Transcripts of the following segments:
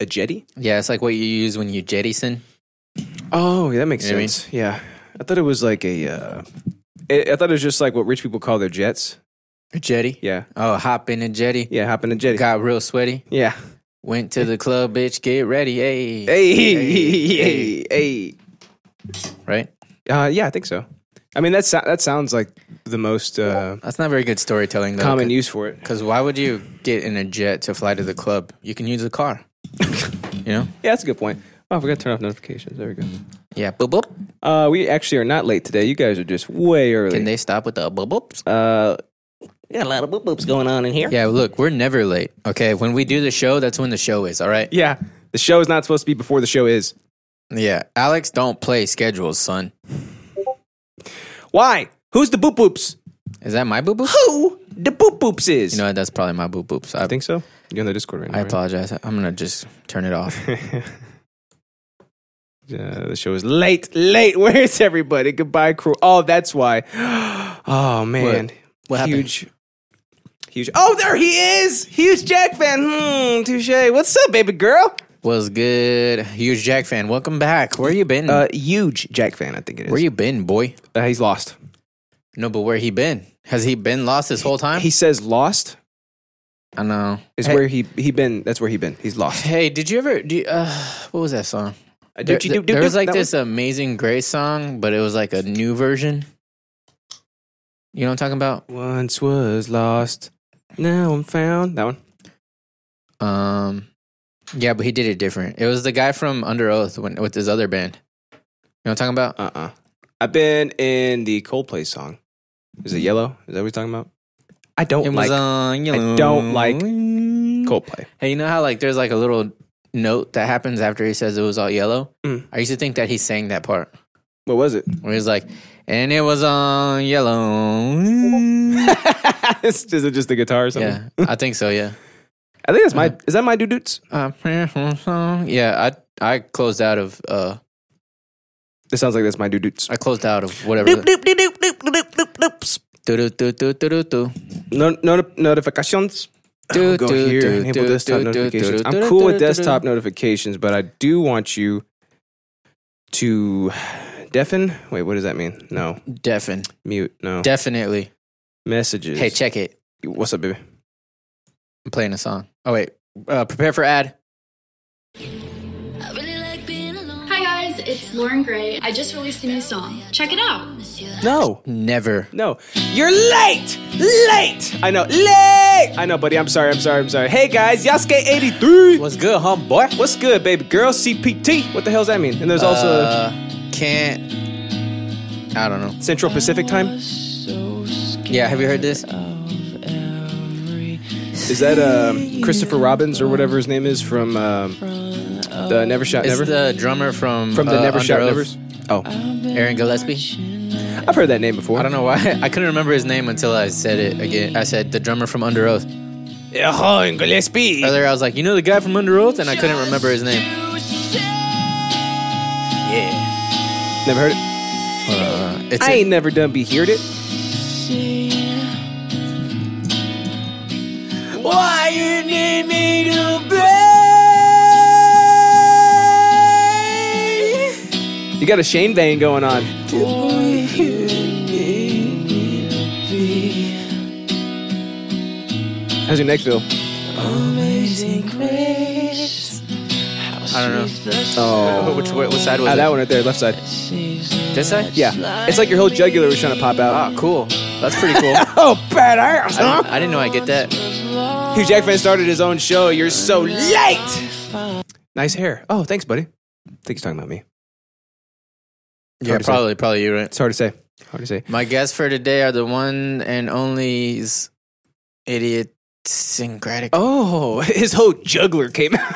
a jetty? Yeah, it's like what you use when you jettison. Oh, yeah, that makes You know what I mean? sense. Yeah, I thought it was like a. Uh, I I thought it was just like what rich people call their jets. A jetty. Yeah, Oh, hop in a jetty. yeah, hop in a jetty. Got real sweaty. Yeah. Went to the club, bitch. Get ready. Hey. Hey, hey, hey, hey. Right? Uh, yeah, I think so. I mean, that's that sounds like the most uh, That's not very good storytelling, though. common use for it. Because why would you get in a jet to fly to the club? You can use a car. you know? Yeah, that's a good point. Oh, I forgot to turn off notifications. There we go. Yeah. Boop boop. Uh, we actually are not late today. You guys are just way Can early. they stop with the boop boops? Uh, Got a lot of boop boops going on in here. Yeah, look, we're never late. Okay, when we do the show, that's when the show is. All right. yeah, the show is not supposed to be before the show is. Yeah, Alex, don't play schedules, son. Why? Who's the boop boops? Is that my boo boo? Who the boop boops is? You know what? That's probably my boo boops. I, I think so. You're on the Discord right now. I right? apologize. I'm gonna just turn it off. Uh, the show is late, late. Where's everybody? Goodbye, crew. Oh, that's why. Oh man, What happened? huge, huge. Oh, there he is, huge Jack fan. Hmm, touche. What's up, baby girl? Was good. Huge Jack fan. Welcome back. Where you been? Uh, huge Jack fan. I think it is. where you been, boy? Uh, he's lost. No, but where he been? Has he been lost this whole time? He says lost I know. is Hey- where he he been. That's where he been. He's lost. Hey, did you ever? Do you, uh, what was that song? Uh, There, doop-de-doop-doop-doop. there was like That this Amazing Grace song, but it was like a new version. You know what I'm talking about? one. Once was lost, now I'm found. That one. Um, yeah, but he did it different. It was the guy from Under Oath when, with his other band. You know what I'm talking about? Uh uh-uh. uh. i have been in the Coldplay song. Is it Yellow? Is that what we're talking about? I don't It like was on yellow. don't like Coldplay. Mm. Hey, you know how like there's like a little note that happens after he says it was all yellow. Mm. I used to think that he sang that part What was it? where he's like, and it was on yellow. is it just the guitar or something? yeah, I think so. Yeah, I think that's my. Is that my doo doots? Uh, yeah. I I closed out of uh It sounds like that's my doo doots. I closed out of whatever. Doop doop doop doop doop doop doop doops. Do do do do do do. No, no notifications. Do, I'll go do, here. do, do, enable desktop do, do, do, notifications. do, I'm do, cool do, do, with do, do. desktop notifications, but I do want you to deafen. Wait, what does that mean? No, Deafin. mute. No Definitely. messages. Hey, check it. what's up, baby? I'm playing a song. Oh wait, uh, prepare for ad. Hi guys, it's Lauren Gray. I just released a new song. Check it out. No, Never. No, you're late, late. I know, late. I know, buddy. I'm sorry. I'm sorry. I'm sorry. Hey guys, Yasuke83. What's good, homeboy? What's good, baby girl? CPT. What the hell's that mean? And there's also uh, can't. I don't know. Central Pacific time. Yeah, have you heard this? Is that um, Christopher Robbins or whatever his name is from um, the Never Shot It's Never the drummer from from the uh, Never Under Shot Oath, Nevers? Oh, Aaron Gillespie. I've heard that name before. I don't know why I couldn't remember his name until I said it again. I said the drummer from Under Oath. Oh, Aaron Gillespie. Earlier, I was like, you know the guy from Under Oath, and I couldn't remember his name. Yeah. Never heard it. Uh, it's I a- ain't never done be heard it. Why you need me to play? You got a Shane vein going on. How's your neck feel? I don't know. Oh, Which what, what side was ah, it? that one right there, left side. This side? Yeah, it's like your whole jugular was trying to pop out. Ah, cool. That's pretty cool. Oh, badass, huh? I didn't know I get that. Hugh Jackman started his own show. You're so late. Nice hair. Oh, thanks, buddy. I think he's talking about me. Yeah, Hard to say. probably, probably you right. It's hard to say. Hard to say. My guests for today are the one and only's idiot syncretic. Oh, his whole juggler came out.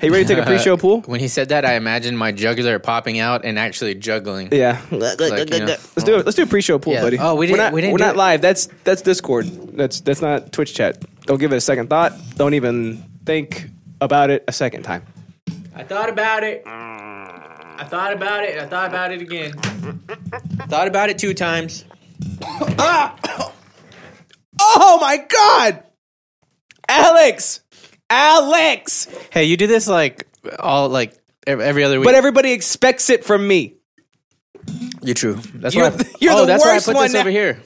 hey, ready to take a pre-show pool? When he said that, I imagined my jugular popping out and actually juggling. Yeah, Like, uh, you know, let's do it. Let's do a pre-show pool, Yeah. buddy. Oh, we We're didn't- not, we didn't We're do not it. live. That's that's Discord. That's that's not Twitch chat. Don't give it a second thought. Don't even think about it a second time. I thought about it. I thought about it. I thought about it again. thought about it two times. Ah! Oh my God, Alex! Alex. Hey, you do this like all like ev- every other week. But everybody expects it from me. You're true. That's You're why. the- you're oh, the that's worst why I put one this now. over here.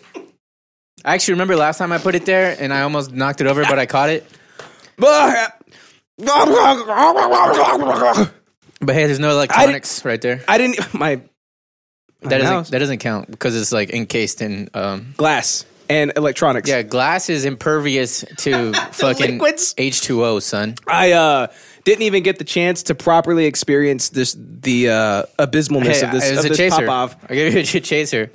I actually remember last time I put it there, and I almost knocked it over, but I caught it. I But hey, there's no electronics right there. didn't my That mouse. doesn't that doesn't count because it's like encased in um glass and electronics. yeah glass is impervious to fucking Liquids. H two O son. I uh, didn't even get the chance to properly experience this the uh, abysmalness Hey, of this, it was of a this chaser. pop-off. I gave you a chaser.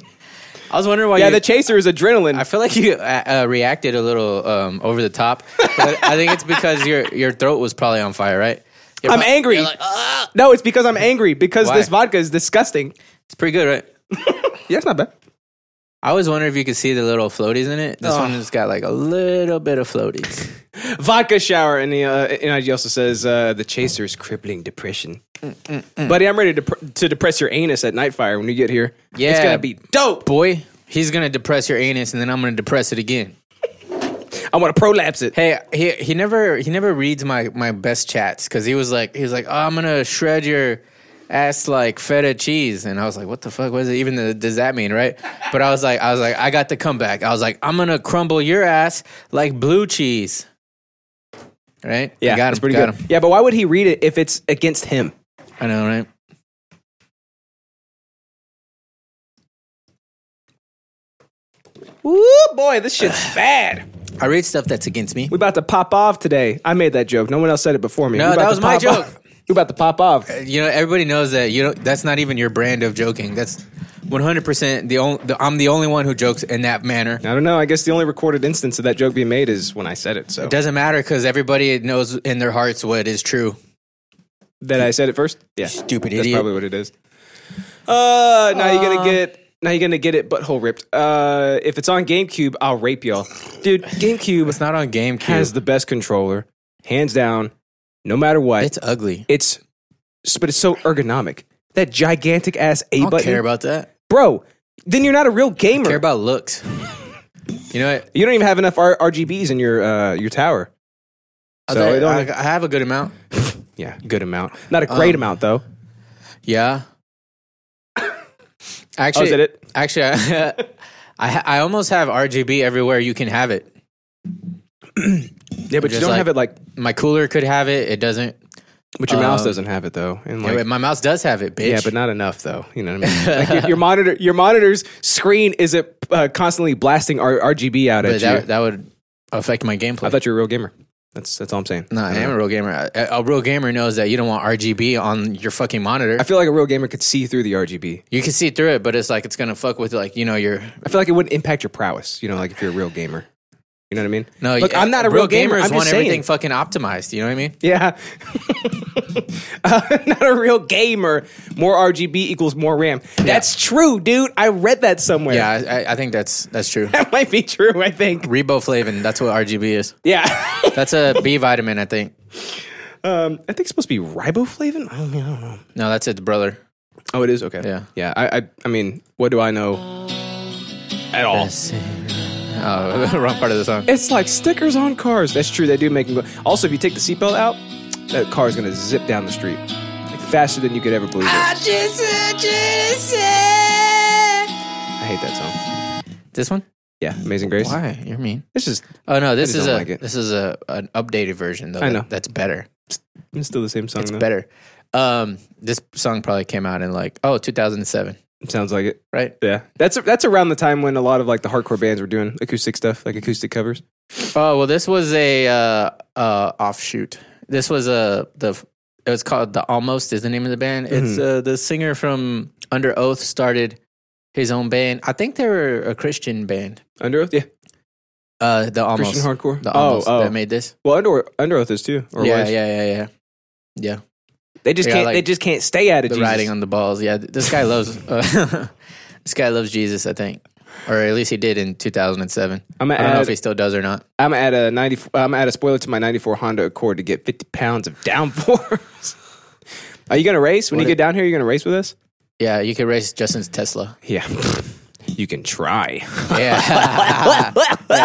I was wondering why. Yeah, you, the chaser is adrenaline. I feel like you uh, uh, reacted a little um, over the top. But I think it's because your your throat was probably on fire, right? You're I'm pro- angry. you're like, "Ah!" no, it's because I'm angry because Why? this vodka is disgusting. It's pretty good, right? Yeah, it's not bad. I was wondering if you could see the little floaties in it. This Oh. one's got like a little bit of floaties. Vodka shower, and the uh, NIG also says uh, the chaser is crippling depression. Mm. Buddy, I'm ready to, pr- to depress your anus at Nightfire when you get here. it's Yeah. gonna be dope. Boy, he's gonna depress your anus, and then I'm gonna depress it again. I want to prolapse it. Hey, he he never he never reads my my best chats because he was like he was like oh, I'm gonna shred your ass like feta cheese, and I was like, what the fuck was it even? The, does that mean right? But I was like, I was like, I got the comeback. I was like, I'm gonna crumble your ass like blue cheese. Right? I yeah, got it's him, pretty got good. him. Yeah, but why would he read it if it's against him? I know, right? Woo, boy, this shit's bad. I read stuff that's against me. We about to pop off today. I made that joke. No one else said it before me. No, We about that to was my pop off. joke. We about to pop off. You know, everybody knows that you don't. That's not even your brand of joking. That's 100 percent the only. The, I'm the only one who jokes in that manner. I don't know. I guess the only recorded instance of that joke being made is when I said it. So It doesn't matter because everybody knows in their hearts what is true. that I said it first. Yeah, Stupid That's idiot. probably what it is. Uh, now you're gonna get. Now you're gonna get it butthole ripped. Uh, if it's on GameCube, I'll rape y'all, dude. GameCube It's not on GameCube. has the best controller, hands down. No matter what, it's ugly. it's, but it's so ergonomic. That gigantic ass A I don't button, care about that. bro. Then you're not a real I care gamer. about looks. You know what? You don't even have enough R- RGBs in your uh, your tower. So I, it I, only- I have a good amount. yeah, good amount, not a great Um, amount though. Yeah. Oh, Actually, is that it? actually, I, I ha- I almost have RGB everywhere you can have it. Yeah, but you just don't like- have it like. My cooler could have it. It doesn't. But your mouse Um, doesn't have it though, and like Yeah, my mouse does have it, bitch. Yeah, but not enough though. You know what I mean? like your, your monitor, your monitor's screen isn't uh, constantly blasting R- RGB out But at that you. that would affect my gameplay. I thought you were a real gamer. That's that's all I'm saying. no, I am a real gamer. A, a real gamer knows that you don't want RGB on your fucking monitor. I feel like a real gamer could see through the RGB. You can see through it, but it's like it's gonna fuck with like you know your I feel like it wouldn't impact your prowess. You know, like if you're a real gamer. You know what I mean? no. Look, yeah, I'm not a real, gamer. Gamers I'm just want saying. everything fucking optimized. You know what I mean? Yeah. Uh, not a real gamer. More RGB equals more RAM. That's true, dude. I read that somewhere. Yeah, I, I- I think that's that's true. That might be true, I think. Riboflavin, that's what RGB is. Yeah. That's a B vitamin, I think. um, I think it's supposed to be riboflavin. I don't, I don't know. No, that's its brother. Oh, it is okay. Yeah. yeah. I, I, I mean, what do I know at all? Oh, wrong part of the song. It's like stickers on cars. That's true. They do make them go. Also, if you take the seatbelt out, that car is gonna zip down the street like, faster than you could ever believe. It. Ah. I just, I hate that song. This one? Yeah, Amazing Grace. Why? You're mean. It's just, Oh no, this just is a don't like it. this is a an updated version though. I that- know. that's better. it's still the same song. It's though. better. Um, this song probably came out in like oh 2007, Sounds like it. right? Yeah, that's that's around the time when a lot of like the hardcore bands were doing acoustic stuff, like acoustic covers. Oh well, this was a uh, uh, offshoot. This was a the it was called the Almost is the name of the band. Hmm. It's uh, the singer from Under Oath started his own band. I think they were a Christian band. Under Oath, yeah, Uh, the Almost Christian hardcore. The Almost oh, oh, that made this. well, Under Under Oath is too. Or yeah, was. yeah, yeah, yeah, yeah. They just Yeah, can't. like- they just can't stay out of The Jesus. riding on the balls. Yeah, th- this guy loves. Uh, this guy loves Jesus, I think, or at least he did in 2007. I'm I gonna don't know add. if he still does or not. I'm gonna add a 90. I'm gonna add a spoiler to my 94 Honda Accord to get 50 pounds of downforce. Are you gonna race when What you it- get down here? You're gonna race with us? Yeah, you could race Justin's Tesla. Yeah. You can try. Yeah.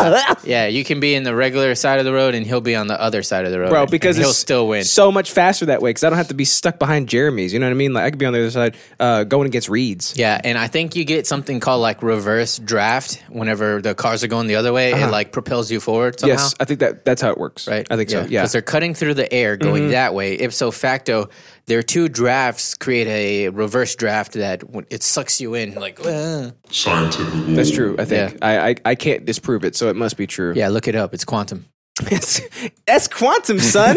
yeah, you can be in the regular side of the road and he'll be on the other side of the road. Bro, and because he'll it's still win. so much faster that way because I don't have to be stuck behind Jeremy's. You know what I mean? Like I could be on the other side uh, going against Reeds. yeah, and I think you get something called like reverse draft whenever the cars are going the other way, it like propels you forward somehow. Uh-huh. Yes, I think that that's how it works. Right. I think so. Yeah. Mm-hmm. Because they're cutting through the air going that way. Ipso facto, their two drafts create a reverse draft that w- it sucks you in. Like, uh. Scientific war. That's true. I think I, I I can't disprove it, so it must be true. yeah, look it up. It's quantum. That's, that's quantum, son.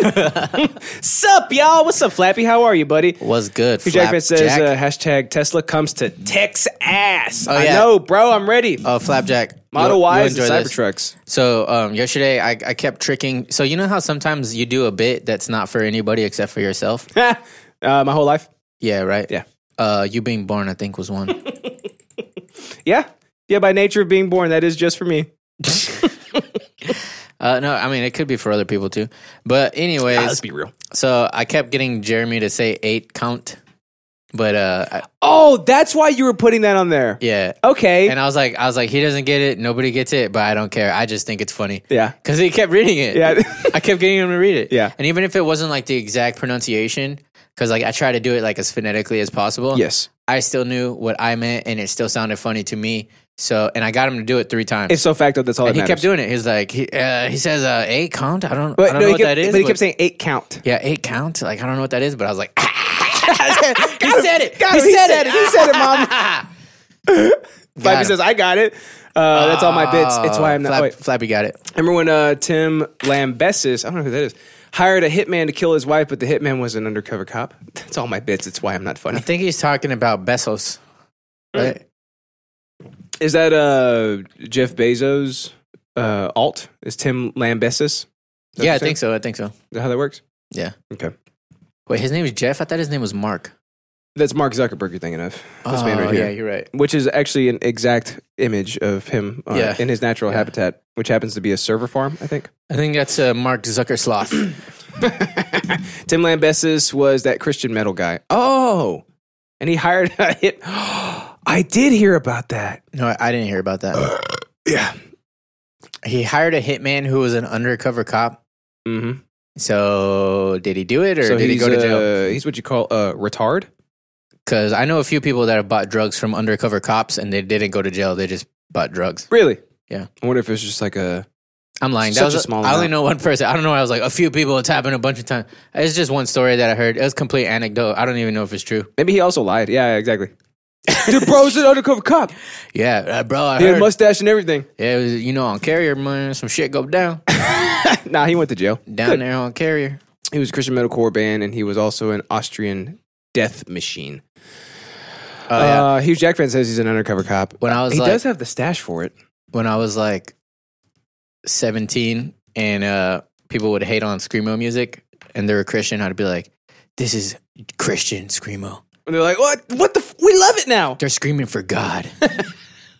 Sup, y'all? What's up, Flappy? How are you, buddy? Was good. Hugh Jackman Flapjack. says uh, hashtag Tesla comes to Tex ass. I Oh, yeah. know, bro. I'm ready. oh, Flapjack. Model You'll- you'll Ys and enjoy this. Cybertrucks. So um, yesterday, I, I kept tricking. So you know how sometimes you do a bit that's not for anybody except for yourself. uh, my whole life. Yeah, right. Yeah. Uh, you being born, I think, was one. Yeah. Yeah, by nature of being born, that is just for me. uh, no, I mean it could be for other people too. But anyways, be real. so I kept getting Jeremy to say eight count, but uh, I, Oh, that's why you were putting that on there. yeah. Okay. And I was like, I was like, he doesn't get it. Nobody gets it, but I don't care. I just think it's funny. yeah. Because he kept reading it. Yeah. I kept getting him to read it. Yeah. And even if it wasn't like the exact pronunciation, because like I tried to do it like as phonetically as possible. Yes. I still knew what I meant and it still sounded funny to me. So, and I got him to do it three times. It's so fact that that's all and that he matters. kept doing it. He's like, he, uh, he says, uh, eight count? I don't, I But don't no, know he what kept, that is. but he kept saying eight count. yeah, eight count. Like, I don't know what that is, but I was like, he said it. Got he, him. He said said it. it. He said it, Mom. Flappy him. says, I got it. Uh, that's all my bits. It's why I'm not. Flap- wait. Ah, Flappy got it. Remember when uh, Tim Lambesis, I don't know who that is, hired a hitman to kill his wife, but the hitman was an undercover cop? That's all my bits. It's why I'm not I funny. think he's talking about Bezos, right? Is that uh, Jeff Bezos' uh, alt? Is Tim Lambesis? that Yeah, I the same? think so. I think so. Is that how that works? Yeah. Okay. Wait, his name is Jeff. I thought his name was Mark. That's Mark Zuckerberg you're thinking of. This man right Oh, yeah, here. you're right. Which is actually an exact image of him uh, Yeah. in his natural Yeah. habitat, which happens to be a server farm, I think. I think that's uh, Mark Zuckersloth. Tim Lambesis was that Christian metal guy. Oh, and he hired a hit. I did hear about that. no, I- I didn't hear about that. Yeah. He hired a hitman who was an undercover cop. Mm-hmm. So did he do it or So did he he's, go to jail? uh, he's what you call a retard. Because I know a few people that have bought drugs from undercover cops and they didn't go to jail. Oh, They just bought drugs. Really? Yeah. I wonder if it's just like a. I'm lying. That Such was a small I only amount. know one person. I don't know. why I was like a few people. It's happened a bunch of times. It's just one story that I heard. It was complete anecdote. I don't even know if it's true. Maybe he also lied. Yeah, exactly. Dude, bro's an undercover cop. Yeah, uh, bro. I He had a heard. mustache and everything. yeah, it was, you know, on carrier man, some shit go down Nah, he went to jail. down there on carrier. He was a Christian metalcore band, and he was also an Austrian death machine. Oh yeah. uh, Hugh Jackman says he's an undercover cop. When I was he like- does have the stash for it. when I was like 17 and uh, people would hate on Screamo music and they were Christian, I'd be like, this is Christian Screamo. And they're like, "What? What the? F- we love it now." They're screaming for God.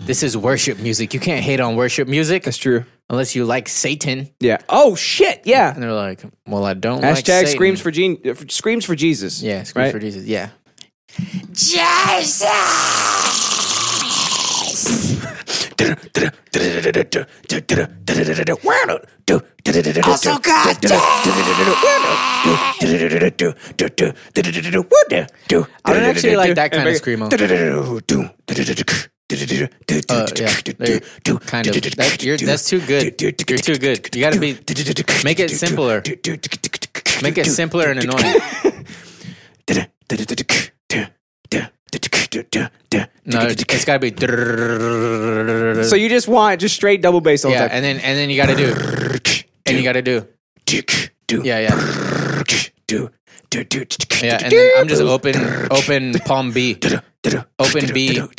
this is worship music. You can't hate on worship music That's true. unless you like Satan. Yeah. Oh shit. Yeah. And they're like, well, I don't like Hashtag Satan. screams for, Gene- uh, for screams for Jesus. Yeah, screams Right? for Jesus. Yeah. Also, God. I don't actually like that kind of Screamo. Uh, yeah, there- kind of. That- you're- that's too good. You're too good. You gotta be. Make it simpler. Make it simpler and annoying. No, it's gotta be. So you just want just straight double bass the whole Yeah, time. and then and then you gotta do, and you gotta do. Yeah, yeah, yeah. And then I'm just open, open palm B, open B, chug,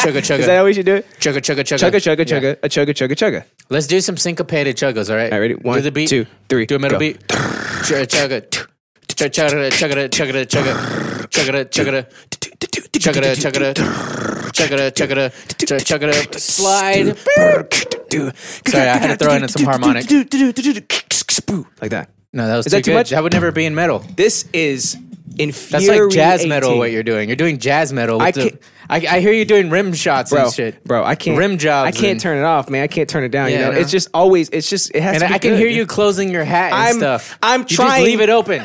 chugga Is that chugga, how we should do it? chugga chugga chugga. Chugga chugga chugga a chugga chugga chugga. Let's do some syncopated chuggas. All right. All right, ready? do One, the beat. two, three, Do a metal go. beat. Chugga chugga, chugga chugga chugga chugga chugga chugga chugga. Chugga chugga chugga chugga chugga chugga slide. Sorry, I had to throw in some harmonic. Like that. No, that was Is too that too good. much? That would never be in metal. This is That's like jazz metal. What you're doing? You're doing jazz metal. With I the- can't- I, I hear you doing rim shots bro, and shit, bro. I can't rim jobs. I can't and, turn it off, man. I can't turn it down. Yeah, you I know, know. it's just always. It's just it has And to. be I can good. hear you closing your hat and I'm- stuff. I'm You trying- Just leave it open.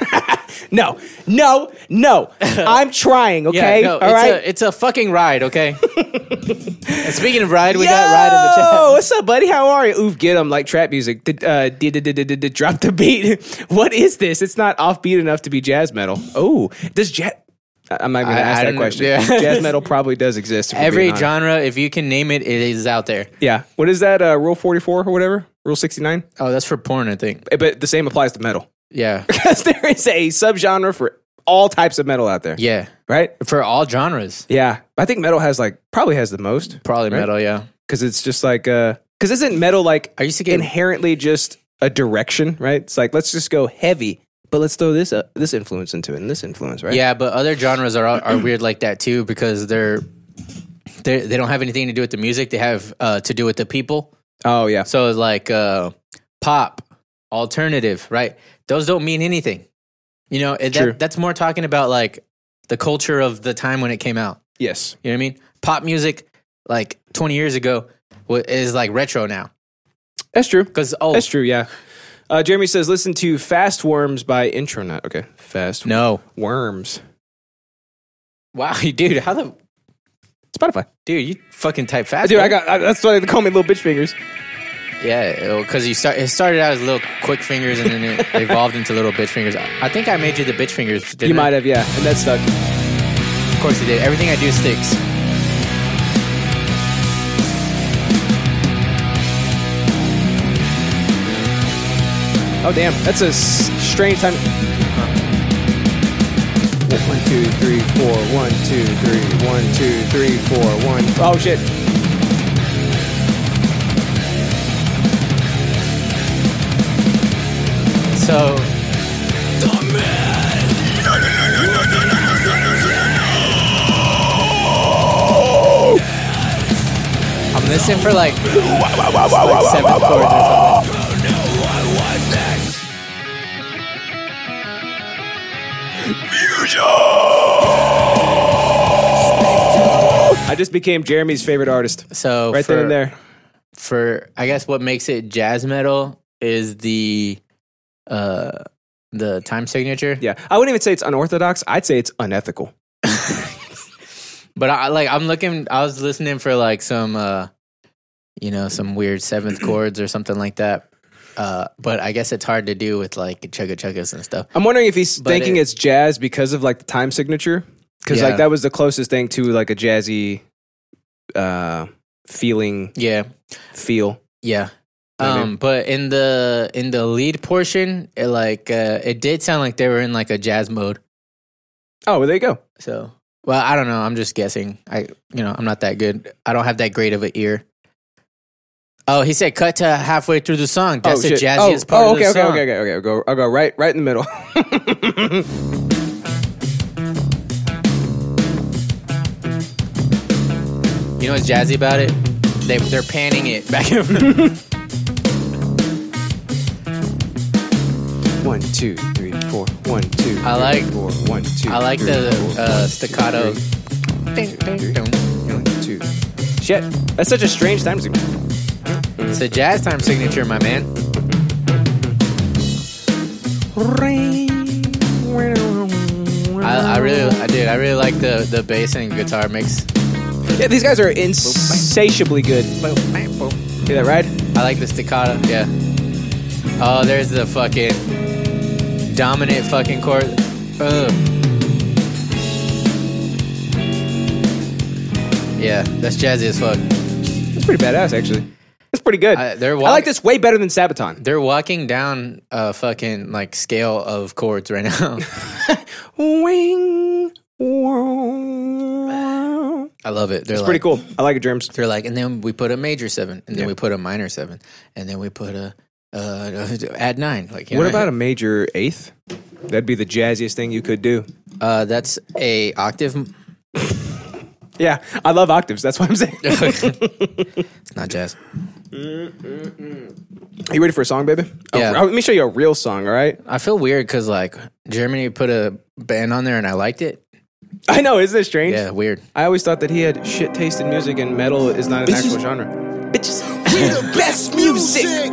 No, no, no. I'm trying. Okay, Yeah, no, all it's right. A, it's a fucking ride. Okay. and speaking of ride, we got ride in the chat. Yo, what's up, buddy? How are you? Oof, get him like trap music. Did, uh, did, did, did, did, did, drop the beat. what is this? It's not offbeat enough to be jazz metal. Oh, does jazz? I'm not going I- to ask I that don't know. question. Yeah. jazz metal probably does exist. if we're Every being honest. genre, if you can name it, it is out there. Yeah. What is that? Uh, rule 44 or whatever? Rule 69? Oh, that's for porn, I think. Eh, But the same applies to metal Yeah, because there is a subgenre for all types of metal out there. yeah, Right? for all genres, Yeah. I think metal has like probably has the most probably Right? metal. Yeah. because it's just like, uh, because isn't metal like I used to get inherently just a direction, right? It's like let's just go heavy, but let's throw this uh, this influence into it and this influence, right? Yeah, but other genres are are weird like that too because they're they they don't have anything to do with the music. They have uh, to do with the people. Oh yeah. So it's like uh, pop, alternative, right? Those don't mean anything. You know, it, True. that, that's more talking about like the culture of the time when it came out. Yes. You know what I mean? Pop music, like twenty years ago, wa- is like retro now. That's true. Because oh That's true. Yeah. Uh, Jeremy says, listen to Fast Worms by Intronaut. Okay. Fast no, Worms. wow, dude, how the Spotify. dude you fucking type fast? Dude, bro. I got, I, that's why they call me little bitch fingers. Yeah, because you start. It started out as little quick fingers, and then it evolved into little bitch fingers. I I think I made you the bitch fingers. Didn't You I? might have, yeah. And that stuck. Of course, you did. Everything I do sticks. Oh, damn. That's a s- strange time. One, two, three, four. One, two, three. One, two, three, four. One. Oh, shit. So. I'm listening for like, like seven chords or something. I just became Jeremy's favorite artist. So Right for, then and there. for I guess what makes it jazz metal is the uh the time signature. Yeah, I wouldn't even say it's unorthodox. I'd say it's unethical. But I like I'm looking I was listening for like some uh you know some weird seventh chords or something like that. Uh but I guess it's hard to do with like chugga chuggas and stuff. I'm wondering if he's But thinking it- it's jazz because of like the time signature, because Yeah. like that was the closest thing to like a jazzy uh, feeling Yeah. feel. Yeah. I mean- Um but in the in the lead portion it like uh it did sound like they were in like a jazz mode. Oh, well, there you go. So well, I don't know. I'm just guessing. I you know I'm not that good. I don't have that great of an ear. Oh, he said cut to halfway through the song. That's oh, the shit. jazziest oh, part oh, of okay, the okay, song. okay, okay, okay. I'll go, I'll go right, right in the middle. You know what's jazzy about it? They they're panning it back and forth. one, two, three, four. One, two. I three, like- Four. One, two. I like three, the four. uh, staccato. Ding, ding, ding. One, two. Shit, that's such a strange time signature. It's a jazz time signature, my man. I, I really, I did. I really like the the bass and guitar mix. Yeah, these guys are insatiably good. Hear that right? I like the staccato. Yeah. Oh, there's the fucking dominant fucking chord. Ugh. Yeah, that's jazzy as fuck. It's pretty badass, actually. It's pretty good. I- they're I walk- like this way better than Sabaton. They're walking down a fucking like scale of chords right now. Wing. wow. I love it. They're It's like, pretty cool. I like it, Germs. They're like, and then we put a major seven, and then we put a minor seven, and then we put a uh, add nine. Like, you What know, about a major eighth? That'd be the jazziest thing you could do. Uh, that's a octave. Yeah, I love octaves. That's what I'm saying. it's not jazz. Are you ready for a song, baby? Yeah. Oh, let me show you a real song, all right? I feel weird because like Germany put a band on there and I liked it. I know, isn't it strange? Yeah, weird. I always thought that he had shit taste in music and metal is not an actual genre. Best music.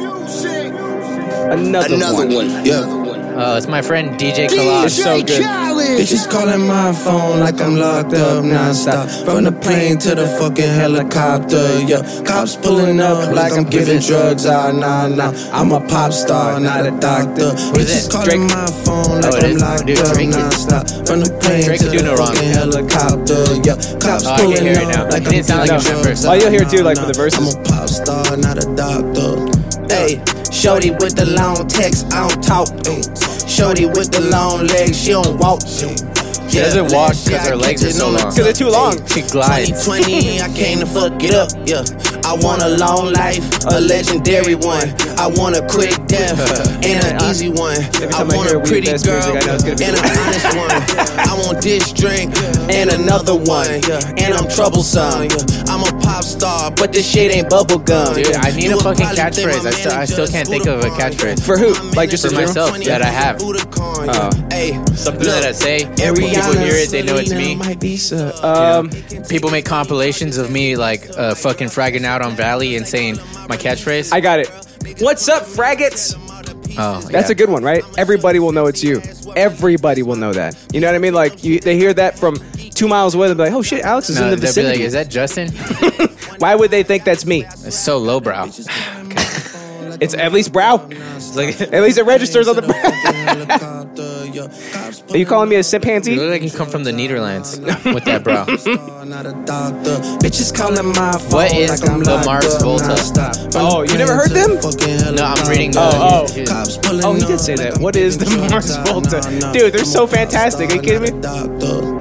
Another, Another one. one. Yeah. Oh, it's my friend DJ Khaled. It's so good. Bitches calling my phone like I'm locked up nonstop. From the plane to the fucking helicopter, yeah. Cops pulling up like I'm giving drugs out, nah, nah. I'm a pop star, not a doctor. is Bitches it? calling my phone Oh, like it I'm is? locked Dude, up Drake- nonstop. From the plane Drake to could do no the wrong. fucking helicopter, yeah. Cops Oh, I can pulling hear it now. up like It I'm didn't sound like No. giving it should drugs first. All out, you'll hear too, like, nah, for the nah. verses. I'm a pop star, not a doctor. Hey, shorty with the long text, I don't talk. Ay, Shorty with the long legs, she don't walk. She doesn't walk 'cause her legs are so long. 'Cause they're too long. She glides. 2020, I came to fuck it up, yeah. I want a long life, a legendary one. I want a quick death and an easy one. I time I want hear a weed pretty best girl music, I know it's gonna be and an honest one. I want this drink and another one, and I'm troublesome. I'm a pop star, but this shit ain't bubblegum. Dude, I need You a would fucking probably think catchphrase. my I still- I still can't think of a catchphrase. For who? Like, just For in general? myself, that I have. Uh. Oh. Something that I say, when people hear it, they know it's me. Um, People make compilations of me like uh, fucking fragging out on Valley and saying my catchphrase. I got it. What's up, fraggots? oh, That's yeah. a good one, right? Everybody will know it's you. Everybody will know that. You know what I mean? Like you, they hear that from two miles away. They're like, "Oh shit, Alex is in No, the they'll be like, vicinity." is that Justin? Why would they think that's me? It's so lowbrow. It's at least brow. It's like, At least it registers on the brow. Are Are you calling me a you chimpanzee? look like you come from the Netherlands with that brow. Bitches calling my phone What is like I'm the locked Mars up Volta? nonstop. From Oh, the you never plane heard to the them? fucking No, I'm helicopter. reading. Oh, Uh, oh. his- Cops pulling Oh, he did up say like that. I'm What is the giving Mars drugs out, Volta? nah, nah. Dude, they're so I'm a pop fantastic. Are you star, kidding me? not a doctor.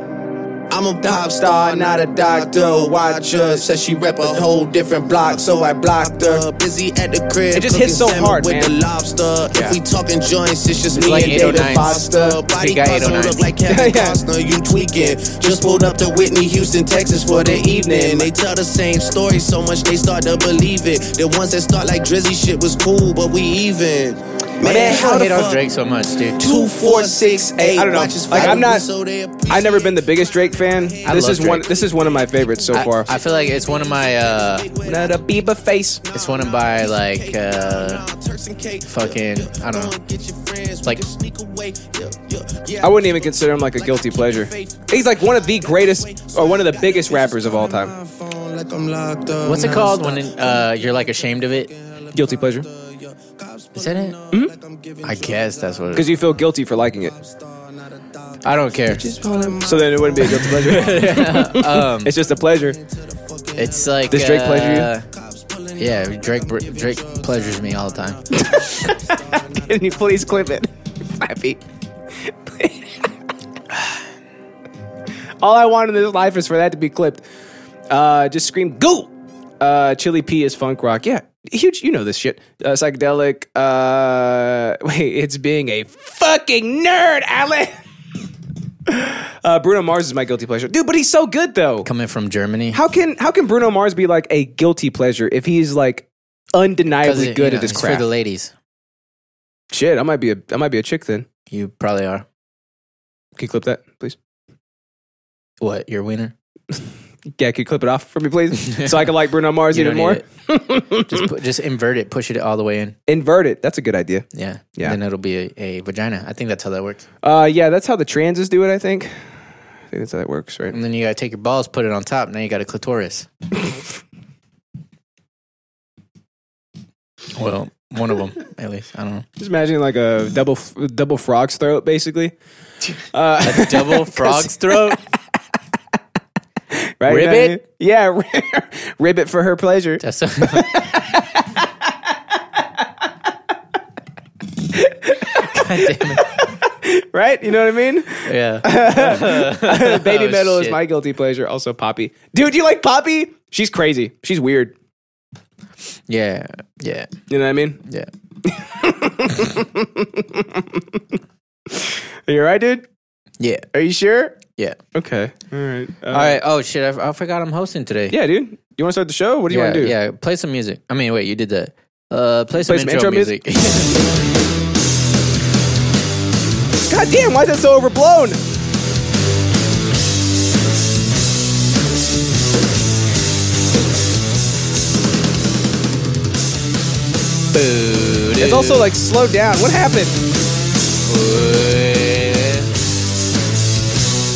I'm a pop star, not a doctor. Watch her. Says she rep a whole different block, so I blocked her. Busy at the crib. It just hits so cooking salmon hard, with man. the lobster. Yeah. If we talking joints, it's just me like and David 809s. Foster. Body He got parts don't 809s. look like Kevin Yeah, yeah. Costner. You tweaking? Just pulled up to Whitney, Houston, Texas for the evening. They tell the same story so much they start to believe it. The ones that start like Drizzy shit was cool, but we even. Why do people hate on fuck- Drake so much, dude? Two, four, six, eight. I don't know. Watches Like, follow I'm not- me so they appreciate I've never been the biggest Drake fan. this love is one. Drake. This is one of my favorites so I, far. I feel like it's one of my uh, Not a Bieber face. it's one of my like uh, fucking I don't know. Like I wouldn't even consider him like a guilty pleasure. He's like one of the greatest or one of the biggest rappers of all time. what's it called when uh, you're like ashamed of it? Is Guilty pleasure that it? I guess that's what. It because is. you feel guilty for liking it. I don't care. So then it wouldn't be a guilty pleasure. Um, it's just a pleasure. It's like Does Drake pleasure you? Yeah, Drake br- Drake pleasures me all the time. Can you please clip it? Flappy. All I want in this life is for that to be clipped. Uh, just scream go. Uh, Chili P is funk rock. Yeah, huge. You know this shit. Uh, psychedelic. Uh, wait, it's being a fucking nerd, Alan. uh, Bruno Mars is my guilty pleasure, dude. But he's so good though. Coming from Germany, How can how can Bruno Mars be like a guilty pleasure if he's like undeniably it- good you know, at his it's craft? for the ladies. Shit, I might be a I might be a chick then. You probably are. Can you clip that, please? What your wiener? Yeah, can you clip it off for me, please? so I can like Bruno Mars You even don't more. need Just put, just invert it, push it all the way in. Invert it. That's a good idea. Yeah, Yeah. Then it'll be a, a vagina. I think that's how that works. Uh, yeah, that's how the transes do it. I think. I think that's how that works, right? And then you gotta take your balls, put it on top. Now you got a clitoris. well, one of them at least. I don't know. Just imagine like a double f- double frog's throat, basically. Uh, Double frog's throat. right? You know what I ribbit? mean? Yeah, ri- ribbit for her pleasure. That's a, Right? You know what I mean? yeah. Baby Oh, metal is shit. my guilty pleasure. Also, Poppy. Dude, you like Poppy? She's crazy. She's weird. Yeah. Yeah. You know what I mean? Yeah. Are you all right, dude? Yeah. Are you sure? Yeah. Okay. All right. Uh, All right. Oh shit! I, f- I forgot I'm hosting today. Yeah, dude. You want to start the show? What do you Yeah. want to do? yeah. Play some music. I mean, wait. You did that. Uh, play some Play some intro, intro music. God damn, why is that so overblown? It's also like slowed down. What happened?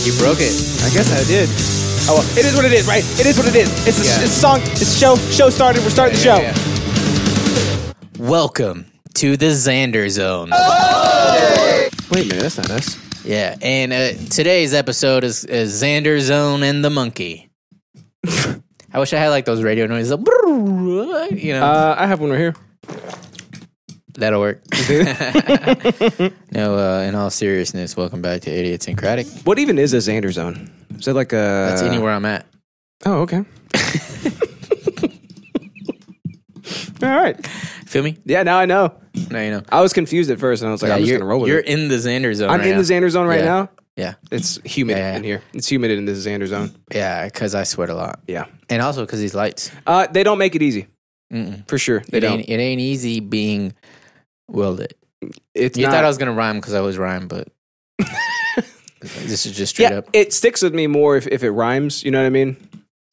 You broke it. I guess I did. Oh, well, it is what it is, right? It is what it is. It's a, Yeah. it's a song. It's a show. Show started. We're starting the show. Welcome to the Xander Zone. Oh, Wait a minute, that's not us. Yeah, and uh, today's episode is, is Xander Zone and the Monkey. I wish I had like those radio noises, like, brrrr, you know. Uh, I have one right here. That'll work. no, uh, in all seriousness, welcome back to Idiosyncratic. What even is a Xander zone? Is that like a? That's anywhere I'm at. Oh, okay. All right. Feel me? Yeah, now I know. Now you know. I was confused at first, and I was like, Yeah, I'm just you're gonna roll with you're it. in the Xander zone. I'm right in the now. Xander zone right Yeah. now. Yeah, It's humid Yeah. in here. It's humid in this Xander zone. yeah, because I sweat a lot, Yeah. and also because these lights. Uh, they don't make it easy. Mm-mm. For sure, they It don't. ain't, it ain't easy being well lit. It's You not. thought I was gonna rhyme because I always rhyme, but this is just straight yeah, up. it sticks with me more if, if it rhymes. You know what I mean?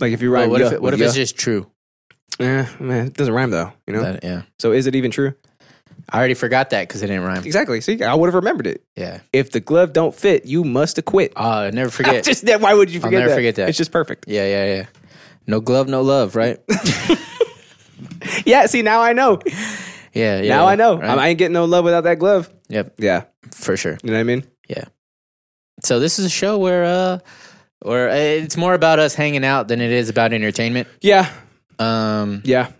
Like if you But rhyme. what yeah if it, what with if yeah. it's just true? Yeah, man, it doesn't rhyme though. You know. That- yeah, so is it even true? I already forgot that because it didn't rhyme. Exactly. See, I would have remembered it. Yeah. If the glove don't fit, you must acquit. Oh, I never forget. Just that. Why would you I'll forget never that? forget that. It's just perfect. yeah, yeah, yeah. No glove, no love, right? Yeah. See, now I know. Yeah, yeah. now I know. right? I ain't getting no love without that glove. yep, Yeah. for sure. You know what I mean? So this is a show where uh, where uh, it's more about us hanging out than it is about entertainment. Yeah. Um, Yeah.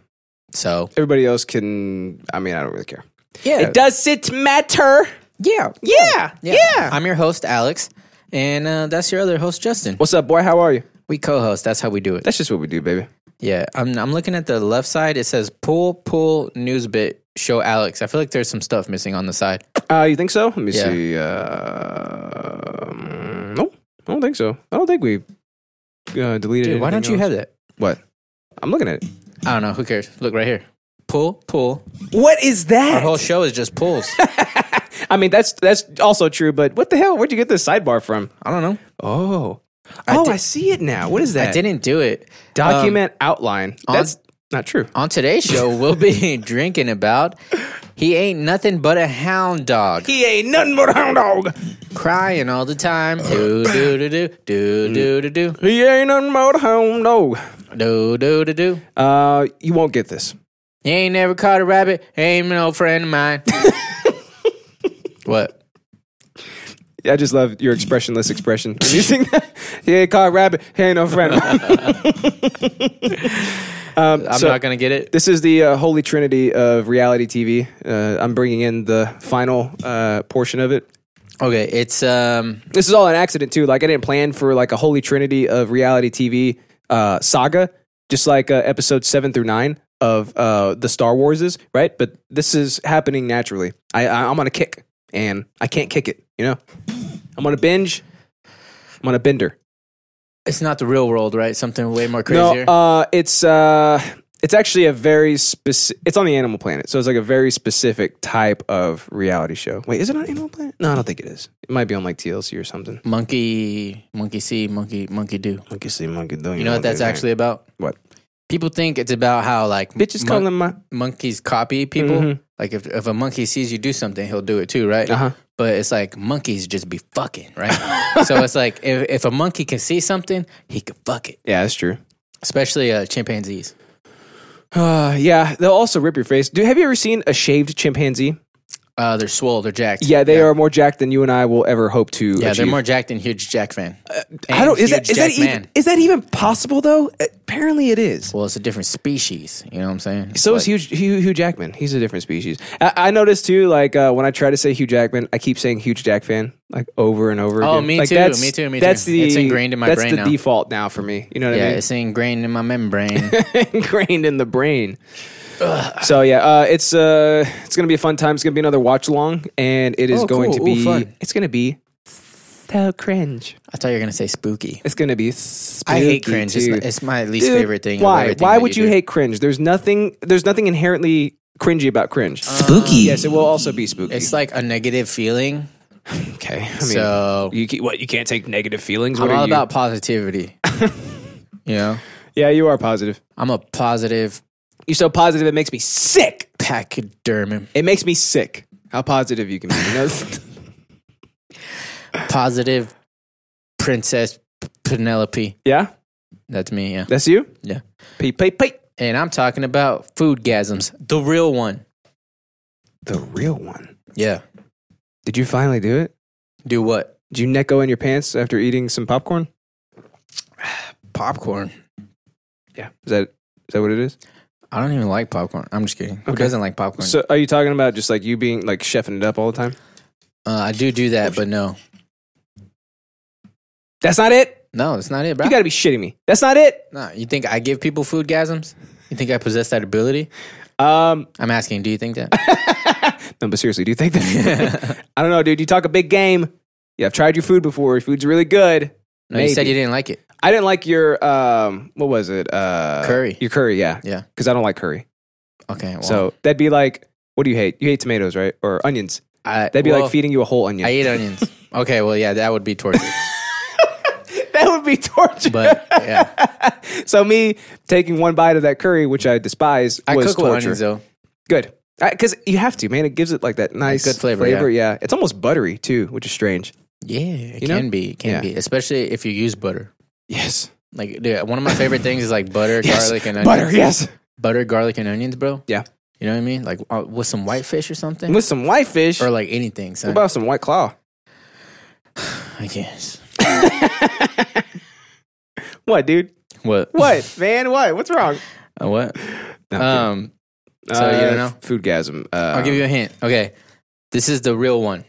so Everybody else can. I mean, I don't really care. yeah, It does it matter? yeah, Yeah. Yeah. I'm your host, Alex, and uh, that's your other host, Justin. What's up, boy? How are you? We co-host. That's how we do it. That's just what we do, baby. Yeah, I'm I'm looking at the left side. It says pull pull news bit show Alex. I feel like there's some stuff missing on the side. Uh, you think so? Let me Yeah. see. Uh, um, no, I don't think so. I don't think we uh, deleted. Dude, why don't anything you else. have that? what? I'm looking at it. I don't know. Who cares? Look right here. Pull pull. What is Our that? whole show is just pulls. I mean, that's that's also true. But what the hell? Where'd you get this sidebar from? I don't know. Oh, oh, di- I see it now. What is that? I didn't do it. document outline. Um, on- That's not true. On today's show, we'll be drinking about he ain't nothing but a hound dog, He ain't nothing but a hound dog. crying all the time. Do do do do do do do do Mm. He ain't nothing but a hound dog. do do do do. Uh, you won't get this. He ain't never caught a rabbit. Ain't no friend of mine. what? I just love your expressionless expression. When you sing that, he ain't caught a rabbit. He ain't no friend. um, I'm so not gonna get it. this is the uh, holy trinity of reality TV. Uh, I'm bringing in the final uh, portion of it. Okay, it's um This is all an accident too. Like I didn't plan for like a holy trinity of reality TV uh, saga, just like uh, episode seven through nine of uh, the Star Warses, right? But this is happening naturally. I, I I'm on a kick, and I can't kick it. You know, I'm on a binge. I'm on a bender. it's not the real world, right? Something way more crazier. No, uh, it's uh, it's actually a very specific. It's on the Animal Planet, so it's like a very specific type of reality show. Wait, is it on Animal Planet? No, I don't think it is. It might be on like TLC or something. monkey, monkey see, monkey, monkey do. Monkey see, monkey do. You know what that's actually about? What? People think it's about how like Bitches mon- calling my. monkeys copy people. Mhm. Like if if a monkey sees you do something, he'll do it too, right? Uh huh. But it's like monkeys just be fucking, right? so it's like if if a monkey can see something, he can fuck it. Yeah, that's true. Especially uh, chimpanzees. Uh, yeah, they'll also rip your face. Do have you ever seen a shaved chimpanzee? Uh, they're swole, they're jacked. Yeah, they are more jacked than you and I will ever hope to. Yeah, they're achieve. more jacked and huge Jack fan. I don't. Is that huge is that Jack even man. is that even possible though? Uh, Apparently, it is. Well, it's a different species. You know what I'm saying? So is Hugh, Hugh, Hugh Jackman. He's a different species. I, I noticed too, like uh, when I try to say Hugh Jackman, I keep saying huge Jack fan, like over and over. Oh, again. me like, too, me too, me too. That's the It's ingrained in my that's brain the now. default now for me. You know what yeah, I mean? it's ingrained in my membrane. ingrained in the brain. So yeah, uh, it's uh, it's gonna be a fun time. It's gonna be another watch along, and it is Oh, going cool. to Ooh, be fun. it's gonna be so cringe. I thought you were gonna say spooky. It's gonna be. I hate spooky, cringe. It's, too. my- it's my least Dude, favorite thing. of Why? everything Why that would you, do. hate cringe? There's nothing. There's nothing inherently cringy about cringe. Um, Spooky. yes, it will also be spooky. It's like a negative feeling, Okay. I mean, So- you ca- what you can't take negative feelings. What I'm are all you? about positivity. you know, Yeah, you are positive. I'm a positive You're so positive it makes me sick. pachyderm, It makes me sick. How positive you can be. You know? positive princess P- Penelope. yeah, That's me. Yeah, that's you. yeah. Pee pee pee. And I'm talking about food gasms, the real one. The real one. Yeah. Did you finally do it? Do what? Did you necko in your pants after eating some popcorn? Popcorn. Yeah. Is that is that what it is? I don't even like popcorn. I'm just kidding. Who Okay. doesn't like popcorn? So are you talking about just like you being like chefing it up all the time? uh, I do do that, but no, That's not it. no, it's not it, bro. You got to be shitting me. That's not it. no, you think I give people food gasms? You think I possess that ability? Um, I'm asking. Do you think that? no, but seriously, do you think that? I don't know, dude. You talk a big game. Yeah, I've tried your food before. Your food's really good. No, you said Maybe. you didn't like it. I didn't like your um, what was it? Uh, Curry. Your curry, yeah, Yeah. Because I don't like curry. Okay. Well, So that'd be like, what do you hate? You hate tomatoes, right? Or onions? I, That'd be well, like feeding you a whole onion. I eat onions. okay. Well, yeah, that would be torture. that would be torture. But yeah, so me taking one bite of that curry, which I despise, I was cook torture. with onions though. Good. Because you have to, man. It gives it like that nice good flavor, Yeah. it's almost buttery too, which is strange. Yeah, it You know? can be. It can Yeah. be, especially if you use butter. Yes, Like, dude, one of my favorite things is like butter, Yes. garlic, and onions. butter. Yes, butter, garlic, and onions, bro. Yeah. You know what I mean? Like uh, with some white fish or something, with some whitefish. or Or like anything. Son. what about some white claw? I guess. What, dude? What? What, man? What? What's wrong? Uh, what? No, I'm kidding. Um, so you don't know? Foodgasm. Uh, I'll give you a hint. Okay, this is the real one.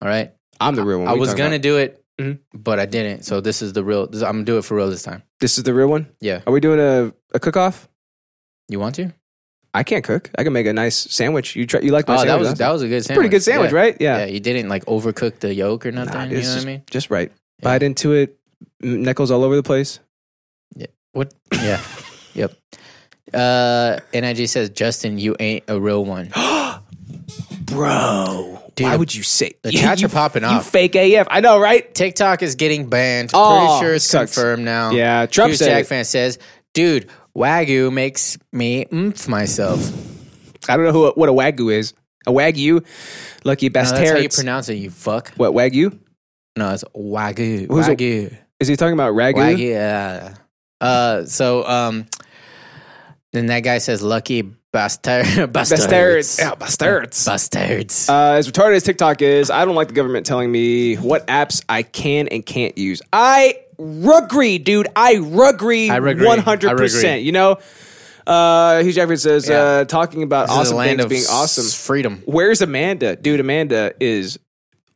All right. I'm the real one. I What you was talking gonna about? do it, Mhm. but I didn't. So this is the real. This, I'm gonna do it for real this time. This is the real one. Yeah. Are we doing a, a cook off? You want to? I can't cook. I can make a nice sandwich. You try. You like my Oh, that sandwich? was huh? that was a good sandwich. pretty good sandwich, Yeah. right? Yeah. Yeah. you didn't like overcook the yolk or nothing. Nah, you know it's what I just- mean? Just right. Yeah. Bite into it. m- Nickels all over the place. What? Yeah. yep. Uh, NIG says Justin, you ain't a real one. Bro, Dude, why the- would you say the chats you, are popping you off. fake AF. I know, right? TikTok is getting banned. Oh, Pretty sure it's sucks. confirmed now. Yeah, Trump Huge said Jack it. fan says, dude, Wagyu makes me oomph myself. I don't know who what a wagyu is. A wagyu, lucky No, best that's how you terrors. pronounce it, you fuck. what wagyu? No, it's Wagyu. Who's a- Wagyu. Is he talking about ragu? Wagyu. Yeah. Uh, so um, then that guy says, lucky bastard. Best terrors. Bastards. Yeah, bastards. Bastards. Uh, as retarded as TikTok is, I don't like the government telling me what apps I can and can't use. I agree, dude. I agree I agree. one hundred I percent. agree. You know, uh, Hugh Jackman says Yeah. uh, talking about This is the awesome land things of being s- awesome. Freedom. Where's Amanda, dude? Amanda is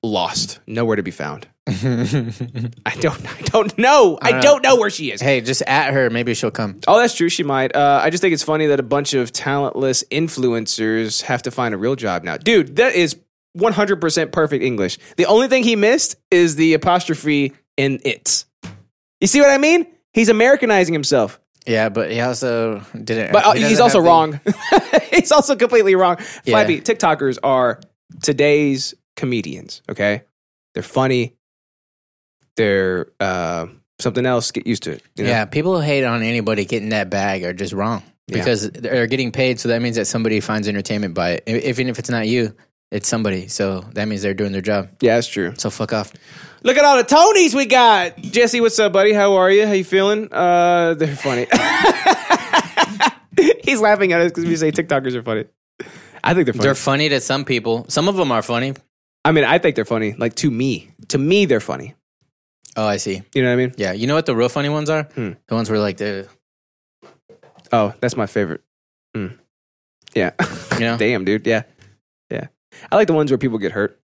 lost, nowhere to be found. I don't, I don't know. I don't know, where she is. Uh, Hey, just at her. Maybe she'll come. Oh, that's true. She might. Uh, I just think it's funny that a bunch of talentless influencers have to find a real job now. Dude, that is 100% perfect English. The only thing he missed is the apostrophe in it. You see what I mean? He's Americanizing himself. Yeah, but he also didn't. But uh, he he's doesn't also have the- wrong. he's also completely wrong. Yeah. Flappy TikTokers are today's comedians. Okay, they're funny. They're uh, something else. Get used to it. you know? Yeah, people who hate on anybody getting that bag are just wrong Yeah. because they're getting paid. So that means that somebody finds entertainment by it. If- Even if it's not you, it's somebody. So that means they're doing their job. yeah, that's true. So fuck off. Look at all the Tonys we got. Jesse, what's up, buddy? How are you? How you feeling? Uh, they're funny. he's laughing at us because we say TikTokers are funny. I think they're funny. They're funny to some people. Some of them are funny. I mean, I think they're funny. Like to me, to me, they're funny. Oh, I see. You know what I mean? Hmm. Yeah, you know what the real funny ones are? The ones where like the Oh, that's my favorite. Mm. Yeah. you know Damn, dude. Yeah. Yeah. I like the ones where people get hurt.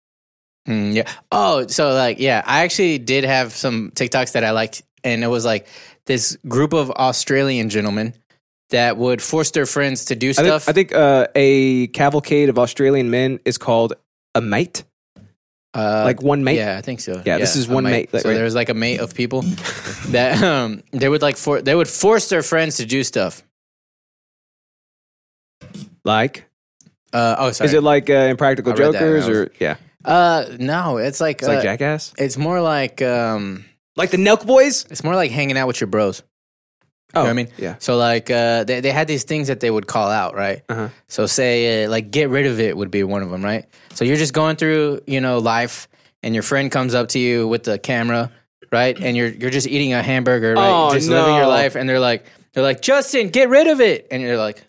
Mm, yeah. Oh, so like, yeah, I actually did have some TikToks that I liked, and it was like this group of Australian gentlemen that would force their friends to do I stuff. think, I think uh, a cavalcade of Australian men is called a mate. uh, Like one mate. yeah, I think so. Yeah, this is a one mate, like, so right. there was like a mate of people that um, they would like for they would force their friends to do stuff. Like, Uh, oh, sorry. is it like uh, Impractical oh, I read that and I Jokers was- or yeah? Uh, no, it's like uh, It's like Jackass, It's more like um, like the Nelk Boys. Oh, it's more like hanging out with your bros. You know what I mean? yeah. So like uh, they they had these things that they would call out, right? Uh-huh. So say uh, like get rid of it would be one of them, right? So you're just going through you know life, and your friend comes up to you with the camera, right? And you're you're just eating a hamburger, right? Oh, just living your no. life, and they're like they're like Justin, get rid of it, and you're like.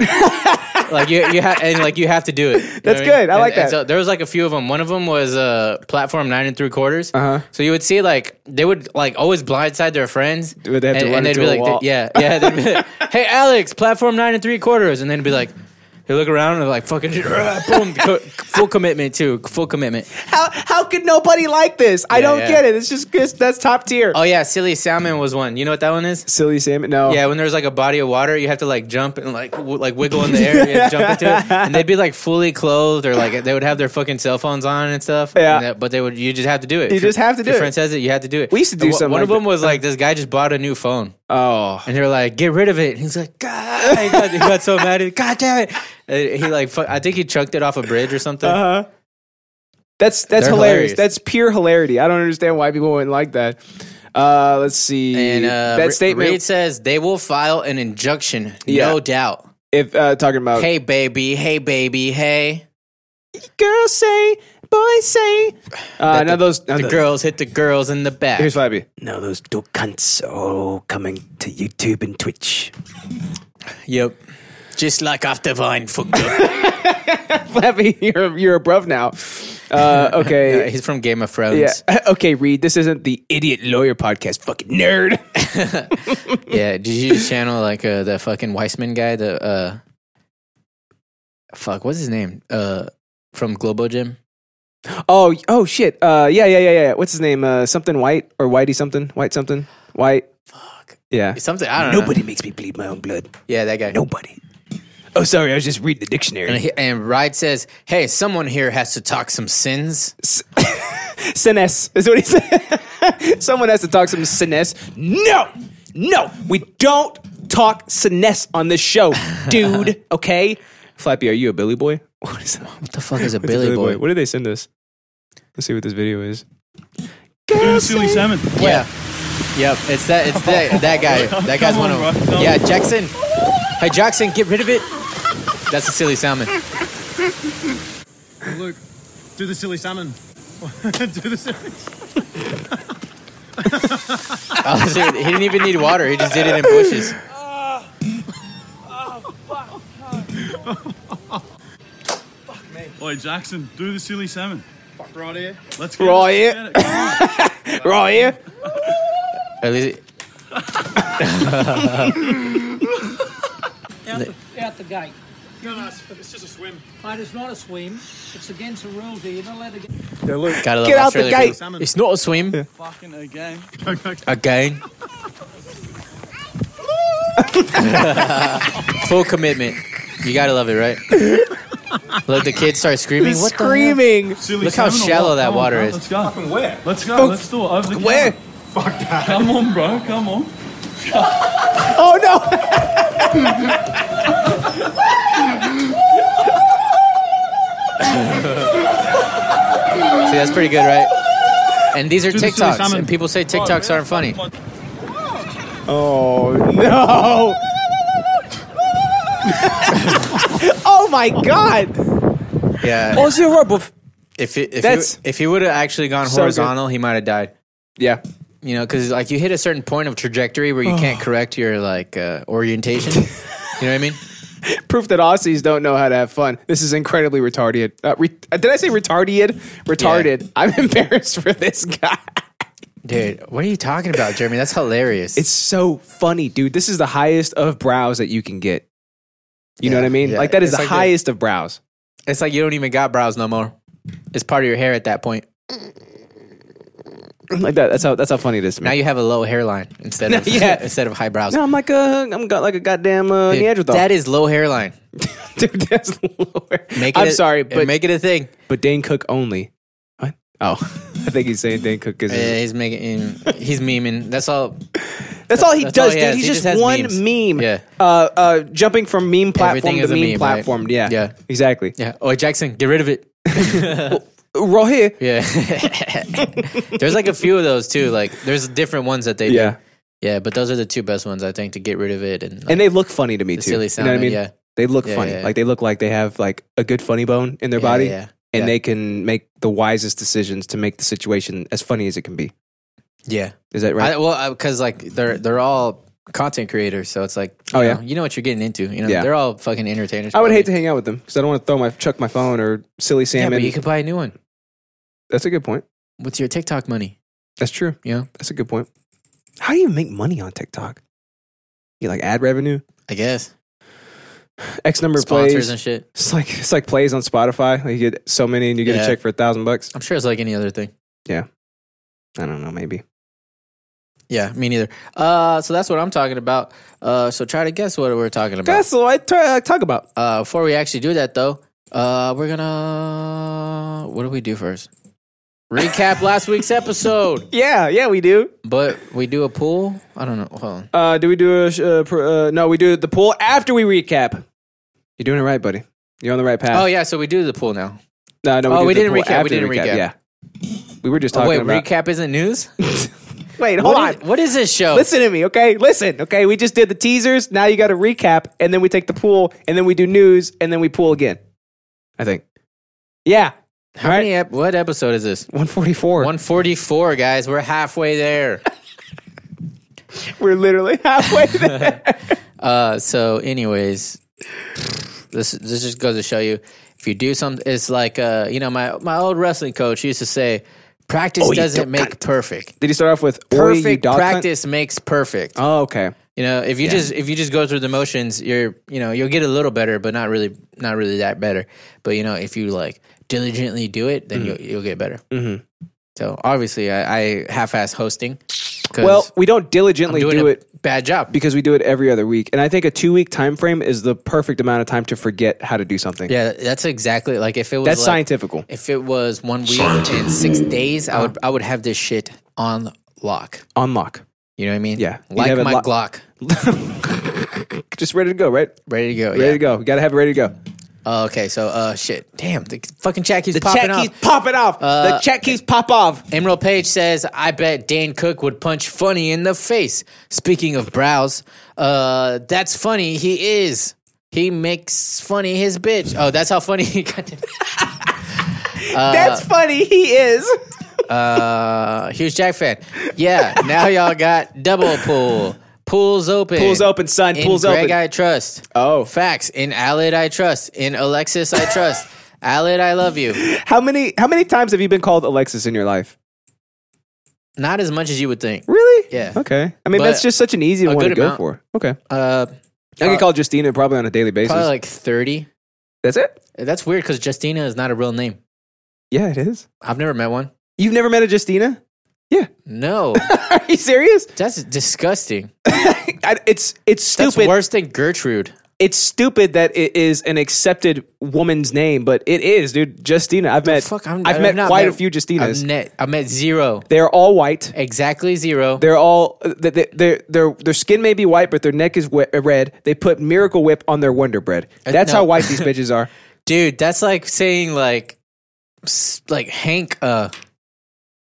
like you, you have, and like you have to do it. You know That's what good. I And- like and that. so there was like a few of them. One of them was uh, platform nine and three quarters. Uh huh. So you would see like they would like always blindside their friends. Dude, they have to run they'd into be a like, wall. yeah, yeah. They'd be like, hey, Alex, platform nine and three quarters, and then be like, they look around and they're like fucking boom, co- full commitment too, full commitment. How how could nobody like this? I Yeah, don't yeah. get it. It's just it's, that's top tier. Oh yeah, silly salmon was one. You know what that one is? Silly Sam. No. Yeah, when there's like a body of water, you have to like jump and like w- like wiggle in the air and jump into it. And they'd be like fully clothed or like they would have their fucking cell phones on and stuff. Yeah. And that- but they would you just have to do it. You If your- just have to if do Your it. friend says it, you have to do it. We used to do And something One like of them that. was like this guy just bought a new phone. Oh. And they're like, get rid of it. And he's like, God, he got, he got so mad. He- God damn it. And he like, fu- I think he chucked it off a bridge or something. Uh huh. That's that's They're hilarious. hilarious. That's pure hilarity. I don't understand why people wouldn't like that. Uh, let's see. and uh, that Re- statement. Reed says they will file an injunction, Yeah. no doubt. if uh, talking about Hey baby, hey baby, hey. girls say, boys say. Uh, now those now The those- girls hit the girls in the back. Here's Flabby. Now those two cunts are all coming to YouTube and Twitch. Yep. Just like off the vine for good. Flabby, you're you're above now. Uh, okay. He's from Game of Thrones. Yeah. Okay, Reed, this isn't the idiot lawyer podcast, fucking nerd. Yeah, Did you channel like uh, the fucking Weissman guy? The uh, fuck, what's his name? Uh, from Globo Gym. oh, oh shit. Uh, yeah, yeah, yeah, yeah. What's his name? Uh, something white or whitey something? White something? White. Fuck. Yeah. Something I don't Nobody know. makes me bleed my own blood. Yeah, that guy. Nobody. Oh, sorry, I was just reading the And, dictionary. he, and Ride says, "Hey, someone here has to talk some sins." Sines is what he said. Someone has to talk some sines. No, no, we don't talk sines on this show, dude. Okay, Flappy, are you a Billy Boy? What is that? What the fuck is a Billy Boy? What did they send us? Let's see what this video is. Silly Salmon. Yeah. Yep, it's that it's that that guy. That guy's Come one on, of them. bro. No. Yeah, Jackson. Hey Jackson, get rid of it. That's a silly salmon. Look, do the silly salmon. do the silly. Oh, dude, he didn't even need water. He just did it in bushes. Oi, Jackson, do the silly salmon. Fuck right here. Let's go. Right here. Right here. At least out the, out the gate. It's just a swim. Mate, it's not a swim. It's against the rules here. You're not allowed to get. gotta love Get out the Australia gate. people. It's not a swim. Fucking again. Again. Full commitment. You gotta love it, right? Let the kids start screaming. What the hell? Screaming. Silly Look how salmon or shallow what? that Come on, water bro, is. Let's go. Fucking where? Let's go. Let's do it. Over the Where? camera. Come on, bro. Come on. Oh no. See, that's pretty good, right? And these are the silly TikToks, salmon. and people say TikToks aren't funny. Oh no. oh my god. Yeah. Also, horrible. If it, if Oh, That's- he, if he would have actually gone So good. horizontal, he might have died. Yeah. Oh. You know, because like you hit a certain point of trajectory where you can't correct your like uh, orientation. you know what I mean? proof that Aussies don't know how to have fun. This is incredibly retarded. Uh, re- uh, did I say retarded? Retarded. I'm embarrassed for this guy. Dude, what are you talking about, Jeremy? That's hilarious. It's so funny, dude. This is the highest of brows that you can get. You know Yeah, what I mean? yeah. Like that is It's the like the- highest of brows. it's like you don't even got brows no more. It's part of your hair at that point. Like that. That's how. That's how funny it is to me. Now you have a low hairline instead of Yeah. instead of high brows. no, I'm like a. I'm got like a goddamn uh, Dude, Neanderthal. that is low hairline. dude, that's lower. Make it I'm a- sorry, but make it a thing. but Dane Cook only. What? Oh, I think he's saying Dane Cook is. Yeah, he's making he's memeing. That's all. That's all he That's all does, he dude. has. He's He just, just has one memes. meme. Yeah. Uh, uh, jumping from meme platform Everything to is a meme, meme, right? platform. Yeah. Yeah. Exactly. Yeah. Oh, Jackson, get rid of it. Roll here. Yeah. there's like a few of those too. Like there's different ones that they Yeah. do. Yeah, but those are the two best ones I think to get rid of it and, like, And they look funny to me too. silly you know what I sounding, mean? yeah. They look Yeah, funny. yeah. Like they look like they have like a good funny bone in their yeah, body. Yeah. And Yeah. they can make the wisest decisions to make the situation as funny as it can be. Yeah. Is that right? I, well, because like they're they're all content creators, so it's like you Oh, yeah. know, you know what you're getting into. You know, Yeah. they're all fucking entertainers. I, would hate to probably. hang out with them because I don't want to throw my chuck my phone or silly Yeah, salmon. but you could buy a new one That's a good point. with your TikTok money. That's true. You know, That's a good point. How do you make money on TikTok? You like ad revenue, I guess X number of sponsors plays. and shit. It's like it's like plays on Spotify. Like you get so many and you get a Yeah. check for a thousand bucks. I'm sure it's like any other thing. I don't know, maybe. Yeah, me neither. Uh, so that's what I'm talking about. Uh, so try to guess what we're talking about. That's what I try, I talk about. Uh, before we actually do that though, uh, we're gonna what do we do first? Recap last week's episode, Yeah, yeah, we do. but we do a pool. I don't know. Hold on. Uh, do we do a sh- uh, pr- uh, no? We do the pool after we recap. You're doing it right, buddy. You're on the right path. Oh yeah, so we do the pool now. No, no. Oh, do we the didn't pool recap, we after the didn't recap. Yeah, we were just Oh, talking wait, about. recap isn't news. wait, hold on. What is, what is this show? Listen to me, okay? Listen, okay? We just did the teasers. Now you got to recap, and then we take the pool, and then we do news, and then we pool again. I think. Yeah. How many ep- what episode is this? 144. 144, guys. We're halfway there. We're literally halfway there. Uh, so, anyways, this this just goes to show you if you do something, it's like uh, you know, my my old wrestling coach used to say, practice Oh, doesn't make perfect. Did he start off with "Oi, you Perfect dog cunt"? practice makes perfect. Oh, okay. You know, if you just if you just go through the motions, you're you know you'll get a little better, but not really not really that better. But you know, if you like diligently do it, then you'll you'll get better. Mm-hmm. So obviously, I, I half-ass hosting. 'cause Well, we don't I'm diligently doing do a it bad job. because we do it every other week, and I think a two-week time frame is the perfect amount of time to forget how to do something. yeah, that's exactly like if it was that's like, scientifical. If it was one week and six days, I would I would have this shit on lock. Unlock. You know what I mean? Yeah. You'd like have it my lock- Glock, Just ready to go, right? ready to go. Ready yeah. to go. We gotta have it ready to go. Oh, okay, so uh, shit, damn, the fucking check keeps popping off. popping off. Uh, check keys pop off. Emerald Page says, I bet Dane Cook would punch Funny in the face. Speaking of brows, uh, that's funny. He is. He makes Funny his bitch. Oh, that's how funny he got Uh, it. That's funny. He is. Uh, huge Jack fan. Yeah, now y'all got double pool. Pools open. Pools open, son. In Pools Greg open. I trust. Oh. Facts. In Alid, I trust. In Alexis, I trust. Alid, I love you. How many how many times have you been called Alexis in your life? Not as much as you would think. Really? Yeah. Okay. I mean, But that's just such an easy a one to good go amount. for. Okay. Uh, I get called Justina probably on a daily basis. probably like 30. that's it? That's weird because Justina is not a real name. Yeah, it is. I've never met one. You've never met a Justina? No, Are you serious? that's disgusting. I, it's it's That's stupid. worse than Gertrude. It's stupid that it is an accepted woman's name, but it is, dude. Justina. I've met Fuck, I'm, i have I've met not quite a few Justinas. I've met, I've met zero. They're all white. Exactly zero. They're all th- th- their their their skin may be white, but their neck is we- red. They put Miracle Whip on their Wonder Bread. That's Uh, no. how white these bitches are. Dude, that's like saying like s- like Hank uh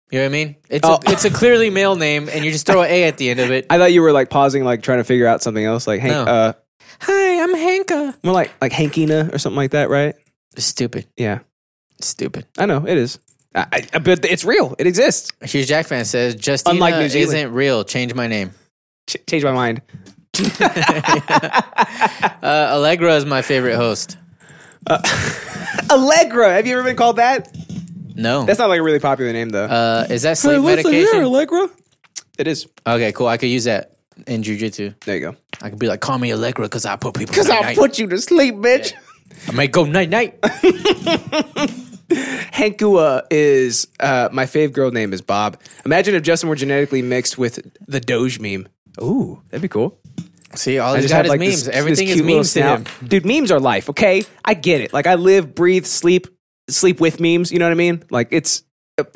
you know what I mean? It's Oh. a, it's a clearly male name and you just throw an A at the end of it. I thought you were like pausing, like trying to figure out something else, like Hank, No. uh, Hi, I'm Hanka. more like like Hankina or something like that, right? Stupid. Yeah, Stupid. I know it is. I, I- I, but it's real. It exists. A huge Jack fan says Justina Unlike New Zealand. isn't real. Change my name. Ch- change my mind. Uh, Allegra is my favorite host. Allegra. Have you ever been called that? No. That's not like a really popular name though. uh, is that sleep medication? Allegra. It is. okay, cool. I could use that in jujitsu. There you go. I could be like, call me Allegra because I put people. Because night, I'll put you to sleep, bitch. I might go night night. Hankua is uh, my fave girl name is Bob. Imagine if Justin were genetically mixed with the Doge meme. Ooh, that'd be cool. See, all he's got is memes. Everything is cute little memes to him. snout. Dude, memes are life, okay? I get it. Like I live, breathe, sleep, sleep with memes, you know what I mean? Like it's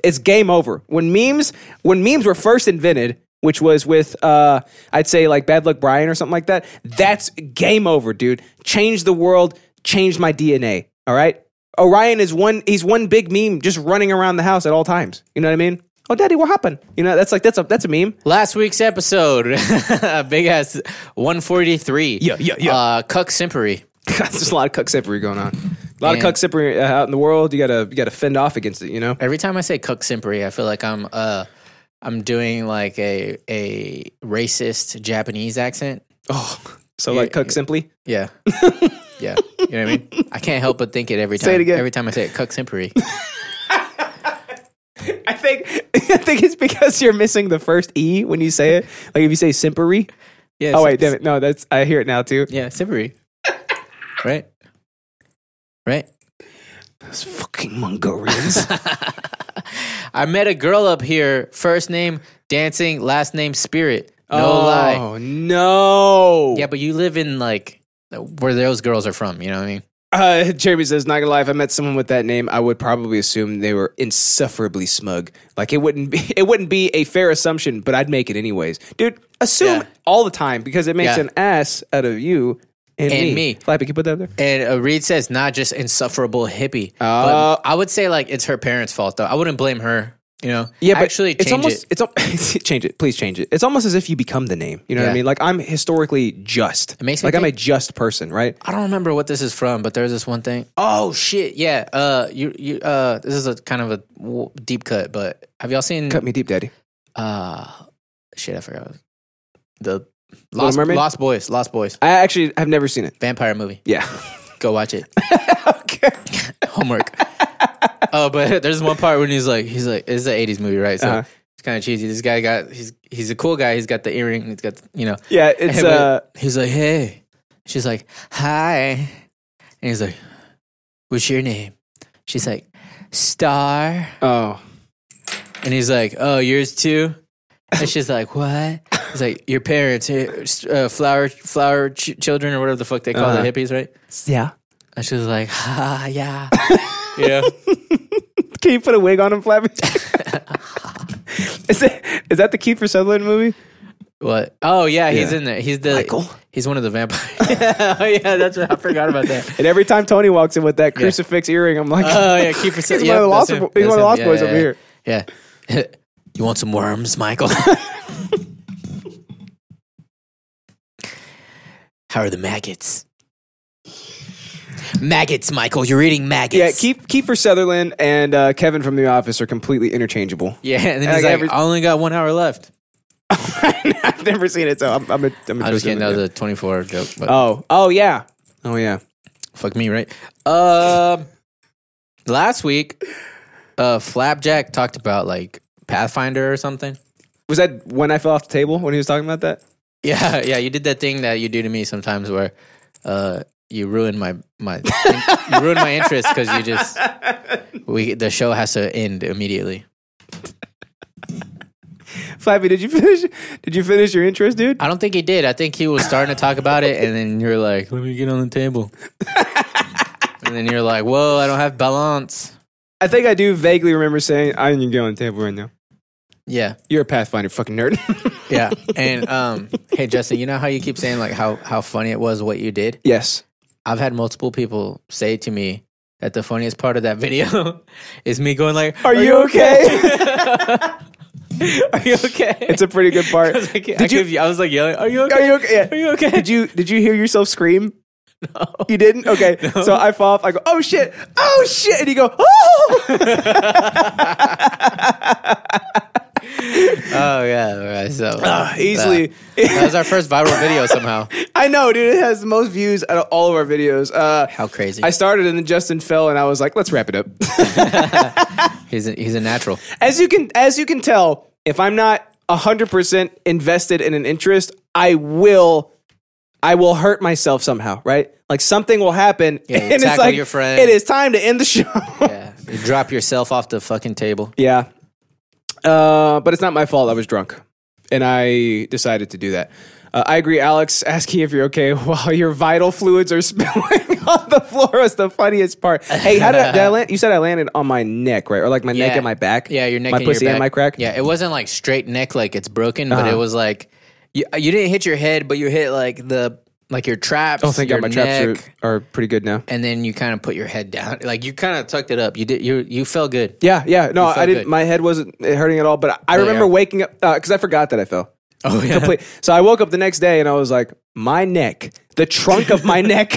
it's game over. When memes when memes were first invented, which was with uh, I'd say like Bad Luck Brian or something like that. That's game over, dude. Change the world, change my DNA. All right. Orion is one. He's one big meme, just running around the house at all times. You know what I mean? Oh, daddy, what happened? You know, that's like that's a that's a meme. Last week's episode, big ass 143. Yeah, yeah, yeah. Uh, Cuck Simpery. God, there's a lot of cucksimpery going on. A lot Yeah. of cucksimpery uh, out in the world. You gotta you gotta fend off against it. You know. Every time I say Cuck Simpery, I feel like I'm uh, I'm doing like a a racist Japanese accent. Oh, so Yeah, like cuck simply. Yeah. yeah. You know what I mean? I can't help but think it every time. Say it again. Every time I say it, Cuck Simpery. I think I think it's because you're missing the first e when you say it. Like if you say simpery. Yeah, Oh sim- wait, damn it. No, that's I hear it now too. Yeah, Simpery. right? Right? Those fucking Mongolians. I met a girl up here, first name dancing, last name spirit. No lie. Oh no. Yeah, but you live in like where those girls are from, you know what I mean? Uh, Jeremy says, not gonna lie, if I met someone with that name, I would probably assume they were insufferably smug. Like it wouldn't be it wouldn't be a fair assumption, but I'd make it anyways. Dude, assume Yeah. all the time because it makes Yeah. an ass out of you and, And me. me. Flappy, can you put that up there? And uh, Reed says not just insufferable hippie. Oh. but I would say like it's her parents' fault though. I wouldn't blame her, you know. Yeah, but actually it's change almost it. it's al- change it. Please change it. It's almost as if you become the name. You know what I Yeah. mean? Like I'm historically just. It makes me like I'm a think- just person, right? I don't remember what this is from, but there's this one thing. Oh shit, yeah. Uh, you you uh, this is a kind of a w- deep cut, but have y'all seen? Cut me deep, daddy. Uh, shit, I forgot. The Lost, Mermaid? Lost Boys, Lost Boys, I actually have never seen it. vampire movie. Yeah. Go watch it. okay. homework. oh, but there's one part when he's like, he's like, it's an '80s movie, right? So Uh-huh. it's kind of cheesy. This guy got he's he's a cool guy. He's got the earring. He's got the, you know. Yeah, it's Hey, but uh he's like, hey. She's like, hi. And he's like, what's your name? She's like, Star. oh. And he's like, oh, yours too. And she's like, what? He's like, your parents, eh, uh, flower, flower ch- children, or whatever the fuck they call Uh-huh. the hippies, right? Yeah. And she was like, ha, yeah, you know. Can you put a wig on him, Flappy? is that is that the Kiefer Sutherland movie? What? Oh yeah, he's Yeah. in there. He's the Michael? He's one of the vampires. oh yeah, that's right. I forgot about that. And every time Tony walks in with that crucifix earring, I'm like, Oh yeah, keep it. He's one of the Lost Bo- he's one of the Lost Boys over here. Yeah. you want some worms, Michael? How are the maggots? Maggots, Michael. You're eating maggots. yeah, Keep Kiefer Sutherland and uh, Kevin from The Office are completely interchangeable. Yeah, and then Like he's like, every- I only got one hour left. I've never seen it, so I'm, I'm, a, I'm a I just jerk. can't know the 24 hour joke, but Oh, oh yeah, oh yeah. fuck me, right? Um, last week, uh, Flapjack talked about like Pathfinder or something. Was that when I fell off the table when he was talking about that? Yeah, yeah, you did that thing that you do to me sometimes where, uh, you ruin my my you ruin my interest because you just we the show has to end immediately. Flappy, did you finish? Did you finish your interest, dude? I don't think he did. I think he was starting to talk about it, and then you're like, "Let me get on the table," and then you're like, "Whoa, I don't have balance." I think I do vaguely remember saying, "I need to go on the table right now." Yeah. You're a Pathfinder fucking nerd. Yeah. And um, hey Justin, you know how you keep saying like how how funny it was what you did? yes. I've had multiple people say to me that the funniest part of that video is me going like, Are, you okay? Are you okay?" it's a pretty good part. I was like, I, did you? kept- I was like yelling, "Are you okay? Are you okay? Yeah. Are you okay?" Did you? Did you hear yourself scream? No. You didn't. Okay. So I fall off. I go, "Oh shit! Oh shit!" And you go, "Oh!" oh yeah, right. So Ah, Easily. that was our first viral video somehow. I know, dude. It has the most views out of all of our videos. Uh, How crazy. I started and then Justin fell, and I was like, "Let's wrap it up." he's a, he's a natural. as you can, as you can tell, if I'm not hundred percent invested in an interest, I will, I will hurt myself somehow. Right? Like something will happen, Yeah, you and it's tackle like your friend. it is time to end the show. Yeah. You drop yourself off the fucking table. Yeah. Uh, but it's not my fault. I was drunk and I decided to do that. Uh, I agree, Alex. Asking if you're okay while your vital fluids are spilling on the floor was the funniest part. Hey, how did, I- did I land? You said I landed on my neck, right? Or like my neck and my back? Yeah, your neck. my and pussy your back. and my crack. Yeah, it wasn't like straight neck, like it's broken, but Uh-huh. it was like you, you didn't hit your head, but you hit like the like your traps. Oh, thank your God, my traps neck, are, are pretty good now. And then you kind of put your head down, like you kind of tucked it up. You did. You you felt good. Yeah, yeah. No, I felt didn't. good. My head wasn't hurting at all. But I Yeah, remember yeah. waking up because I forgot that I fell. Oh yeah. Complete. So I woke up the next day and I was like, my neck, the trunk of my neck.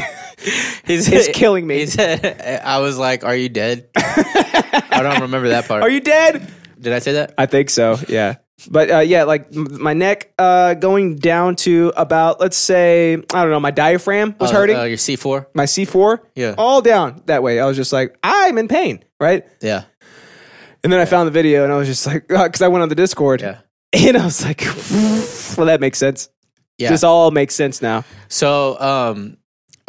He's, It's killing me. He said, I was like, "Are you dead?" I don't remember that part. Are you dead? Did I say that? I think so. Yeah. But uh, yeah, like m- my neck uh, going down to about, let's say, I don't know, my diaphragm was Oh, hurting. Oh, your C four. my C4, Yeah. all down that way. I was just like, I'm in pain, right? Yeah. And then I found the video and I was just like, because I went on the Discord Yeah. and I was like, well, that makes sense. Yeah. This all makes sense now. So, um,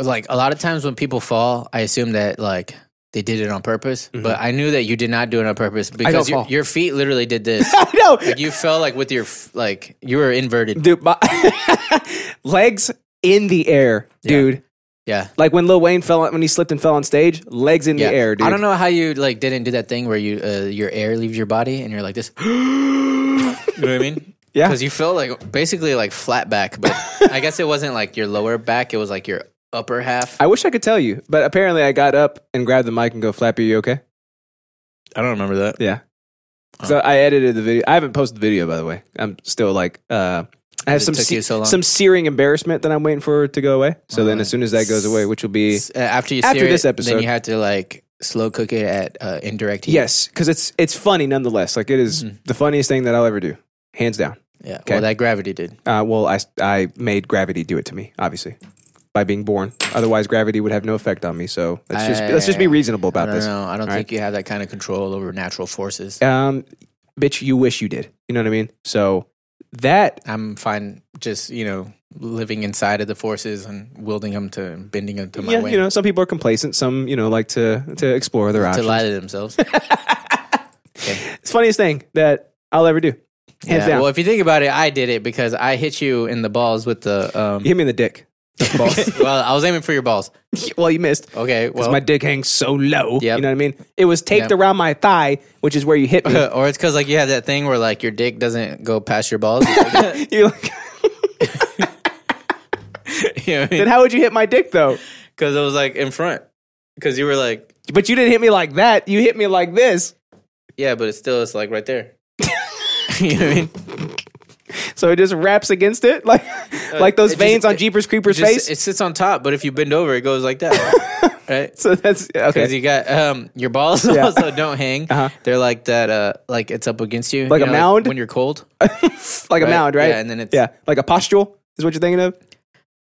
like a lot of times when people fall, I assume that like they did it on purpose, but I knew that you did not do it on purpose because your, Mm-hmm. fall. your feet literally did this. I know. like you fell like with your f- like you were inverted. dude, my legs in the air, dude. Yeah. Like when Lil Wayne fell, when he slipped and fell on stage, legs in Yeah. the air, dude. I don't know how you like didn't do that thing where you uh, your air leaves your body and you're like this. you know what I mean? Yeah. Because you fell like basically like flat back, but I guess it wasn't like your lower back; it was like your upper half. I wish I could tell you, but apparently I got up and grabbed the mic and go, Flappy, you okay? I don't remember that. Yeah. So I edited the video. I haven't posted the video, by the way. I'm still like, uh, I have It some took se- you so long. some searing embarrassment that I'm waiting for to go away. So then, as soon as that goes away, which will be Uh, after you After sear this it, episode. then you had to like slow cook it at uh, indirect heat. yes, because it's it's funny nonetheless. Like it is Mm-hmm. the funniest thing that I'll ever do, hands down. Yeah. Okay. Well, that gravity did. Uh, well, I I made gravity do it to me, obviously, by being born. Otherwise, gravity would have no effect on me. So let's just let's just be I- reasonable I about don't this. know. I don't All think you have that kind of control over natural forces. Um, bitch, you wish you did. You know what I mean? So that I'm fine, just you know, living inside of the forces and wielding them to bending them to my yeah, way you know, some people are complacent. Some you know like to to explore their to options. lie to themselves. It's the funniest thing that I'll ever do. Hands Yeah, down. Well, if you think about it, I did it because I hit you in the balls with the. Um, you hit me in the dick. balls. well, I was aiming for your balls. well, you missed. Okay. Because Well, my dick hangs so low. Yep. You know what I mean? It was taped Yep. around my thigh, which is where you hit me. or it's because like you have that thing where like your dick doesn't go past your balls. you know you like, what I mean? then how would you hit my dick though? Because it was like in front. Because you were like, But you didn't hit me like that. You hit me like this. yeah, but it's still it's like right there. you know what I mean? So it just wraps against it, like like those Uh, it just- veins on Jeepers Creepers Just- face. it sits on top, but if you bend over, it goes like that. right? so that's Because okay. you got um, your balls Yeah. also don't hang. Uh-huh. They're like that, uh, like it's up against you, Like you a mound? when you're cold. like a right? mound, right? Yeah, and then it's- yeah, like a postule is what you're thinking of.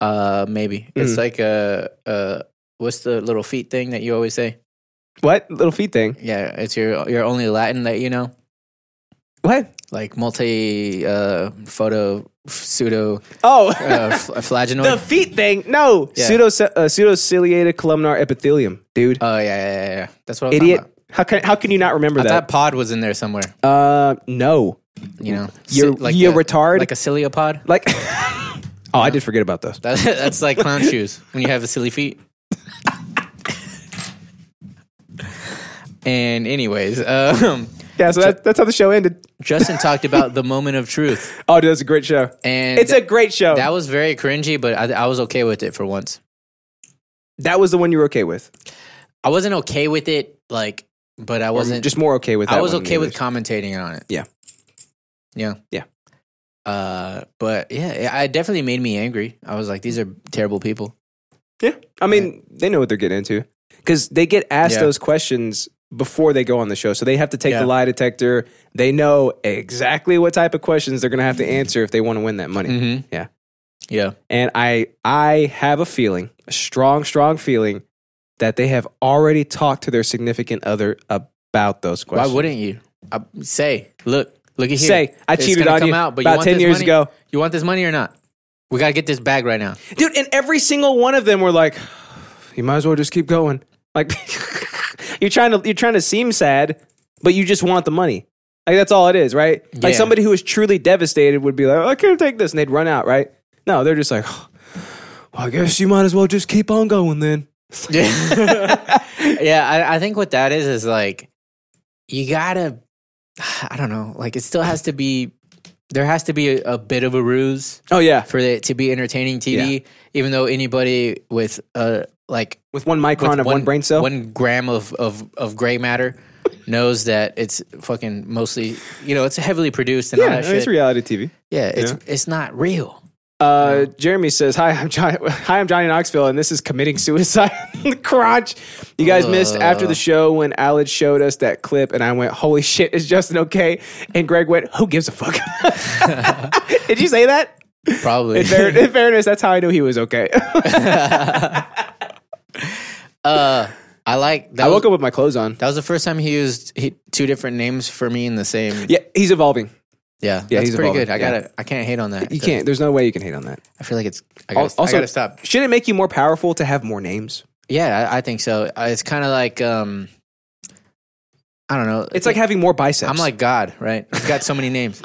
Uh, maybe Mm. it's like a uh, what's the little feet thing that you always say? What little feet thing? Yeah, it's your your only Latin that you know, What? like multi uh photo pseudo Oh, uh, fl- flaginoid. the feet thing. No, Yeah. pseudo uh, pseudociliated columnar epithelium, dude. oh yeah, yeah, yeah, yeah. That's what I'm Idiot. About. How can how can you not remember I thought that? pod was in there somewhere. Uh, no, You know, You're- you're a- retard. like a ciliopod. like. oh, I did forget about those. That, that's like clown shoes when you have the silly feet. and anyways, um, Yeah, so that, that's how the show ended. Justin talked about the moment of truth, Oh, dude, that's a great show. and It's a great show. that was very cringy, but I, I was okay with it for once. That was the one you were okay with. I wasn't okay with it, like, but I wasn't. Just more okay with. That I was one than okay the with others. commentating on it. Yeah. Yeah. Yeah. Uh, but yeah, it, I definitely made me angry. I was like, these are terrible people. Yeah, I mean, they know what they're getting into because they get asked Yeah. those questions before they go on the show, so they have to take Yeah. the lie detector. They know exactly what type of questions they're going to have to answer if they want to win that money. Mm-hmm. Yeah. Yeah. And I, I have a feeling, a strong, strong feeling, that they have already talked to their significant other about those Why questions. wouldn't you? I, say, look, look at here. Say, I It's cheated gonna on come you out, but about want 10 this years money? ago. You want this money or not? We gotta get this bag right now. dude? And every single one of them were like, "You might as well just keep going." Like you're trying to you're trying to seem sad, but you just want the money. Like that's all it is, right? Yeah. "Oh, Like somebody who is truly devastated would be like, "I can't take this," and they'd run out, right? No, they're just like, "Well, I guess you might as well just keep on going then. Yeah, yeah. I, I think what that is is like you gotta. I don't know. Like it still has to be. There has to be a, a bit of a ruse Oh yeah, for it to be entertaining TV. Even though anybody with a like with one micron with of one, brain cell. one gram of of of gray matter knows that it's fucking mostly. You know, it's heavily produced and all yeah, that I mean, it's shit. reality TV. yeah, it's it's not real. Uh, Jeremy says, "Hi, I'm Johnny. Hi, I'm Johnny Knoxville, and this is committing suicide." Crotch. You Uh. guys missed after the show when Alex showed us that clip, and I went, "Holy shit, is Justin okay?" And Greg went, "Who gives a fuck?" Did you say that? Probably. In, fair, in fairness, that's how I knew he was okay. uh, I like that. I was- woke up with my clothes on. That was the first time he used he, two different names for me in the same. Yeah, he's evolving. yeah, Yeah, that's he's pretty evolving, good. I yeah. gotta, I can't hate on that. You can't. There's no way you can hate on that. I feel like it's. I gotta, I gotta stop. Should it make you more powerful to have more names? Yeah, I, I think so. Uh, It's kind of like, um, I don't know. It's like having more biceps. I'm like God, right? He's got so many names,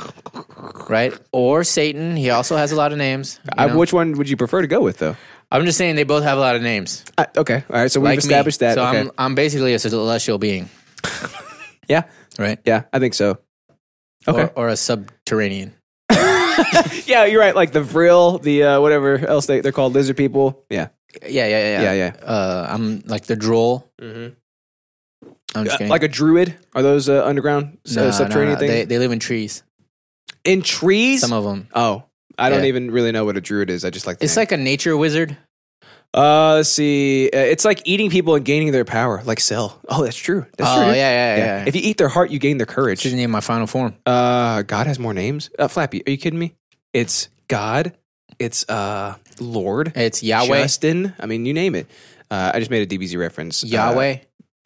right? Or Satan. He also has a lot of names. you I, know? which one would you prefer to go with, though? I'm just saying they both have a lot of names. I, okay, all right. So we've like me. established that. So okay. I'm, I'm basically a celestial being, yeah, right? yeah. I think so. Okay. Or, or a subterranean. yeah, you're right. Like the vril, the uh, whatever else they they're called, lizard people. Yeah, Yeah, yeah, yeah, yeah, yeah. yeah. Uh, I'm like the droll. Mm-hmm. I'm just kidding. Uh, Like a druid. Are those uh, underground s- uh, No, no, subterranean no. things They, they live in trees. in trees? Some of them. oh, I don't Yeah. even really know what a druid is. I just like the It's name. like a nature wizard. uh, let's see, uh, it's like eating people and gaining their power, like Cell. Oh, that's true. That's oh true. yeah, dude. yeah, yeah. yeah. If you eat their heart, you gain their courage. Should name my final form. Uh, God has more names. Uh, Flappy, are you kidding me? It's God. It's uh Lord. It's Yahweh. Justin. I mean, you name it. Uh, I just made a DBZ reference. Uh, Yahweh.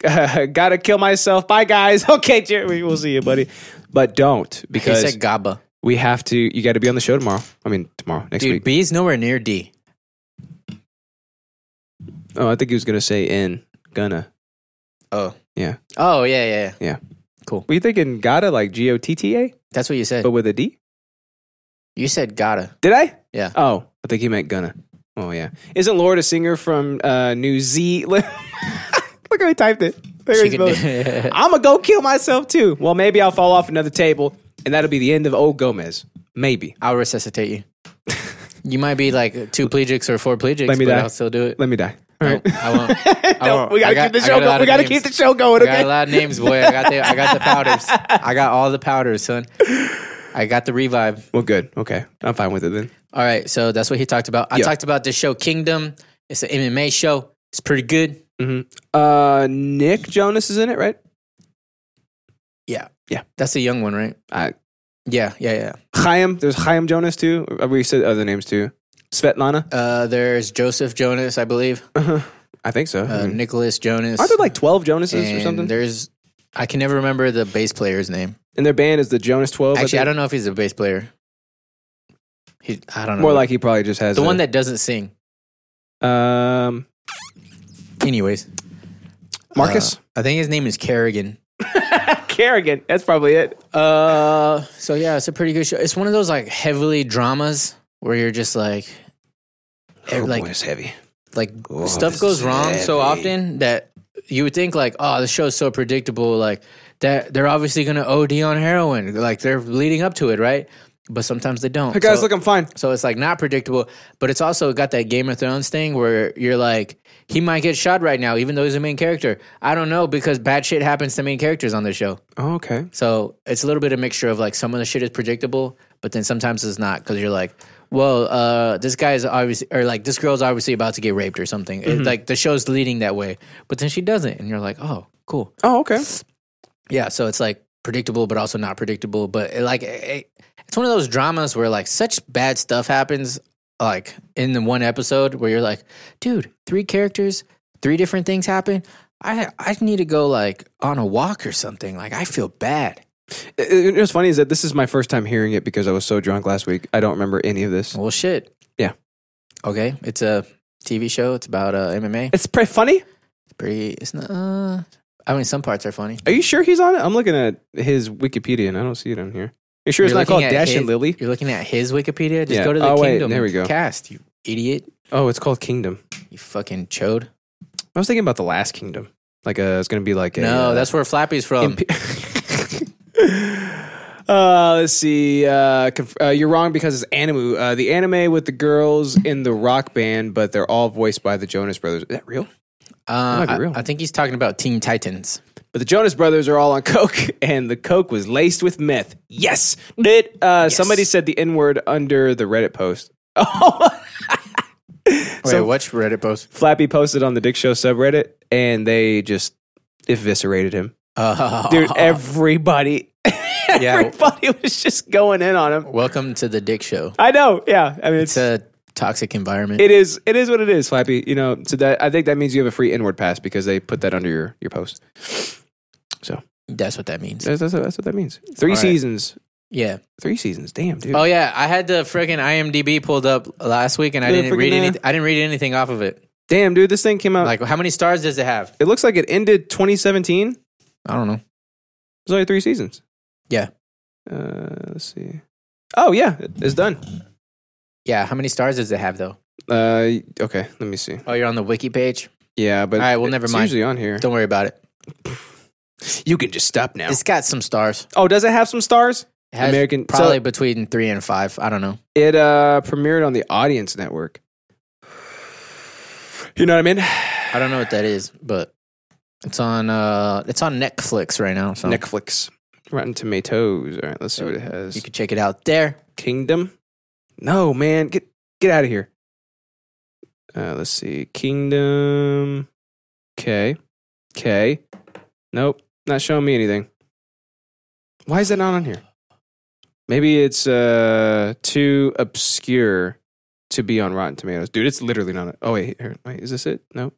gotta kill myself. Bye, guys. Okay, Jeremy, we'll see you, buddy. But don't he because said Gaba. we have to. You got to be on the show tomorrow. I mean, tomorrow next Dude, week. B is nowhere near D. oh, I think he was gonna say in gonna. Oh. Yeah. Oh yeah, yeah, yeah. Were you thinking gotta like G O T T A That's what you said. but with a D? you said gotta. Did I? Yeah. Oh, I think he meant gonna. Oh yeah. Isn't Lord a singer from uh, New Zealand? Look how he typed it. There he She could- spelled it. I'm gonna go kill myself too. Well, maybe I'll fall off another table, and that'll be the end of old Gomez. Maybe. I'll resuscitate you. You might be like two plegics or four plegics, Let me but die. I'll still do it. Let me die. All No, right. I won't. I No, won't. we I gotta got- keep the I show got a lot going. of We gotta names. keep the show going. I got Okay. a lot of names, boy. I got the I got the powders. I got all the powders, son. I got the revive. well, good. Okay, I'm fine with it then. All right, so that's what he talked about. I Yeah. talked about this show, Kingdom. It's an MMA show. It's pretty good. Uh, Nick Jonas is in it, right? Yeah, Yeah. That's a young one, right? Uh, Yeah, yeah, Chaim. There's Chaim Jonas too. Uh, We said other names too. Svetlana. yeah. Uh, there's Joseph Jonas, I believe. I think so. I Uh, mean, Nicholas Jonas. aren't there like 12 Jonases or And something? There's, I can never remember the bass player's name. And their band is the Jonas 12. Actually, I think. don't know if he's a bass player. He, I don't know. More like he probably just has the a- one that doesn't sing. um Anyways, Marcus uh, I think his name is Kerrigan. Kerrigan. That's probably it. Uh, so yeah, it's a pretty good show. It's one of those like heavily dramas where you're just like, ev- like Oh, it's heavy. Oh, like stuff goes wrong so often that you would think like, oh, the show's so predictable, like that they're obviously gonna OD on heroin, like they're leading up to it, right? But sometimes they don't. Hey guys, So- look, I'm fine. So it's like not predictable, but it's also got that Game of Thrones thing where you're like, he might get shot right now, even though he's a main character. I don't know because bad shit happens to main characters on this show. Oh, okay. So it's a little bit of mixture of like some of the shit is predictable, but then sometimes it's not because you're like, well, uh, this guy's obviously, or like this girl's obviously about to get raped or something. Mm-hmm. It, like the show's leading that way, but then she doesn't, and you're like, oh, cool. Oh, okay. Yeah, so it's like predictable, but also not predictable. But it, like, it, it's one of those dramas where like such bad stuff happens, like in the one episode where you're like, dude, three characters, three different things happen. I I need to go like on a walk or something. Like I feel bad. It- it- What's funny is that this is my first time hearing it because I was so drunk last week. I don't remember any of this. Well, shit. Yeah. Okay. It's uh, a TV show. It's about uh, MMA. It's pretty funny. It's pretty. It's not. Uh, I mean, some parts are funny. Are you sure he's on it? I'm looking at his Wikipedia and I don't see it on here. You sure it's You're not called looking at Dash and his- Lily? You're looking at his Wikipedia. Just Yeah. go to the Oh, wait, Kingdom there we go. cast, you idiot. Oh, it's called Kingdom. You fucking chode. I was thinking about the Last Kingdom. Like, uh, it's gonna be like a, no, uh, that's where Flappy's from. Uh, let's see. Uh, conf- uh, you're wrong because it's anime. Uh, the anime with the girls in the rock band, but they're all voiced by the Jonas Brothers. Is that real? uh, might be I, real. I think he's talking about Teen Titans. But the Jonas Brothers are all on coke, and the coke was laced with meth. Yes. It, uh, Somebody said the N word under the Reddit post. Oh, Wait, So- watch Reddit post. Flappy posted on the Dick Show subreddit, and they just eviscerated him. Uh, Dude, everybody, Yeah. everybody was just going in on him. welcome to the Dick Show. I know. Yeah. Uh, I mean, It's a toxic environment. It is. It is what it is, Flappy. You know. So that I think that means you have a free inward pass because they put that under your your post. that's what that means. That's, that's, that's what that means. Three All right. seasons. Yeah. Three seasons. Damn, dude. Oh yeah, I had the freaking IMDb pulled up last week, and I The didn't read frickin', any. uh, I didn't read anything off of it. Damn, dude. This thing came out. Like, Like, how many stars does it have? it looks like it ended 2017. I don't know. There's only three seasons. Yeah. Uh, let's see. Oh yeah, it- it's done. Yeah, how many stars does it have though? Uh, okay. Let me see. Oh, you're on the wiki page. Yeah, but All right, well, never it's mind. Usually on here. Don't worry about it. You can just stop now. It's got some stars. Oh, does it have some stars? It has American- probably so- between three and five. I don't know. It uh premiered on the Audience Network. You know what I mean? I don't know what that is, but it's on. uh It's on Netflix right now. So Netflix. Rotten Tomatoes. All right, let's see what it has. you can check it out there. Kingdom. No, man, get get out of here. Uh, let's see, Kingdom. Okay, okay. Nope, not showing me anything. Why is that not on here? Maybe it's uh too obscure to be on Rotten Tomatoes, dude. It's literally not. Oh wait, here, wait, is this it? Nope.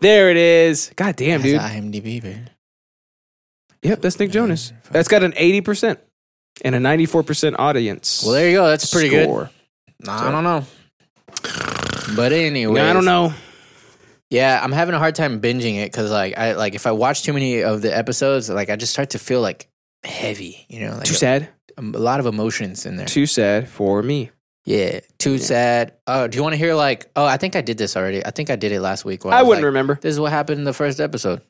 There it is. God damn, It dude. has IMDb, man. Yep, that's Nick Jonas. That's got an eighty percent and a ninety-four percent audience. Well, there you go. That's pretty score. good. Nah, I don't know. But anyway, I don't know. Yeah, I'm having a hard time binging it because like I like if I watch too many of the episodes, like I just start to feel like heavy, you know, like Too a- sad. A, lot of emotions in there. Too sad for me. yeah, too sad. Oh, do you want to hear like? Oh, I think I did this already. I think I did it last week. where I, was wouldn't like, remember. This is what happened in the first episode.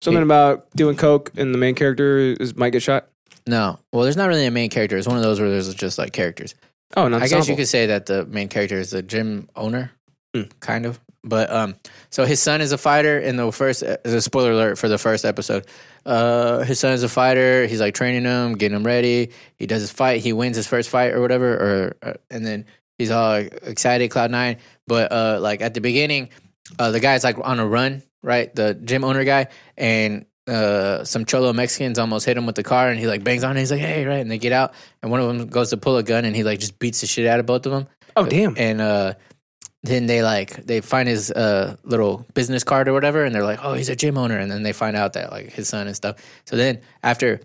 Something about doing coke and the main character is might get shot. No, well, there's not really a main character. It's one of those where there's just like characters. Oh, an I guess you ensemble. Hmm. could say that the main character is the gym owner, kind of. But um, so his son is a fighter in the first. uh, There's a spoiler alert for the first episode. Uh, his son is a fighter. He's like training him, getting him ready. He does his fight. He wins his first fight or whatever. Or uh, and then he's all excited, cloud nine. But uh, like at the beginning, uh, the guy's like on a run, right? The gym owner guy and uh, some cholo Mexicans almost hit him with the car, and he like bangs on it. He's like, "Hey, right!" And they get out, and one of them goes to pull a gun, and he like just beats the shit out of both of them. Oh, damn. And uh, then they like they find his uh, little business card or whatever, and they're like, "Oh, he's a gym owner." And then they find out that like his son and stuff. So then after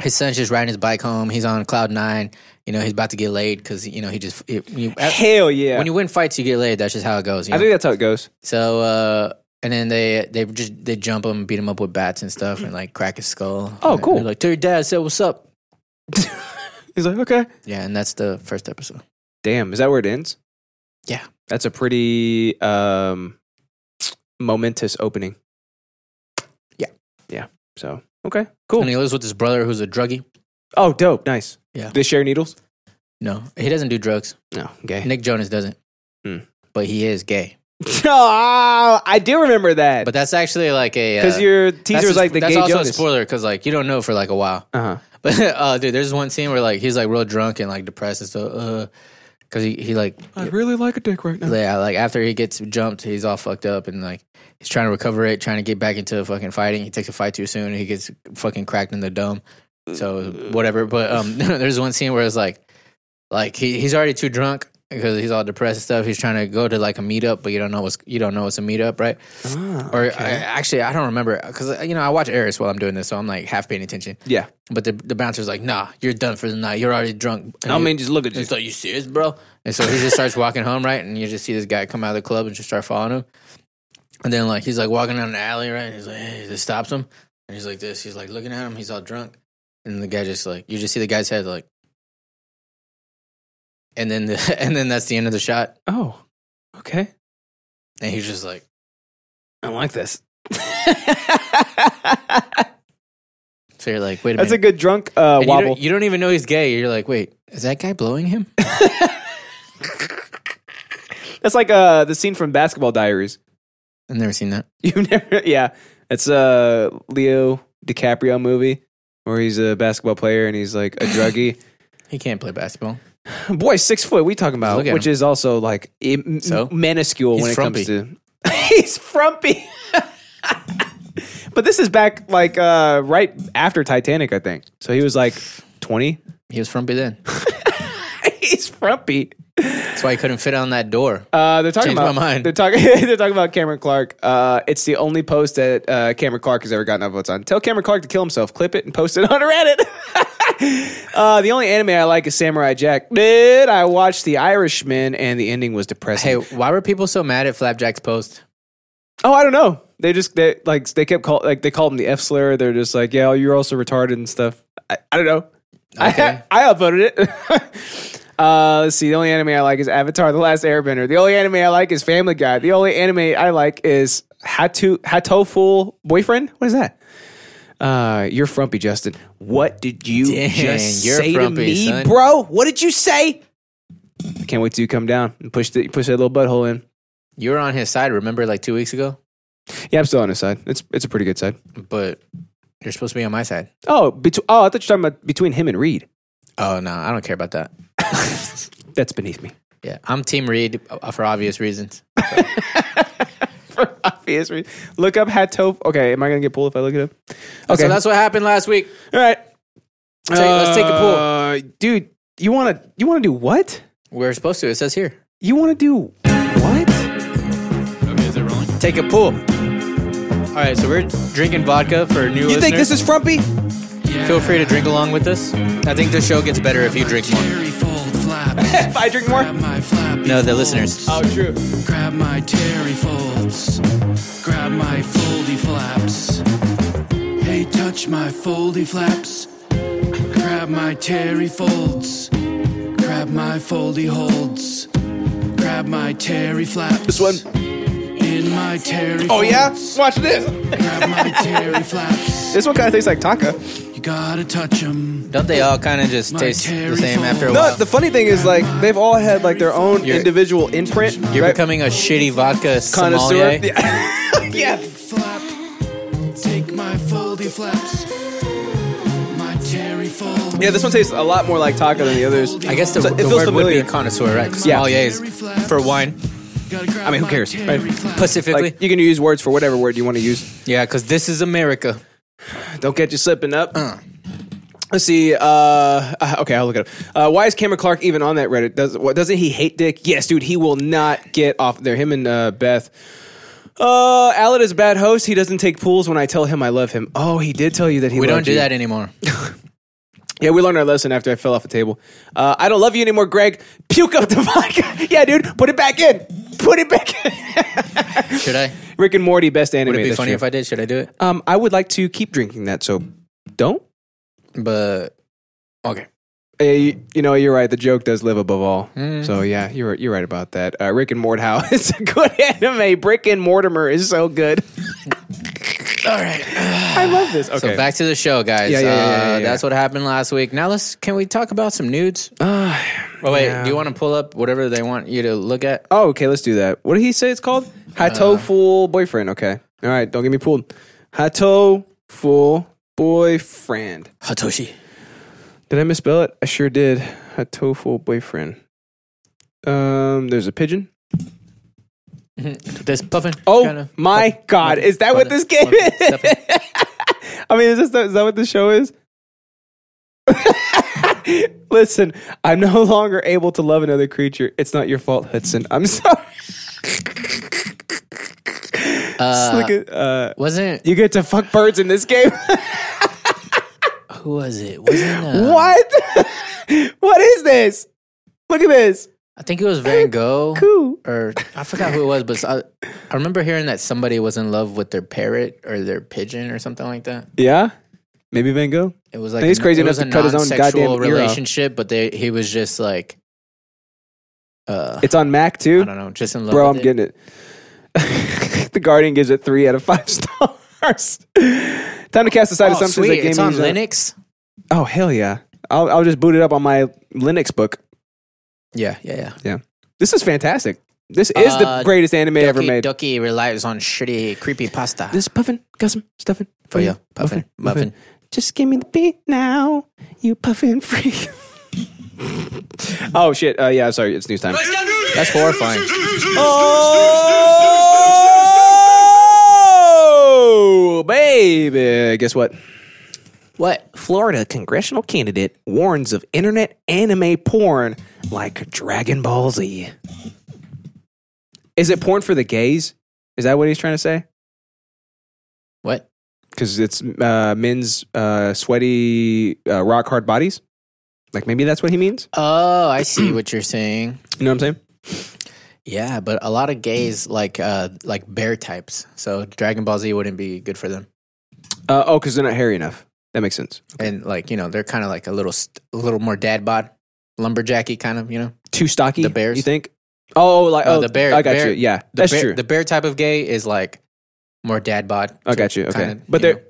his son's just riding his bike home, he's on cloud nine. You know, he's about to get laid because you know he just it, you, Hell yeah. when you win fights, you get laid. That's just how it goes. You I know? think that's how it goes. So uh and then they they just they jump him, beat him up with bats and stuff, and like crack his skull. Oh, And cool. they're like tell your dad, say what's up. He's like, okay. Yeah, and that's the first episode. Damn, is that where it ends? Yeah. That's a pretty um momentous opening. Yeah. Yeah. So okay. Cool. And he lives with his brother who's a druggie. Oh, dope. Nice. Yeah. They share needles? No, he doesn't do drugs. No. Okay. Nick Jonas doesn't, Hmm. but he is gay. oh, I do remember that. But that's actually like a Because uh, your that's teaser was a- like the that's gay also Jonas. a spoiler because like you don't know for like a while. Uh-huh. But uh, dude, there's one scene where like he's like real drunk and like depressed and stuff. Uh, Cause he, he like I really like a dick right now. Yeah, like after he gets jumped, he's all fucked up and like he's trying to recover it, trying to get back into fucking fighting. He takes a fight too soon. And he gets fucking cracked in the dome. So whatever. But um, there's one scene where it's like, like he, he's already too drunk because he's all depressed and stuff. He's trying to go to like a meetup, but you don't know what's you don't know it's a meetup, right? Ah. or I, actually, I don't remember because you know I watch Eris while I'm doing this, so I'm like half paying attention. Yeah. But the the bouncer's like, nah, you're done for the night. You're already drunk. And I he- mean, just look at and you. He's like, "You serious, bro?" And so he just starts walking home, right? And you just see this guy come out of the club and just start following him. And then like he's like walking down the alley, right? And he's like, "Hey," this stops him, and he's like this. He's like looking at him. He's all drunk, And the guy just like you just see the guy's head like, and then the, and then that's the end of the shot. Oh, okay. And he's just like, I don't like this. so you're like, wait a That's a minute. good drunk uh, And you wobble. don't, you don't even know he's gay. You're like, wait, is that guy blowing him? That's like uh, the scene from Basketball Diaries. I've never seen that. You never, yeah. It's a Leo DiCaprio movie where he's a basketball player and he's like a druggie. He can't play basketball. Boy, six foot. We talking about, Look at which him. is also like im- So? minuscule when it He's comes to. he's frumpy. but this is back like uh, right after Titanic, I think. So he was like twenty. He was frumpy then. he's frumpy. That's why he couldn't fit on that door. Uh, they're talking Changed my about mind. they're talking they're talking about Cameron Clark. Uh, it's the only post that uh, Cameron Clark has ever gotten upvotes on. Tell Cameron Clark to kill himself. Clip it and post it on Reddit. uh, the only anime I like is Samurai Jack. Did I watched The Irishman and the ending was hey, depressing. why were people so mad at Flapjack's post? Oh, I don't know. They just they like they kept call like they called him the F slur. They're just like, yeah, you're also retarded and stuff. I, I don't know. Okay. I, I upvoted it. uh, let's see. The only anime I like is Avatar: The Last Airbender. The only anime I like is Family Guy. The only anime I like is Hatu Hatoful Boyfriend. What is that? Uh, you're frumpy, Justin. What did you Dang, just you're say frumpy, to me, son. bro? What did you say? I can't wait till you come down and push the, push that little butthole in. You were on his side, remember, like two weeks ago? Yeah, I'm still on his side. It's it's a pretty good side. But you're supposed to be on my side. Oh, bet- oh, I thought you were talking about between him and Reed. Oh, no, I don't care about that. That's beneath me. Yeah, I'm Team Reed uh, for obvious reasons. For obvious reasons. Look up Hatoful. Okay, am I going to get pulled if I look it up? Okay. Oh, So that's what happened last week. All right. Take- let's take a poll. Uh, dude, you want to you want to do what? We're supposed to. It says here. You want to do what? Okay, is it rolling? Take a pull. All right, so we're drinking vodka for new You think this is frumpy? Feel free to drink along with us. I think the show gets better if you drink more. Terry fold flaps. If I drink more? Grab my flappy No, the folds. listeners. Oh, true. Grab my Terry folds. Grab my foldy flaps. Hey, touch my foldy flaps. Grab my Terry folds. Grab my foldy holds. Grab my Terry flaps. This one. In my Terry. Oh yeah. folds. Watch this. Grab my Terry flaps. This one kind of tastes like taco. You gotta touch 'em. Don't they all kind of just My taste the Terry same after a No, No, while? the funny thing is like they've all had like their own You're- individual imprint. You're right? becoming a shitty vodka connoisseur. sommelier. Yeah. yeah. flap. Take my foldy flaps. My terry fold. Yeah, this one tastes a lot more like taco than the others. I guess the, So the it feels word would be familiar. a connoisseur, right? 'Cause Yeah. Sommelier is for wine, I mean, who cares, right? specifically. Like you can use words for whatever word you want to use. yeah, because this is America. Uh. Don't catch you slipping up. Let's see. Uh, uh, okay, I'll look it up. Uh, why is Cameron Clark even on that Reddit? Does what, doesn't he hate Dick? Yes, dude. He will not get off there. Him and uh, Beth. Uh, Alan is a bad host. He doesn't take pools when I tell him I love him. Oh, he did tell you that he. We don't loved do you. that anymore. Yeah, we learned our lesson after I fell off the table. Uh, I don't love you anymore, Greg. Puke up the vodka. yeah, dude. Put it back in. Put it back in. Should I? Rick and Morty, best anime. Would it be that's funny true. if I did? Should I do it? Um, I would like to keep drinking that, so don't. But okay. Uh, you, you know, you're right. The joke does live above all. Mm-hmm. So yeah, you're you're right about that. Uh, Rick and Morthow, it's a good anime. Brick and Mortimer is so good. All right. I love this. Okay, So back to the show, guys. Yeah, yeah, yeah, yeah, yeah, Uh, yeah. That's what happened last week. Now let's. Can we talk about some nudes? oh wait. Do you want to pull up whatever they want you to look at? Uh, oh, okay, let's do that. What did he say? It's called Hato Fool Boyfriend. Okay, all right. Don't get me pulled. Hato Fool Boyfriend. Hatoshi. Did I misspell it? I sure did. Hato Fool Boyfriend. Um, there's a pigeon. This Mm-hmm. puffin. Oh kinda. my God! Is that what Puffin, this game puffin, is? stuffin. I mean, is, this the, is that what the show is? Listen, I'm no longer able to love another creature. It's not your fault, Hudson. I'm sorry. Just Uh, look at, uh, wasn't you get to fuck birds in this game. who was it? Wasn't uh, what? what is this? Look at this. I think it was Van Gogh. Cool. Or I forgot who it was, but I, I remember hearing that somebody was in love with their parrot or their pigeon or something like that. Yeah. Maybe Van Gogh. It was like He's crazy it was enough a to cut his own non-sexual goddamn ear off. relationship, but they he was just like, uh, It's on I Mac too, don't know, just in love. bro. I'm with it. getting it. the Guardian gives it three out of five stars. Time to cast aside Oh, assumptions. sweet! That It's gaming on is a- Linux. Oh hell yeah! I'll I'll just boot it up on my Linux book. Yeah, yeah, yeah. This is fantastic. This is the Uh, greatest anime Ducky, ever made. Ducky relies on shitty, creepy pasta. This is puffin, gussum, stuffin. for you, Oh, puffin, muffin. Just give me the beat now, you puffin freak. oh shit! Uh, yeah, sorry, it's news time. That's horrifying. Oh, baby! Guess what? What? Florida congressional candidate warns of internet anime porn like Dragon Ball Z. Is it porn for the gays? Is that what he's trying to say? What? Because it's uh, men's uh, sweaty, uh, rock hard bodies. Like maybe that's what he means. Oh, I see what you're saying. You know what I'm saying? Yeah, but a lot of gays like uh like bear types, so Dragon Ball Z wouldn't be good for them. Uh, oh, because they're not hairy enough. That makes sense. And like you know, they're kind of like a little st- a little more dad bod, lumberjacky kind of. You know, Too stocky. The bears? You think? Oh, like No, oh, the bear- I got bear- you. Yeah, the that's bear, true. The bear type of gay is like more dad bod. I got you. Okay, kinda, but you they're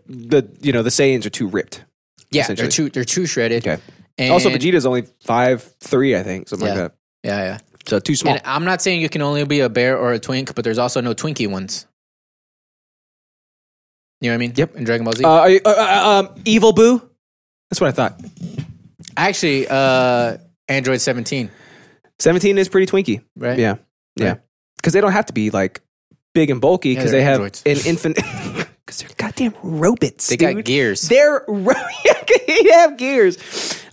the you know the Saiyans are too ripped. Yeah, they're too essentially. they're too shredded. Okay. And, also, Vegeta's only five three, I think, something Yeah. like that. Yeah, yeah. So too small. And I'm not saying you can only be a bear or a twink, but there's also no Twinkie ones. You know what I mean? Yep. In Dragon Ball Z. Uh, are you- uh, uh, um, Evil Boo. That's what I thought. Actually, uh, Android 17, Seventeen is pretty twinky. right? Yeah, yeah. Because they don't have to be like big and bulky because they're they have androids. an infant. Because they're goddamn robots. They dude. got gears. They're ro- they have gears.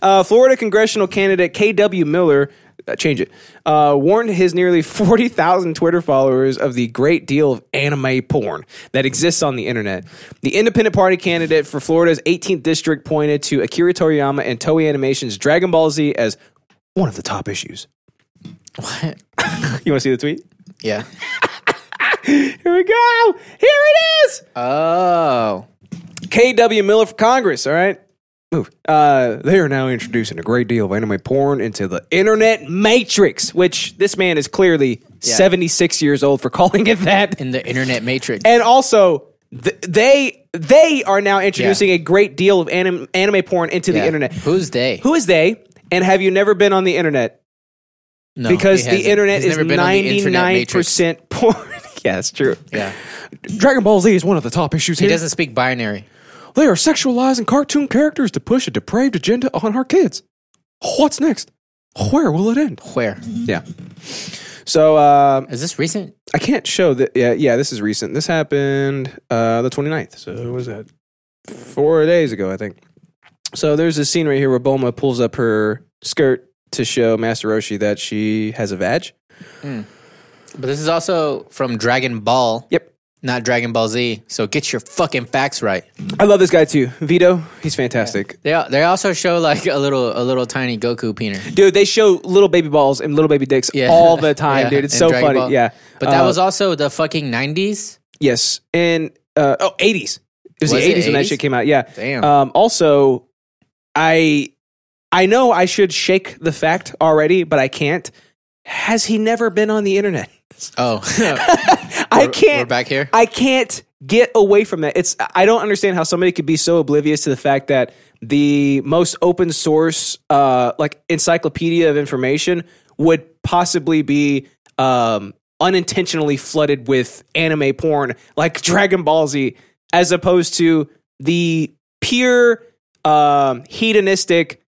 Uh, Florida congressional candidate K.W. Miller, uh, change it, uh, warned his nearly 40,000 Twitter followers of the great deal of anime porn that exists on the internet. The independent party candidate for Florida's 18th district pointed to Akira Toriyama and Toei Animation's Dragon Ball Z as one of the top issues. What? You want to see the tweet? Yeah. Here we go. Here it is. Oh. K.W. Miller for Congress, all right? Move. Uh, they are now introducing a great deal of anime porn into the internet matrix, which this man is clearly 76 years old for calling it that. In the internet matrix. And also, th- they they are now introducing a great deal of anim- anime porn into Yeah. the internet. Who's they? Who is they? And have you never been on the internet? No, Because he the hasn't. internet He's is never been on the internet matrix. 99% porn. yeah, that's true. Yeah. Dragon Ball Z is one of the top issues He here. doesn't speak binary. They are sexualizing cartoon characters to push a depraved agenda on our kids. What's next? Where will it end? Where? Yeah. So um Is this recent? I can't show that. Yeah, yeah, this is recent. This happened uh, the 29th. So what was that? Four days ago, I think. So there's this scene right here where Bulma pulls up her skirt to show Master Roshi that she has a vag. Hmm. But this is also from Dragon Ball. Yep. Not Dragon Ball Z. So get your fucking facts right. I love this guy too. Vito, he's fantastic. They al- they also show like a little a little tiny Goku peener. Dude, they show little baby balls and little baby dicks Yeah. all the time, Yeah, dude. It's in so Dragon funny. Ball. Yeah. But that Uh, was also the fucking nineties. Yes, and uh, oh, eighties. It was, Was the it eighties when that 80s? shit came out. Yeah. Damn. Um, also, I I know I should shake the fact already, but I can't. Has he never been on the internet? oh. I We're- can't. We're back here. I can't get away from that. It's I don't understand how somebody could be so oblivious to the fact that the most open source uh like encyclopedia of information would possibly be um unintentionally flooded with anime porn like Dragon Ball Z as opposed to the pure um hedonistic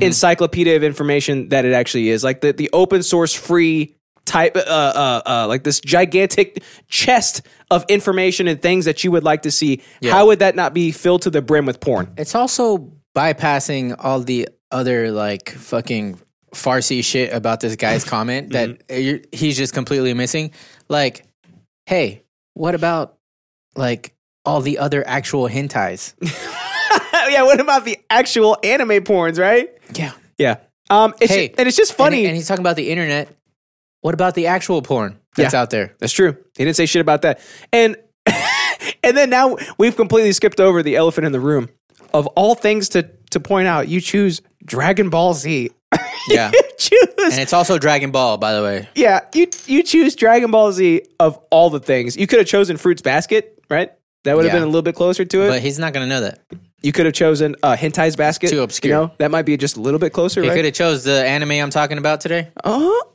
encyclopedia of information that it actually is like the the open source free type uh, uh, uh, like this gigantic chest of information and things that you would like to see how would that not be filled to the brim with porn It's also bypassing all the other like fucking Farsi shit about this guy's comment that Mm-hmm. uh, you're, he's just completely missing. Like, hey, what about like all the other actual hentais? yeah what about the actual anime porns right Yeah. yeah um it's Hey, and it's just funny And, and he's talking about the internet. What about the actual porn that's Yeah. out there? That's true. He didn't say shit about that. And and then now we've completely skipped over the elephant in the room. of all things to to point out, you choose Dragon Ball Z. Yeah. you choose And it's also Dragon Ball, by the way. yeah, you you choose Dragon Ball Z of all the things. You could have chosen Fruits Basket, right? That would have Yeah. been a little bit closer to it. But he's not gonna know that. you could have chosen uh, Hentai's Basket. Too obscure. You know, that might be just a little bit closer, He could right? have chose the anime I'm talking about today. Uh-huh.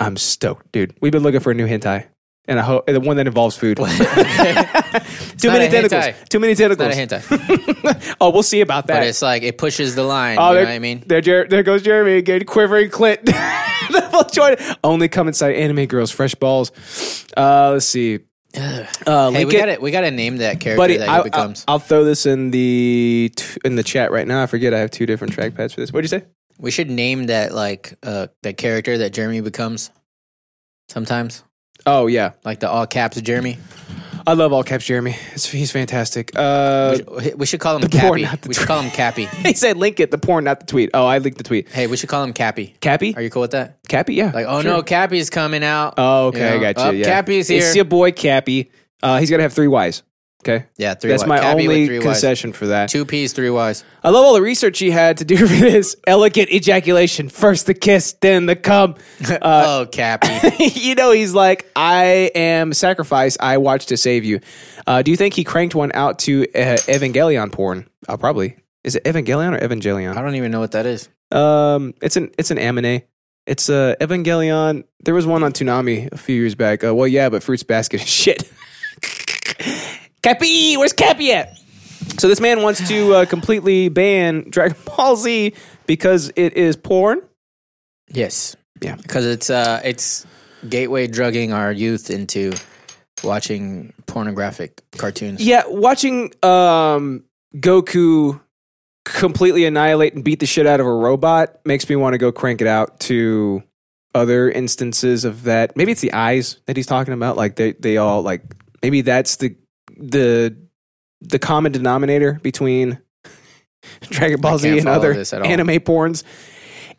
I'm stoked, dude. We've been looking for a new hentai. And I hope the one that involves food. Too not many a tentacles. hentai. Too many It's not a tentacles. hentai, oh, we'll see about that. but it's like it pushes the line. you Oh, know there, what I mean? There, Jer- there goes Jeremy again, quivering Clint. Double joint. Only come inside anime girls, fresh balls. Uh, let's see. Uh, Hey, we Lincoln- got to We got to name that character buddy. that he I, becomes. will throw this in the t- in the chat right now. I forget I have two different trackpads for this. What'd you say? we should name that like uh that character that Jeremy becomes. Sometimes, Oh yeah, like the all caps Jeremy. I love all caps, Jeremy. It's, he's fantastic. Uh, we, should, we should call him porn, Cappy. not the We should call him Cappy. he said, "Link it, the porn, not the tweet." Oh, I linked the tweet. Hey, we should call him Cappy. Cappy, Are you cool with that? Cappy, yeah. Like, oh sure. no, Cappy's coming out. Oh, okay, You know, I got you. up, yeah. Cappy's here. It's your boy Cappy. Uh, he's gonna have three Ys. Okay, yeah, three. that's Ys. my Cappy with only three Ys. concession for that. Two P's, three Y's. I love all the research he had to do for this elegant ejaculation. First the kiss, then the cum. Uh, oh, Cappy. you know, he's like, I am sacrifice. I watch to save you. Uh, do you think he cranked one out to uh, Evangelion porn? Uh, probably. Is it Evangelion or I Evangelion? don't even know what that is. Um, it's an it's an anime. It's uh, Evangelion. There was one on Toonami a few years back. Uh, well, yeah, but Fruits Basket is shit. Cappy, where's Cappy at? So this man wants to uh, completely ban Dragon Ball Z because it is porn. Yes. Yeah. Because it's uh it's gateway drugging our youth into watching pornographic cartoons. Yeah, watching um, Goku completely annihilate and beat the shit out of a robot makes me want to go crank it out to other instances of that. Maybe it's the eyes that he's talking about. Like they they all like maybe that's the the the common denominator between Dragon Ball Z can't and follow other this at all. anime porns.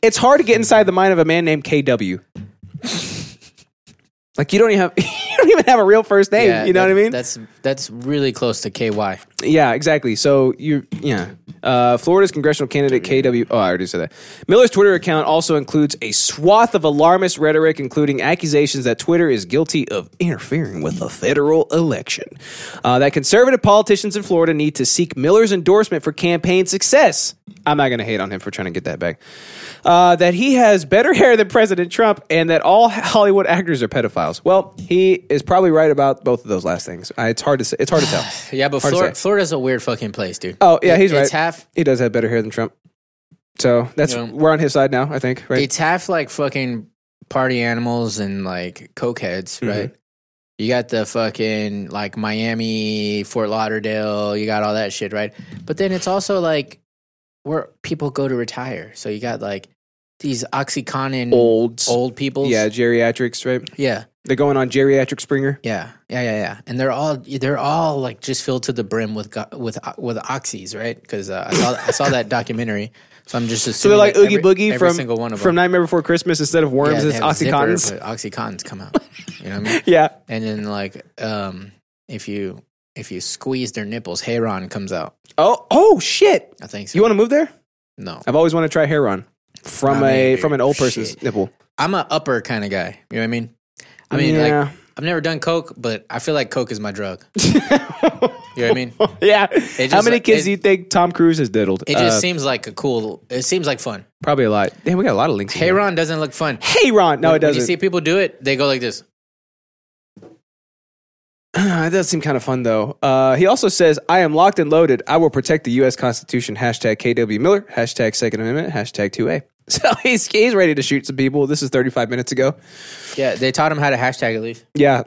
It's hard to get inside the mind of a man named KW. like you don't even have you don't even have a real first name. Yeah, you know that- what I mean? That's that's really close to KY. Yeah, exactly. So you, yeah, uh, Florida's congressional candidate KW. Oh, I already said that. Miller's Twitter account also includes a swath of alarmist rhetoric, including accusations that Twitter is guilty of interfering with the federal election. Uh, that conservative politicians in Florida need to seek Miller's endorsement for campaign success. I'm not going to hate on him for trying to get that back. Uh, that he has better hair than President Trump, and that all Hollywood actors are pedophiles. Well, he is probably right about both of those last things. Uh, it's hard to say. It's hard to tell. Yeah, but Hard to Flor- say. Florida's a weird fucking place, dude. Oh yeah, he's it's right. It's half He does have better hair than Trump. So that's Yeah. we're on his side now, I think. Right? it's half like fucking party animals and like cokeheads, Mm-hmm. right? You got the fucking like Miami, Fort Lauderdale, you got all that shit, right? But then it's also like where people go to retire. So you got like these Oxycontin Olds. old people. yeah, geriatrics, right? Yeah. They're going on geriatric Springer. Yeah. Yeah, yeah, yeah. And they're all they're all like just filled to the brim with go- with with oxys, right? Cuz uh, I saw I saw that documentary. So I'm just assuming So they're like that Oogie every- Boogie every from single one of from them. Nightmare Before Christmas. Instead of worms, they it's have zipper, oxycontins. but Oxycontins come out. You know what I mean? yeah, And then like um if you if you squeeze their nipples, Heron comes out. Oh, oh shit! I think so. You want to move there? no. I've always wanted to try hair on from I a mean, from an old person's shit. nipple. I'm a upper kind of guy. You know what I mean? I mean Yeah. like I've never done coke, but I feel like coke is my drug. you know what I mean? yeah. How just- many kids it- do you think Tom Cruise has diddled? It just Uh, seems like a cool it seems like fun. probably a lot. Damn, we got a lot of links. in here. Heron doesn't look fun. Hey Ron. No, it When doesn't. you see people do it, they go like this. That does seem kind of fun, though. Uh, he also says, I am locked and loaded. I will protect the U.S. Constitution. Hashtag KW Miller. Hashtag Second Amendment. Hashtag 2A. So he's, he's ready to shoot some people. This is 35 minutes ago. Yeah, they taught him how to hashtag at least. Yeah.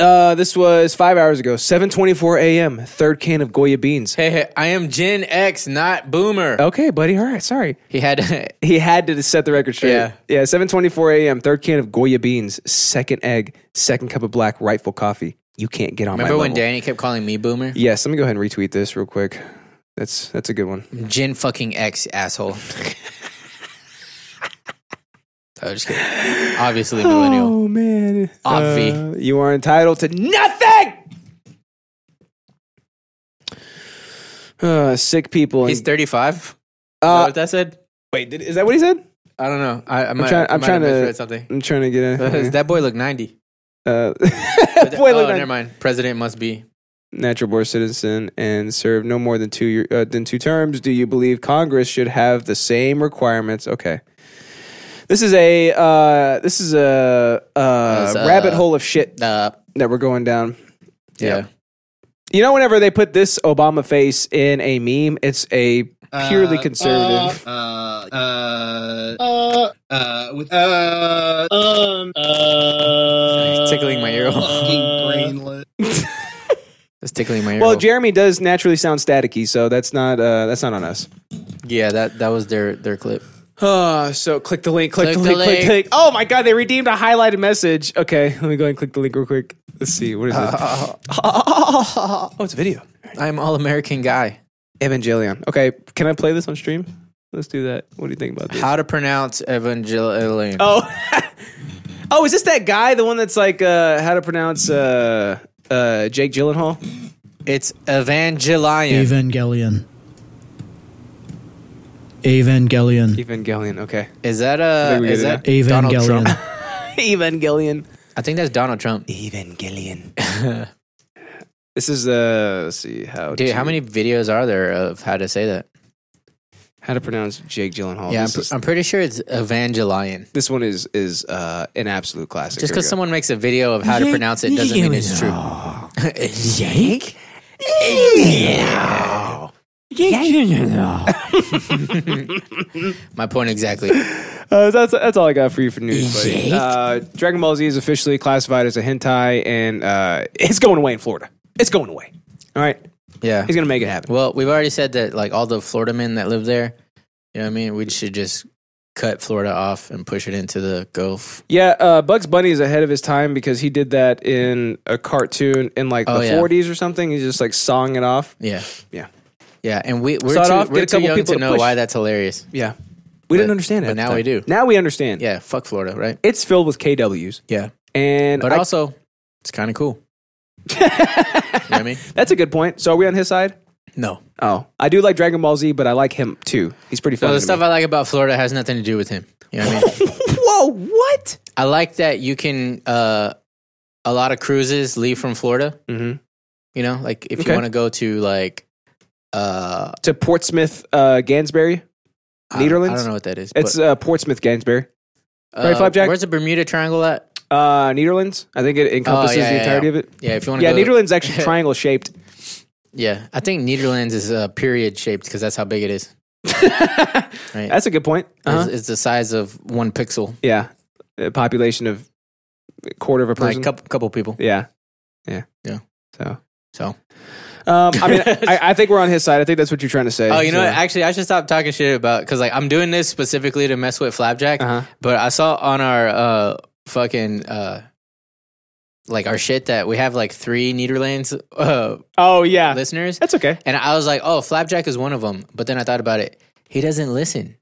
Uh, this was five hours ago, 7.24 a.m., third can of Goya beans. Hey, hey, I am Gen X, not Boomer. Okay, buddy. All right. Sorry. He had He had to set the record straight. Yeah. Yeah. 7.24 a.m., third can of Goya beans, second egg, second cup of black, rightful coffee. You can't get on my Remember when level. Danny kept calling me Boomer? Yes. Let me go ahead and retweet this real quick. That's, that's a good one. Gen fucking X, asshole. I was just kidding. Obviously, millennial. Oh man, Obvi. Uh, you are entitled to nothing. Uh, sick people. He's And, 35. Uh, what that said? wait, did, is that what he said? I don't know. I, I might, trying- I I'm might trying have to- misread something. I'm trying to get in. that boy looked 90. Uh, oh, boy, look, never mind. President must be. natural born citizen and serve no more than two year, uh, than two terms. Do you believe Congress should have the same requirements? Okay. This is a uh, this is a uh, It's, uh, rabbit hole of shit Uh, that we're going down. yeah. You know, whenever they put this Obama face in a meme, it's a purely conservative. Uh, uh, uh, uh, with, uh, um, uh, It's tickling my ear. fucking brainless. It's tickling my ear. well, Jeremy does naturally sound staticky, so that's not uh, that's not on us. yeah, that, that was their, their clip. Uh, so click the link, click, Click the, the link, click the link. link. Oh my god, they redeemed a highlighted message. Okay, let me go and click the link real quick. Let's see, what is it? oh, it's a video. I'm all American guy. Evangelion. Okay, can I play this on stream? Let's do that. What do you think about this? How to pronounce Evangelion. oh, oh, is this that guy, the one that's like uh, how to pronounce uh, uh, Jake Gyllenhaal? It's Evangelion. Evangelion. Evangelion. Evangelion. Okay, Mm. Is that uh think we is get that it Donald Trump? Evangelion. Evangelion. I think that's Donald Trump. Evangelion. This is uh, let's see how Dude, to- how many videos are there of how to say that? how to pronounce Jake Gyllenhaal? yeah, I'm, this, pr- is- I'm pretty sure it's Evangelion. this one is is uh, an absolute classic. Just Here we because go. Oh, someone makes a video of how to pronounce it doesn't mean it's true. Yank? My point exactly. Uh, that's that's all I got for you for news. buddy. Uh, Dragon Ball Z is officially classified as a hentai, and uh, it's going away in Florida. It's going away. All right, Yeah. he's gonna make it happen. Well, we've already said that like all the Florida men that live there, you know what I mean? We should just cut Florida off and push it into the Gulf. Yeah, uh, Bugs Bunny is ahead of his time because he did that in a cartoon in like Oh, the yeah. 40s or something. He's just like sawing it off. Yeah. Yeah. Yeah. And we, we're Start too, off, we're get a too couple young people to to know push. why that's hilarious. Yeah, we didn't understand it. but at the now we time. do. Now we understand. Yeah. Fuck Florida, right? it's filled with KWs, Yeah. and But I- also, it's kind of cool. you know what I mean? that's a good point. So are we on his side? No. Oh, I do like Dragon Ball Z, but I like him too. He's pretty So funny. the to stuff me. I like about Florida has nothing to do with him. You know what I mean? Whoa, what? I like that you can uh a lot of cruises leave from Florida. Mhm. You know, like if Okay. you want to go to like uh to Portsmouth, uh, Gansbury. I don't- Nederlands? I don't know what that is. It's but, uh, Portsmouth, Gansbury. uh, right, Flapjack? Where's the Bermuda Triangle at? Oh, Uh, Nederlands. I think it encompasses yeah, the yeah, entirety of it. Yeah, if you want to Yeah, go Nederlands actually triangle shaped. Yeah, I think Nederlands is uh, period shaped because that's how big it is. right. That's a good point. Uh-huh. It's, it's the size of one pixel, Yeah, a population of a quarter of a person. like couple couple people. yeah, yeah, Yeah. So, So, um, I mean, I, I think we're on his side. I think that's what you're trying to say. oh, you know So- what? Actually, I should stop talking shit about because like I'm doing this specifically to mess with Flapjack. Uh-huh. But I saw on our uh fucking uh like our shit that we have like three Nederlands uh Oh yeah, listeners, that's okay. and I was like, oh, Flapjack is one of them. But then I thought about it. He doesn't listen.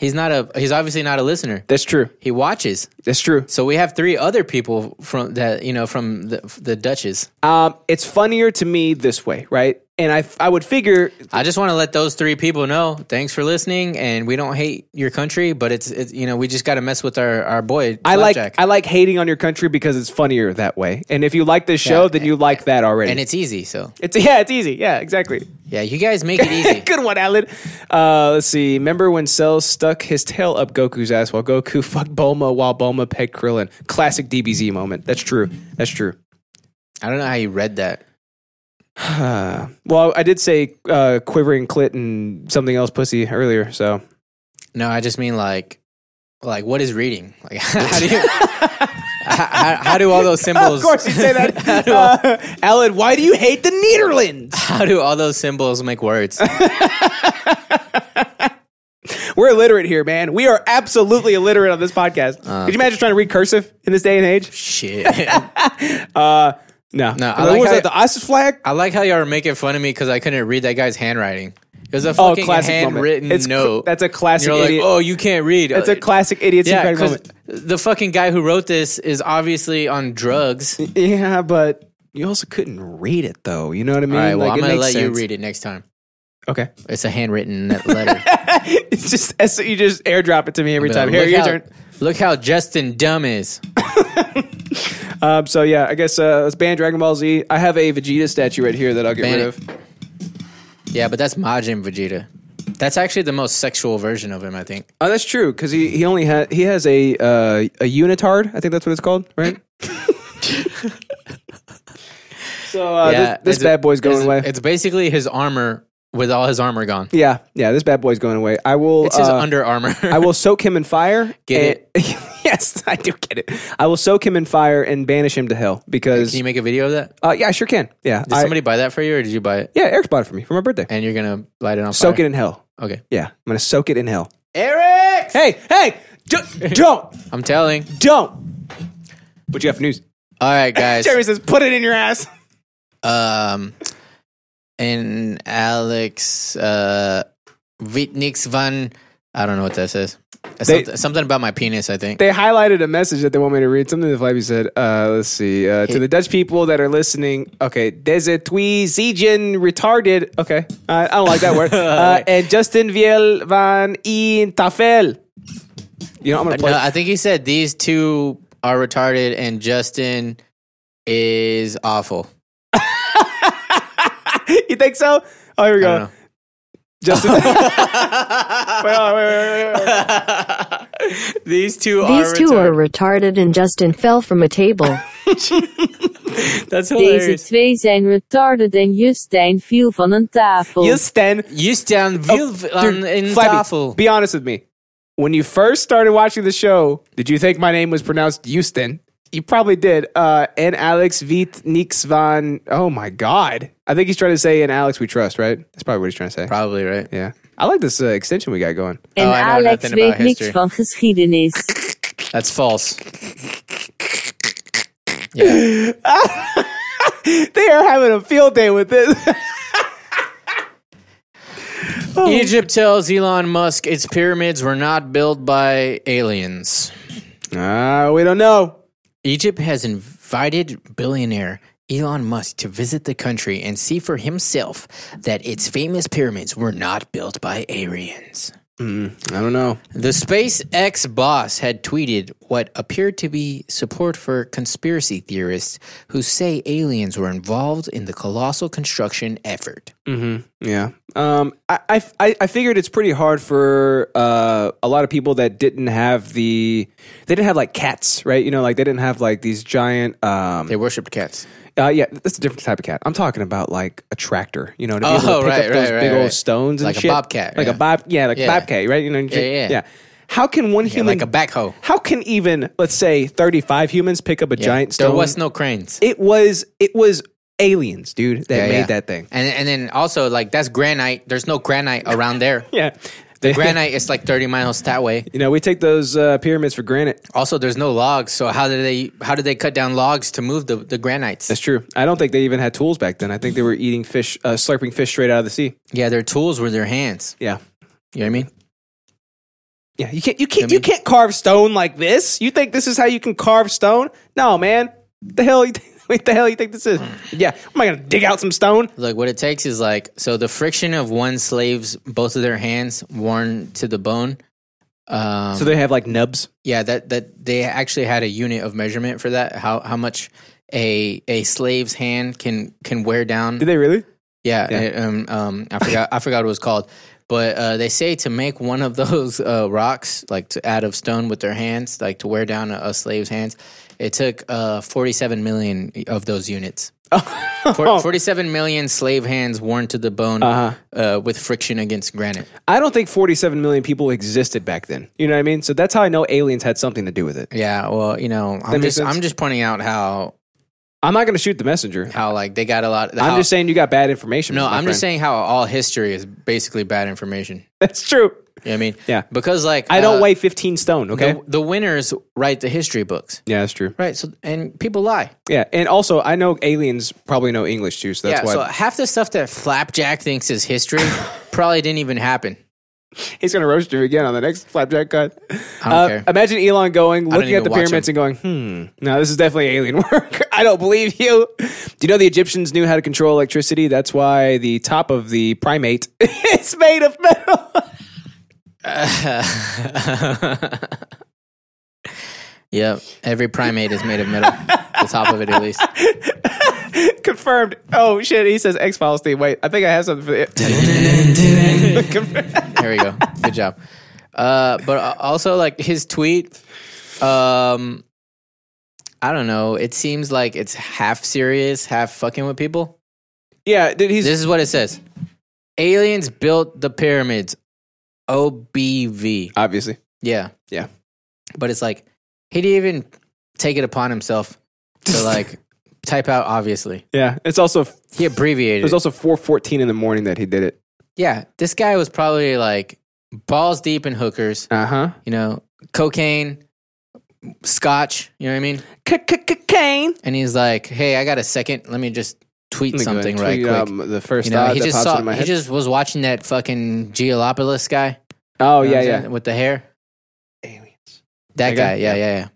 He's not a. He's obviously not a listener. That's true. He watches. That's true. So we have three other people from that you know from the the Dutches. Um, it's funnier to me this way, right? And I, I would figure I just want to let those three people know. Thanks for listening, and we don't hate your country, but it's, it's you know we just got to mess with our our boy. I Flapjack. like I like hating on your country because it's funnier that way. And if you like this show, Yeah, then you like that already. and it's easy. So it's yeah, it's easy. Yeah, exactly. yeah, you guys make it easy. Good one, Alan. Uh, let's see. Remember when Cell stuck his tail up Goku's ass while Goku fucked Bulma while Bulma pegged Krillin? Classic DBZ moment. That's true. That's true. I don't know how you read that. Uh, well, I did say uh, quivering clit and something else pussy earlier. So No, I just mean like, like what is reading? Like how do you? how, how, how do all those symbols? of course you say how, that, do all, uh, Alan. Why do you hate the Netherlands? how do all those symbols make words? We're illiterate here, man. We are absolutely illiterate on this podcast. Uh, Could you imagine trying to read cursive in this day and age? Shit. Uh, No, no. I like what was how- that? The ISIS flag? I like how y'all are making fun of me because I couldn't read that guy's handwriting. It was a Oh, fucking classic moment. handwritten It's cr- note. that's a And classic. you're like, idiot. oh, you can't read. that's a classic idiot Yeah, yeah, 'cause moment. the fucking guy who wrote this is obviously on drugs. All Yeah, but you also couldn't read it though. You know what I mean? right, well, Like, I'm it gonna makes let you sense. read it next time. Okay. It's a handwritten letter. It's just as you just airdrop it to me every time. Here, look your how, turn. Look how Justin dumb is. Um, so yeah, I guess uh, let's ban Dragon Ball Z. I have a Vegeta statue right here that I'll get Ban rid it. of. Yeah, but that's Majin Vegeta. That's actually the most sexual version of him, I think. Oh, that's true because he, he only has he has a uh, a unitard. I think that's what it's called, right? so uh, yeah, this, it's this a- bad boy's going it's- away. It's basically his armor with all his armor gone. yeah, yeah, this bad boy's going away. I will. It's his uh, under armor. I will soak him in fire. Get it? yes, I do get it. I will soak him in fire and banish him to hell because. Can you make a video of that? Uh, yeah, I sure can. Yeah, Did I- somebody buy that for you, or did you buy it? yeah, Eric bought it for me for my birthday. And you're gonna light it on Soak it Oh, fire? in hell. Okay, Yeah, I'm gonna soak it in hell. Eric. Hey, hey, d- don't, I'm telling. don't. What you have for news? All right, guys. Jerry says, put it in your ass. um, and Alex uh, Vitniks van. I don't know what that says. They- something, something about my penis, I think. They highlighted a message that they want me to read. Something that Flappy said. Uh, let's see. Uh, to the Dutch people that are listening, okay, Desetweezegen retarded. Okay, uh, I don't like that word. Uh, and Justin Viel van in Tafel. You know, I'm gonna play. no, I think he said these two are retarded, and Justin is awful. you think so? Oh, here we I go. don't Justin. wait, wait, wait, wait, wait, wait. know. These two These are two retarded. are retarded and Justin fell from a table. That's hilarious. twee zijn retarded en Justijn viel van een tafel. Justin. You stand Oh, veel dude, on in Flabby, tafel. Be honest with me. When you first started watching the show, did you think my name was pronounced Houston? You probably did. Uh, and Alex Viet Nix van. Oh my God. I think he's trying to say, and Alex we trust, right? That's probably what he's trying to say. Probably right. Yeah. I like this uh, extension we got going. en Oh, I know Alex nothing about weet niks history. van geschiedenis. That's false. Yeah. They are having a field day with this. Oh. Egypt tells Elon Musk its pyramids were not built by aliens. uh, we don't know. Egypt has invited billionaire Elon Musk to visit the country and see for himself that its famous pyramids were not built by Aryans. Hmm, I don't know. The SpaceX boss had tweeted what appeared to be support for conspiracy theorists who say aliens were involved in the colossal construction effort. Yeah. Um, I, I, I- I figured it's pretty hard for uh, a lot of people that didn't have the, they didn't have like cats, right? You know, like they didn't have like these giant, um, They worshipped cats. uh, yeah, that's a different type of cat. I'm talking about like a tractor, you know, to be able Oh, to pick right, up those right, big right, old right. stones and Like a shit. bobcat, Like yeah. a bob, yeah, like Yeah. a bobcat, right? You know, Yeah, yeah. How can one Yeah, human, like a backhoe. how can even, let's say 35 humans pick up a Yeah. giant There stone? was no cranes. it was, it was aliens, dude, that Yeah, made yeah. that thing. And and then also like that's granite. There's no granite around there. Yeah. They, granite is like 30 miles that way. You know, we take those uh, pyramids for granted. Also, there's no logs. So how did they how did they cut down logs to move the the granites? That's true. I don't think they even had tools back then. I think they were eating fish, uh, slurping fish straight out of the sea. yeah, their tools were their hands. Yeah, You know what I mean? yeah. You can't, you can't, you can't carve stone like this. You think this is how you can carve stone? No, man. The hell, you think, what the hell you think this is? Yeah, am I gonna dig out some stone? Like what it takes is like so the friction of one slave's both of their hands worn to the bone. Um, So they have like nubs. yeah, that that they actually had a unit of measurement for that. How how much a a slave's hand can can wear down Did they really? Yeah, it, um, um, I forgot. I forgot what it was called, but uh, they say to make one of those uh, rocks, like to, out of stone with their hands, like to wear down a, a slave's hands, it took uh, forty-seven million of those units. For- Forty-seven million slave hands worn to the bone Uh-huh. uh with friction against granite. I don't think 47 million people existed back then. You know what I mean? So that's how I know aliens had something to do with it. Yeah, well, you know, I'm makes just sense. I'm just pointing out how I'm not gonna shoot the messenger. how like they got a lot. I'm how- just saying you got bad information. No, my I'm just friend. saying how all history is basically bad information. that's true. You know what I mean? Yeah. Because like I don't uh, weigh 15 stone. Okay. The, the winners write the history books, yeah, that's true. right? So and people lie. Yeah, and also I know aliens probably know English too, so that's yeah. why. So half the stuff that Flapjack thinks is history probably didn't even happen. He's gonna roast you again on the next flapjack cut. Uh, I don't care. Imagine Elon going, don't looking need at to the watch pyramids and going, "Hmm, no, this is definitely alien work. I don't believe you." Do you know the Egyptians knew how to control electricity? That's why the top of the primate is made of metal. Yep. Every primate is made of metal. the top of it, at least. Confirmed. Oh shit! He says X Files theme. Wait, I think I have something for the. There we go. Good job. Uh, but uh, also, like his tweet, um, I don't know. It seems like it's half serious, half fucking with people. yeah, dude. He's This is what it says: Aliens built the pyramids. OBV. obviously. Yeah. Yeah. But it's like he didn't even take it upon himself to like type out. Obviously, Yeah, it's also it he abbreviated. was it. also four fourteen in the morning that he did it. yeah, this guy was probably like balls deep in hookers. Uh huh. you know, cocaine, scotch, you know what I mean? Cocaine. And he's like, hey, I got a second. Let me just tweet something right quick. um, the first you know, thought he that just pops saw, into my he head. just was watching that fucking Geolopolis guy. oh you know what yeah, I'm yeah. saying, With the hair. Aliens. That That guy? guy. Yeah, yeah, yeah.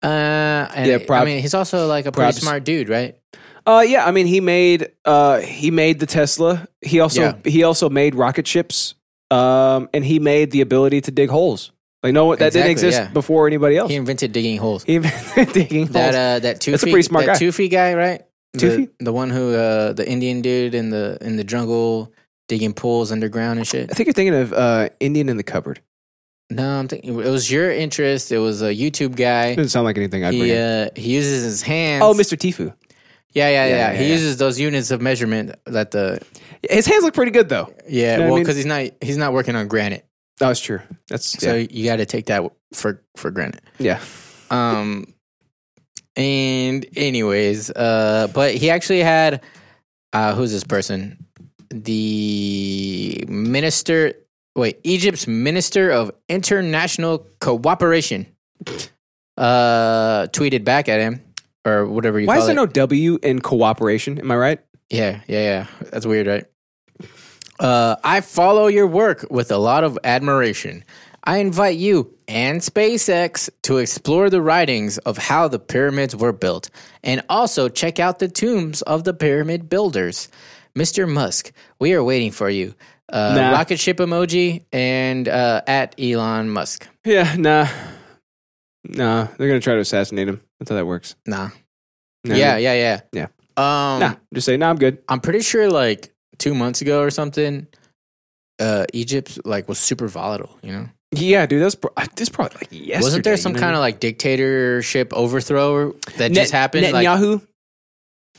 Uh, and Yeah, I prob- mean, he's also like a pretty probs. smart dude, right? Uh, yeah. I mean, he made uh he made the Tesla. He also Yeah. he also made rocket ships. Um, and he made the ability to dig holes. Like no, one- that Exactly, didn't exist yeah. before anybody else. He invented digging holes. He invented digging holes. that uh, that two That's a pretty smart that guy. Toofy guy, right? The- Toofy? the, one who uh, the Indian dude in the in the jungle digging pools underground and shit. I think you're thinking of uh Indian in the cupboard. No, I'm thinking it was your interest. It was a YouTube guy. Doesn't sound like anything I'd bring. He in. uh, he uses his hands. Oh, Mr. Tifu. Yeah, yeah, yeah. yeah, he yeah. uses those units of measurement that the His hands look pretty good though. yeah. Know what I well, mean? because he's not he's not working on granite, Oh, it's true. That's so yeah. you got to take that for for granted. yeah. Um, and anyways, uh, but he actually had uh, who's this person? The minister, wait, Egypt's minister of international cooperation, uh, tweeted back at him or whatever you Why call is there it. no W in cooperation? Am I right? Yeah, yeah, yeah. That's weird, right? Uh, I follow your work with a lot of admiration. I invite you and SpaceX to explore the writings of how the pyramids were built and also check out the tombs of the pyramid builders. Mr. Musk, we are waiting for you. Uh, Nah. Rocket ship emoji and uh, at Elon Musk. Yeah, nah. Nah, they're going to try to assassinate him. That's how that works. Nah. Nah, yeah, yeah, yeah, Yeah. Um, Nah, just say, nah, I'm good. I'm pretty sure like two months ago or something, uh, Egypt like was super volatile. You know, Yeah, dude, that's pro- this probably like yesterday. wasn't there some kind of like dictatorship overthrow that just happened like, Netanyahu?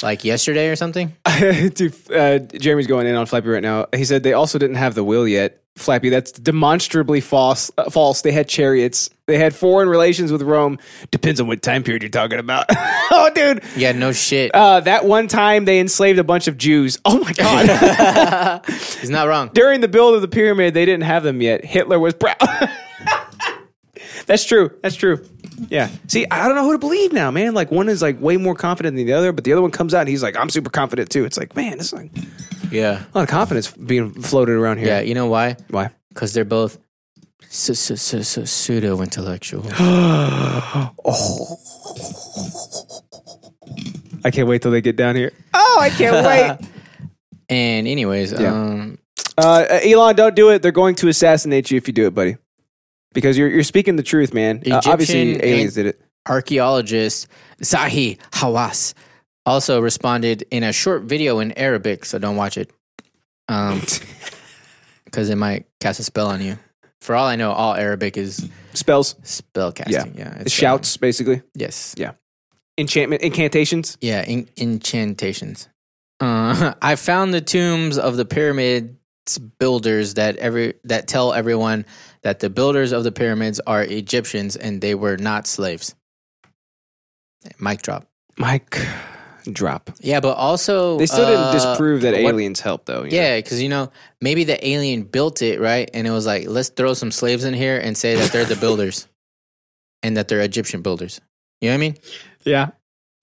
like yesterday or something? dude, uh, Jeremy's going in on Flappy right now. He said they also didn't have the will yet. Flappy, that's demonstrably false. Uh, false. They had chariots. They had foreign relations with Rome. Depends on what time period you're talking about. oh, dude. Yeah, no shit. Uh, that one time they enslaved a bunch of Jews. Oh my god! He's not wrong. During the build of the pyramid, they didn't have them yet. Hitler was proud. That's true. That's true. Yeah. See, I don't know who to believe now, man. Like one is like way more confident than the other, but the other one comes out and he's like, "I'm super confident too." It's like, man, this is like a Yeah, lot of confidence being floated around here. yeah. You know why? Why? Because they're both su- su- su- su- pseudo intellectual. Oh, I can't wait till they get down here. Oh, I can't wait. and anyways, um, Uh, Elon, don't do it. They're going to assassinate you if you do it, buddy. Because you're you're speaking the truth, man. Uh, obviously, Egyptian aliens and- did it. archaeologist Zahi Hawass also responded in a short video in Arabic, so don't watch it. Um, because it might cast a spell on you. For all I know, all Arabic is Spells, spell casting. Yeah, it's, shouts, basically. um, yes. enchantment incantations. Yeah, en- enchantations. Uh, I found the tombs of the pyramids builders that every that tell everyone that the builders of the pyramids are Egyptians and they were not slaves. Mic drop. Mike, drop. Yeah, but also They still uh, didn't disprove that what- aliens help, though. you know? Yeah, because you know maybe the alien built it right, and it was like let's throw some slaves in here and say that they're the builders, and that they're Egyptian builders. You know what I mean? yeah.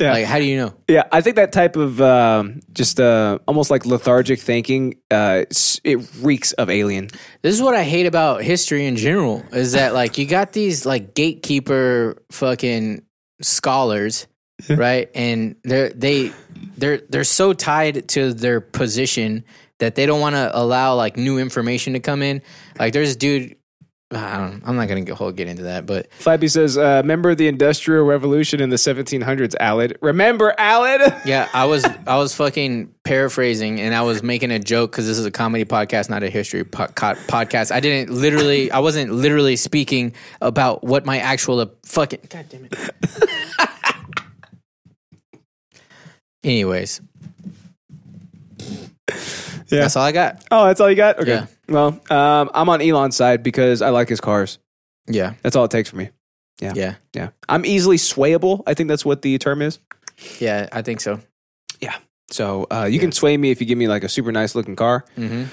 Yeah. Like, how do you know? Yeah, I think that type of um, just uh, almost like lethargic thinking, uh, s- it reeks of Alien. This is what I hate about history in general is that like you got these like gatekeeper fucking scholars, right? And they're they they're they're so tied to their position that they don't want to allow like new information to come in. Like there's a dude I don't, I'm not gonna get whole get into that, but Flappy says, uh, "Remember the Industrial Revolution in the 1700s, Alid? Remember, Alid? Yeah, I was I was fucking paraphrasing and I was making a joke because this is a comedy podcast, not a history po- co- podcast. I didn't literally, I wasn't literally speaking about what my actual uh, fucking. God damn it. Anyways, Yeah. that's all I got. Oh, that's all you got? Okay. Yeah. Well, um, I'm on Elon's side because I like his cars. Yeah, That's all it takes for me. yeah, Yeah, I'm easily swayable. I think that's what the term is. yeah. I think so. So uh, you can sway me if you give me like a super nice looking car hmm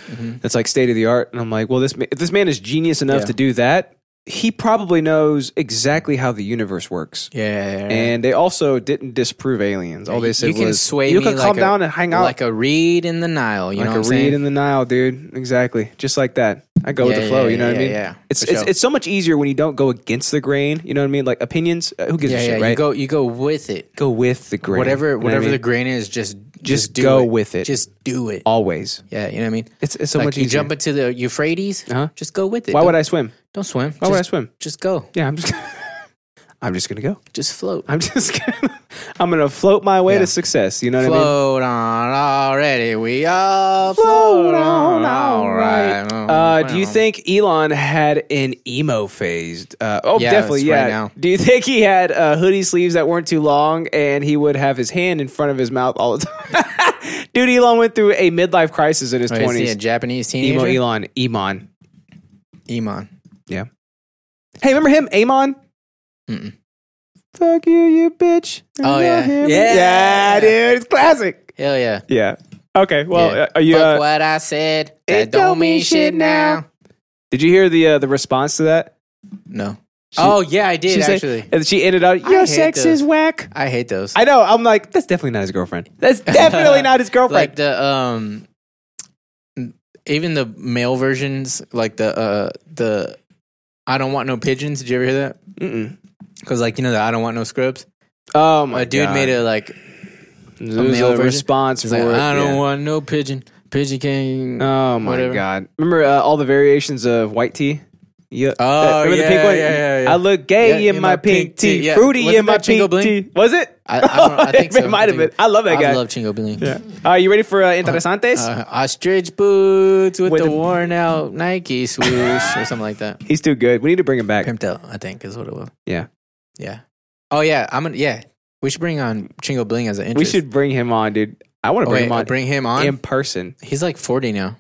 that's like state of the art, and I'm like, well, this ma- if this man is genius enough Yeah. to do that, he probably knows exactly how the universe works. Yeah, yeah, yeah, yeah. And they also didn't disprove aliens. All they said you can was, sway "You me can like calm a- down and hang out like a reed in the Nile. You like know, a what I'm reed saying? in the Nile, dude. Exactly, just like that. I go with Yeah, the flow. yeah, you know what yeah, I mean? yeah, yeah. It's For it's, sure. it's so much easier when you don't go against the grain. You know what I mean? Like opinions, uh, who gives yeah, a shit, yeah. right? You go, you go with it. Go with the grain. Whatever, You know what I whatever mean? the grain is, just just, Just do go it. with it. Just do it. always. Yeah, you know what I mean. It's it's so like much you easier. jump into the Euphrates, Uh-huh. just go with it. Why don't, would I swim? Don't swim. Why just, would Oh, I swim? Just go. Yeah, I'm just. I'm just gonna go. Just float. I'm just gonna. I'm gonna float my way Yeah. to success. You know what I mean? float on already. We all float, Float on, on. all All right. Mm, Uh, do you think Elon had an emo phase? Uh, oh, Yeah, definitely. it's Yeah. right now. Do you think he had uh, hoodie sleeves that weren't too long, and he would have his hand in front of his mouth all the time? Dude, Elon went through a midlife crisis in his Wait, Oh, is he a twenties. Japanese teenager? Emo Elon, Emon. Elon. Yeah. Hey, remember him, Amon? Fuck you, you bitch. Oh, Remember yeah. him? Yeah. yeah, dude, it's classic. Hell yeah. Yeah. Okay. Well, yeah. uh, are you? Fuck Uh, what I said. That it don't mean shit now. did you hear the uh, the response to that? No. oh yeah, I She did said- actually. and she ended up, your hate sex those. is whack. I hate those. I know. I'm like, that's definitely not his girlfriend. That's definitely not his girlfriend. like the um even the male versions like the uh the i don't want no pigeons did you ever hear that Mm-mm. because like you know the i don't want no scrubs Oh my a dude God. made a like There's male version. response it's for like it, i don't yeah. want no pigeon pigeon king Oh my whatever. god! Remember uh, all the variations of white tea? Yeah. Oh, Uh, remember yeah, yeah, yeah, yeah. I look gay Yeah, in my pink tea, yeah. fruity Wasn't in my that Chingo pink Bling? tea. Was it? I, I, don't, I think so. it might have think- been. I love that guy. I love Chingo Bling. yeah. Are you ready for uh, interesantes? Uh, ostrich boots with, With the the- worn out Nike swoosh or something like that. He's too good. We need to bring him back. Pimped out, I think, is what it was. Yeah, Yeah. Oh yeah, I'm gonna yeah. We should bring on Chingo Bling as an we interest. should bring him on, dude. I want to oh, bring wait, him on bring him on. in person. He's like 40 now.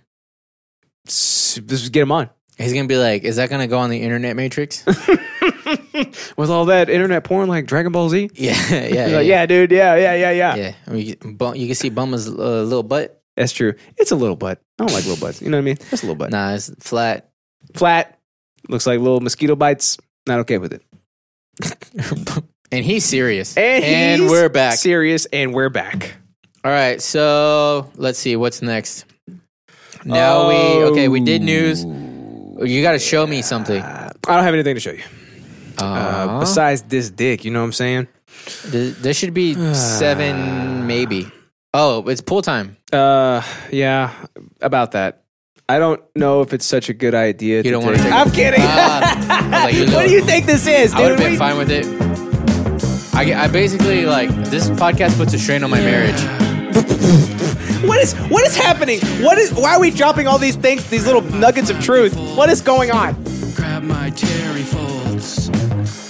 S- Just get him on. He's gonna be like, is that gonna go on the internet matrix? With all that internet porn like Dragon Ball Z. yeah, yeah, yeah, He's like, yeah, dude. Yeah, yeah, yeah, yeah. yeah. I mean, you- Bu- you can see Bumma's uh, little butt. That's true. It's a little butt. I don't like little butts. You know what I mean? That's a little butt. Nah, it's flat. flat. Looks like little mosquito bites. Not okay with it. and he's serious. And, he's we're back. Serious, and we're back. All right, so let's see what's next. Now we okay. We did news. You got to show me something. Oh, I don't have anything to show you uh, Aw. besides this dick. You know what I'm saying? Th- there should be seven, maybe. Oh, it's pool time. Uh, yeah, about that. I don't know if it's such a good idea. You don't wanna take- take- I'm kidding. Ah, I was like, what do you think this is, I would have dude? been What fine with it. I, get- I basically like this podcast puts a strain on my marriage. what is what is happening? What is? Why are we dropping all these things? These little nuggets of truth. What is going on? Grab my terry folds.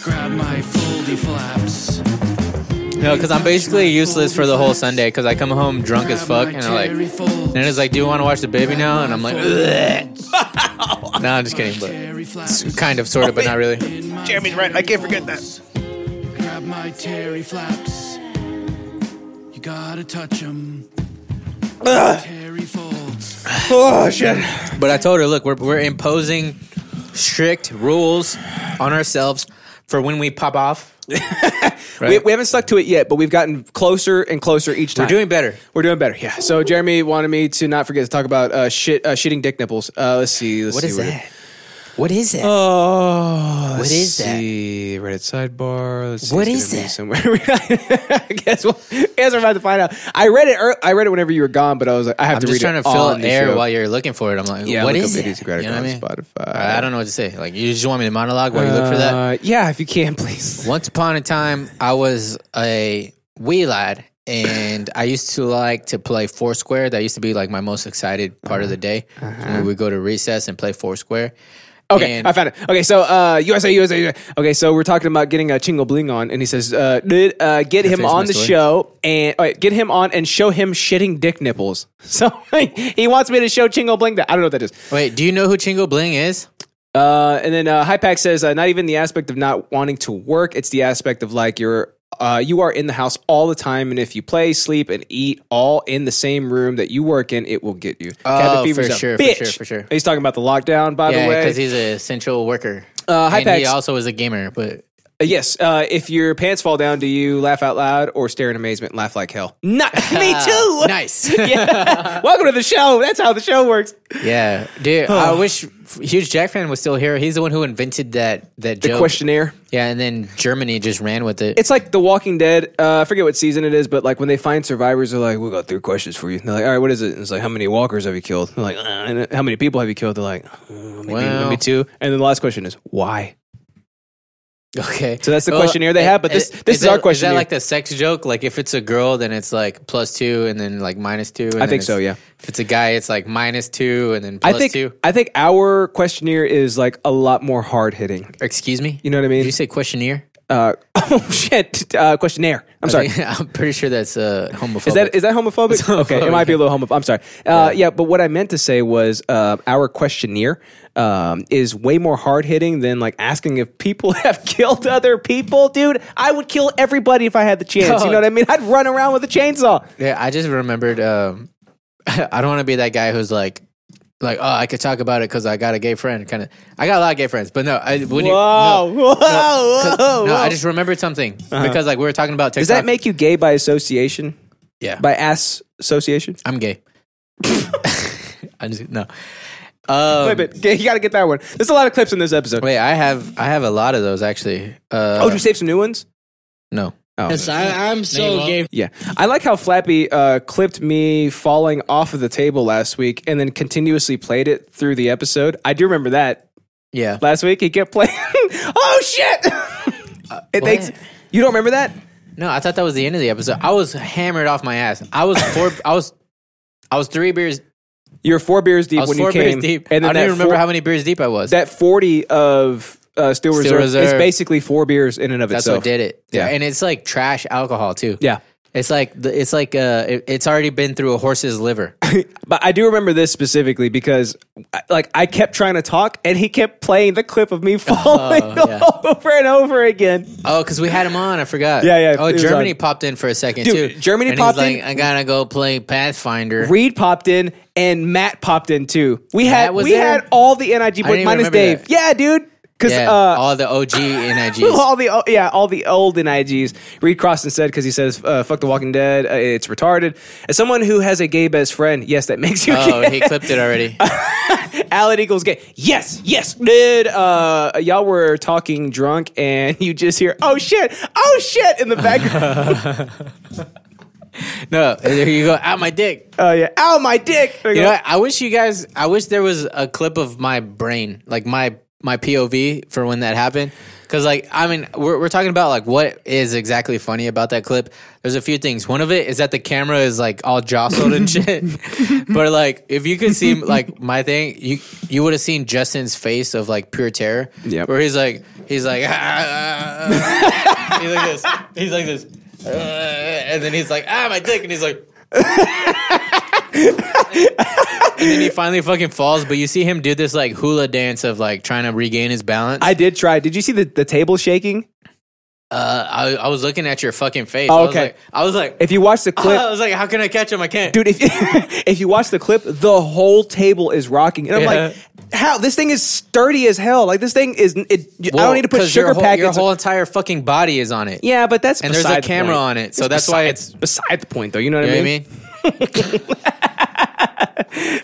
Grab my foldy flaps. No, because I'm basically useless for the whole Sunday because I come home drunk as fuck and I'm like, and it's like, do you want to watch the baby now? And I'm like, Ugh. no, I'm just kidding, but but kind of, sort of, but not really. Jeremy's right. I can't forget that. Grab my terry flaps. You gotta touch 'em. Terry folds. Oh shit! But I told her, look, we're we're imposing strict rules on ourselves for when we pop off. We, we haven't stuck to it yet, but we've gotten closer and closer each time. We're doing better. We're doing better. Yeah. So Jeremy wanted me to not forget to talk about uh, shit, uh, shitting dick nipples. Uh, let's see. Let's What see is where- that? What is that? Oh, What is that? see. that? Reddit sidebar. Let's see. What It's is gonna be that? Somewhere. I guess we'll, I guess we're about to find out. I read it. ear- I read it whenever you were gone, but I was like, I have I'm to just read trying it to fill on in the there show. while you're looking for it. I'm like, yeah, what look is up it? Idiots Who Got It You know on what I mean? Spotify. I I don't know what to say. Like, you just want me to monologue while you look for that? Uh, yeah, if you can, please. Once upon a time, I was a wee lad, and I used to like to play Foursquare. That used to be like my most excited part of the day. Uh-huh. We would go to recess and play Foursquare. Okay, And- I found it. Okay, so uh, USA, USA, USA. Okay, so we're talking about getting a Chingo Bling on, and he says, uh, dude, uh, "Get him finish my on the story? show and all right, get him on and show him shitting dick nipples." So he wants me to show Chingo Bling that I don't know what that is. Wait, do you know who Chingo Bling is? Uh, and then uh, High Pack says, uh, "Not even the aspect of not wanting to work; it's the aspect of like you're." Uh, you are in the house all the time, and if you play, sleep, and eat all in the same room that you work in, it will get you. Oh, Cabin for fever's a sure, for bitch. sure, for sure. He's talking about the lockdown, by yeah, the way. because he's a central worker. Uh, hi, and he Pax. also is a gamer, but Uh, Yes. Uh, if your pants fall down, do you laugh out loud or stare in amazement and laugh like hell? Not me too. nice. Yeah. Welcome to the show. That's how the show works. yeah, dude. I wish Huge Jack fan was still here. He's the one who invented that that The joke. questionnaire. Yeah, and then Germany just ran with it. It's like The Walking Dead. Uh, I forget what season it is, but like when they find survivors, they're like, "We got three questions for you." And they're like, "All right, what is it?" And it's like, "How many walkers have you killed?" And they're like, uh, and "How many people have you killed?" They're like, uh, "Maybe, Well. maybe two. And then the last question is, "Why?" Okay. So that's the questionnaire they have, but this- this is that- our eh, Is questionnaire. that like the sex joke? Like if it's a girl, then it's like plus two and then like minus two. And I then think so, it's- yeah. If it's a guy, it's like minus two and then I plus think two. I think our questionnaire is like a lot more hard hitting. Excuse me? You know what I Did mean? you say questionnaire? Uh, oh shit! Uh, questionnaire. I'm sorry. I am pretty sure that's uh, homophobic. Is that is that homophobic? Okay, it might be a little homophobic. I'm sorry. Uh, yeah. but what I meant to say was uh, our questionnaire um, is way more hard hitting than like asking if people have killed other people, dude. I would kill everybody if I had the chance. Oh. You know what I mean? I'd run around with a chainsaw. yeah, I just remembered. Um, I don't want to be that guy who's like, like oh, I could talk about it because I got a gay friend. Kind of. I got a lot of gay friends, but no. I, when you, no, Whoa, whoa, no, 'cause- whoa, no, whoa. Uh-huh. I just remembered something because like we were talking about TikTok. Does that make you gay by association? Yeah. By ass association? I'm gay. I just no. Um, Wait a minute. Gay- You got to get that one. There's a lot of clips in this episode. wait, I have I have a lot of those actually. Uh, oh, did you save some new ones? no. Oh. I, I'm so gay. Yeah. I like how Flappy uh, clipped me falling off of the table last week and then continuously played it through the episode. I do remember that. Yeah. Last week he kept playing. oh shit! it what? makes you don't remember that? No, I thought that was the end of the episode. I was hammered off my ass. I was four. I was. I was three beers. You were four beers deep I was when four you came, beers deep. and then I don't that even remember four- how many beers deep I was. that forty of uh, Steel, Steel Reserve, is Reserve. basically four beers in and of That's itself. what did it. Yeah. and it's like trash alcohol too. Yeah. it's like the- it's like uh, it- it's already been through a horse's liver. But I do remember this specifically because, I- like, I kept trying to talk, and he kept playing the clip of me falling Oh, yeah. over and over again. Oh, because we had him on. I forgot. Yeah, yeah, Oh, it was Germany on. popped in for a second Dude, too. Germany And he's popped like, in. I gotta go play Pathfinder. Reed popped in and Matt popped in too. We Matt had was we there? had all the NIG boys even minus remember Dave. that. Yeah, dude. Because yeah, uh, all the OG all, NIGs. the oh, yeah, all the old NIGs. Reed Crossan said because he says uh, "fuck the Walking Dead," uh, it's retarded. As someone who has a gay best friend, yes, that makes you. Oh, gay. he clipped it already. Alan Eagles gay. Yes, yes, dude. Uh, y'all were talking drunk, and you just hear "oh shit, oh shit" in the background. No, there you go. Out my dick. Oh yeah, ow my dick. You know, what? I wish you guys. I wish there was a clip of my brain, like my my POV for when that happened. Because like I mean, we're we're talking about like what is exactly funny about that clip. There's a few things. One of it is that the camera is like all jostled and shit. but like, if you could see like my thing, you you would have seen Justin's face of like pure terror. Yep. Where he's like he's like he's like this. He's like this. Uh, and then he's like ah my dick, and he's like. And then he finally fucking falls, but you see him do this like hula dance of like trying to regain his balance. I did try. Did you see the, the table shaking? Uh, I, I was looking at your fucking face. Oh, I was okay. like- I was like, If you watch the clip, I was like, how can I catch him? I can't. dude if, if you watch the clip the whole table is rocking and i'm Yeah. like how this thing is sturdy as hell. Like this thing is. It, I Well, don't need to put 'cause your sugar whole- packets. Your whole entire fucking body is on it. yeah, but that's and there's a beside the camera point. on it, so It's that's why beside- it's beside the point, though. You know what You I mean?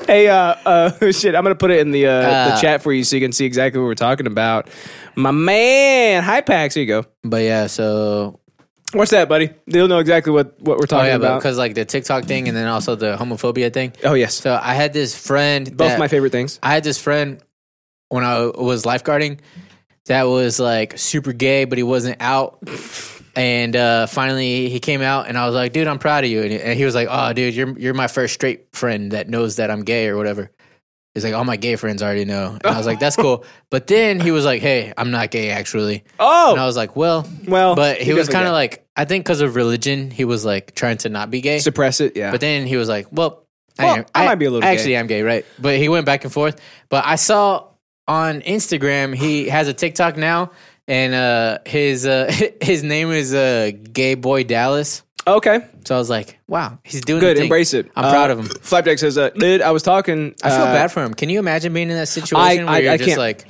Hey, uh, uh, shit, I'm gonna put it in the uh, the Uh. chat for you so you can see exactly what we're talking about. My man, high packs. Here you go. But yeah, so What's that, buddy? They'll know exactly what what we're Oh talking yeah, about. because like the TikTok thing, and then also the homophobia thing. Oh yes, So I had this friend. both that- my favorite things. I had this friend when I was lifeguarding that was like super gay, but he wasn't out. And uh, finally, he came out, and I was like, "Dude, I'm proud of you." And he, and he was like, "Oh, dude, you're you're my first straight friend that knows that I'm gay or whatever." He's like, "All my gay friends already know," and I was like, "That's cool." But then he was like, "Hey, I'm not gay actually." Oh, and I was like, "Well, well," but he you're was kind definitely of gay. like, I think because of religion, he was like trying to not be gay. suppress it. Yeah, But then he was like, "Well, Well, I, am, I might be a little I gay. Actually, I'm gay, right?" But he went back and forth. But I saw on Instagram he has a TikTok now, and uh, his uh, his name is uh, Gay Boy Dallas. okay, So I was like, "Wow, he's doing good. the thing. Embrace it. I'm Uh, proud of him. Flapjack says, uh, "Dude, I was talking. I feel uh, bad for him. Can you imagine being in that situation where I- you're I just can't- like,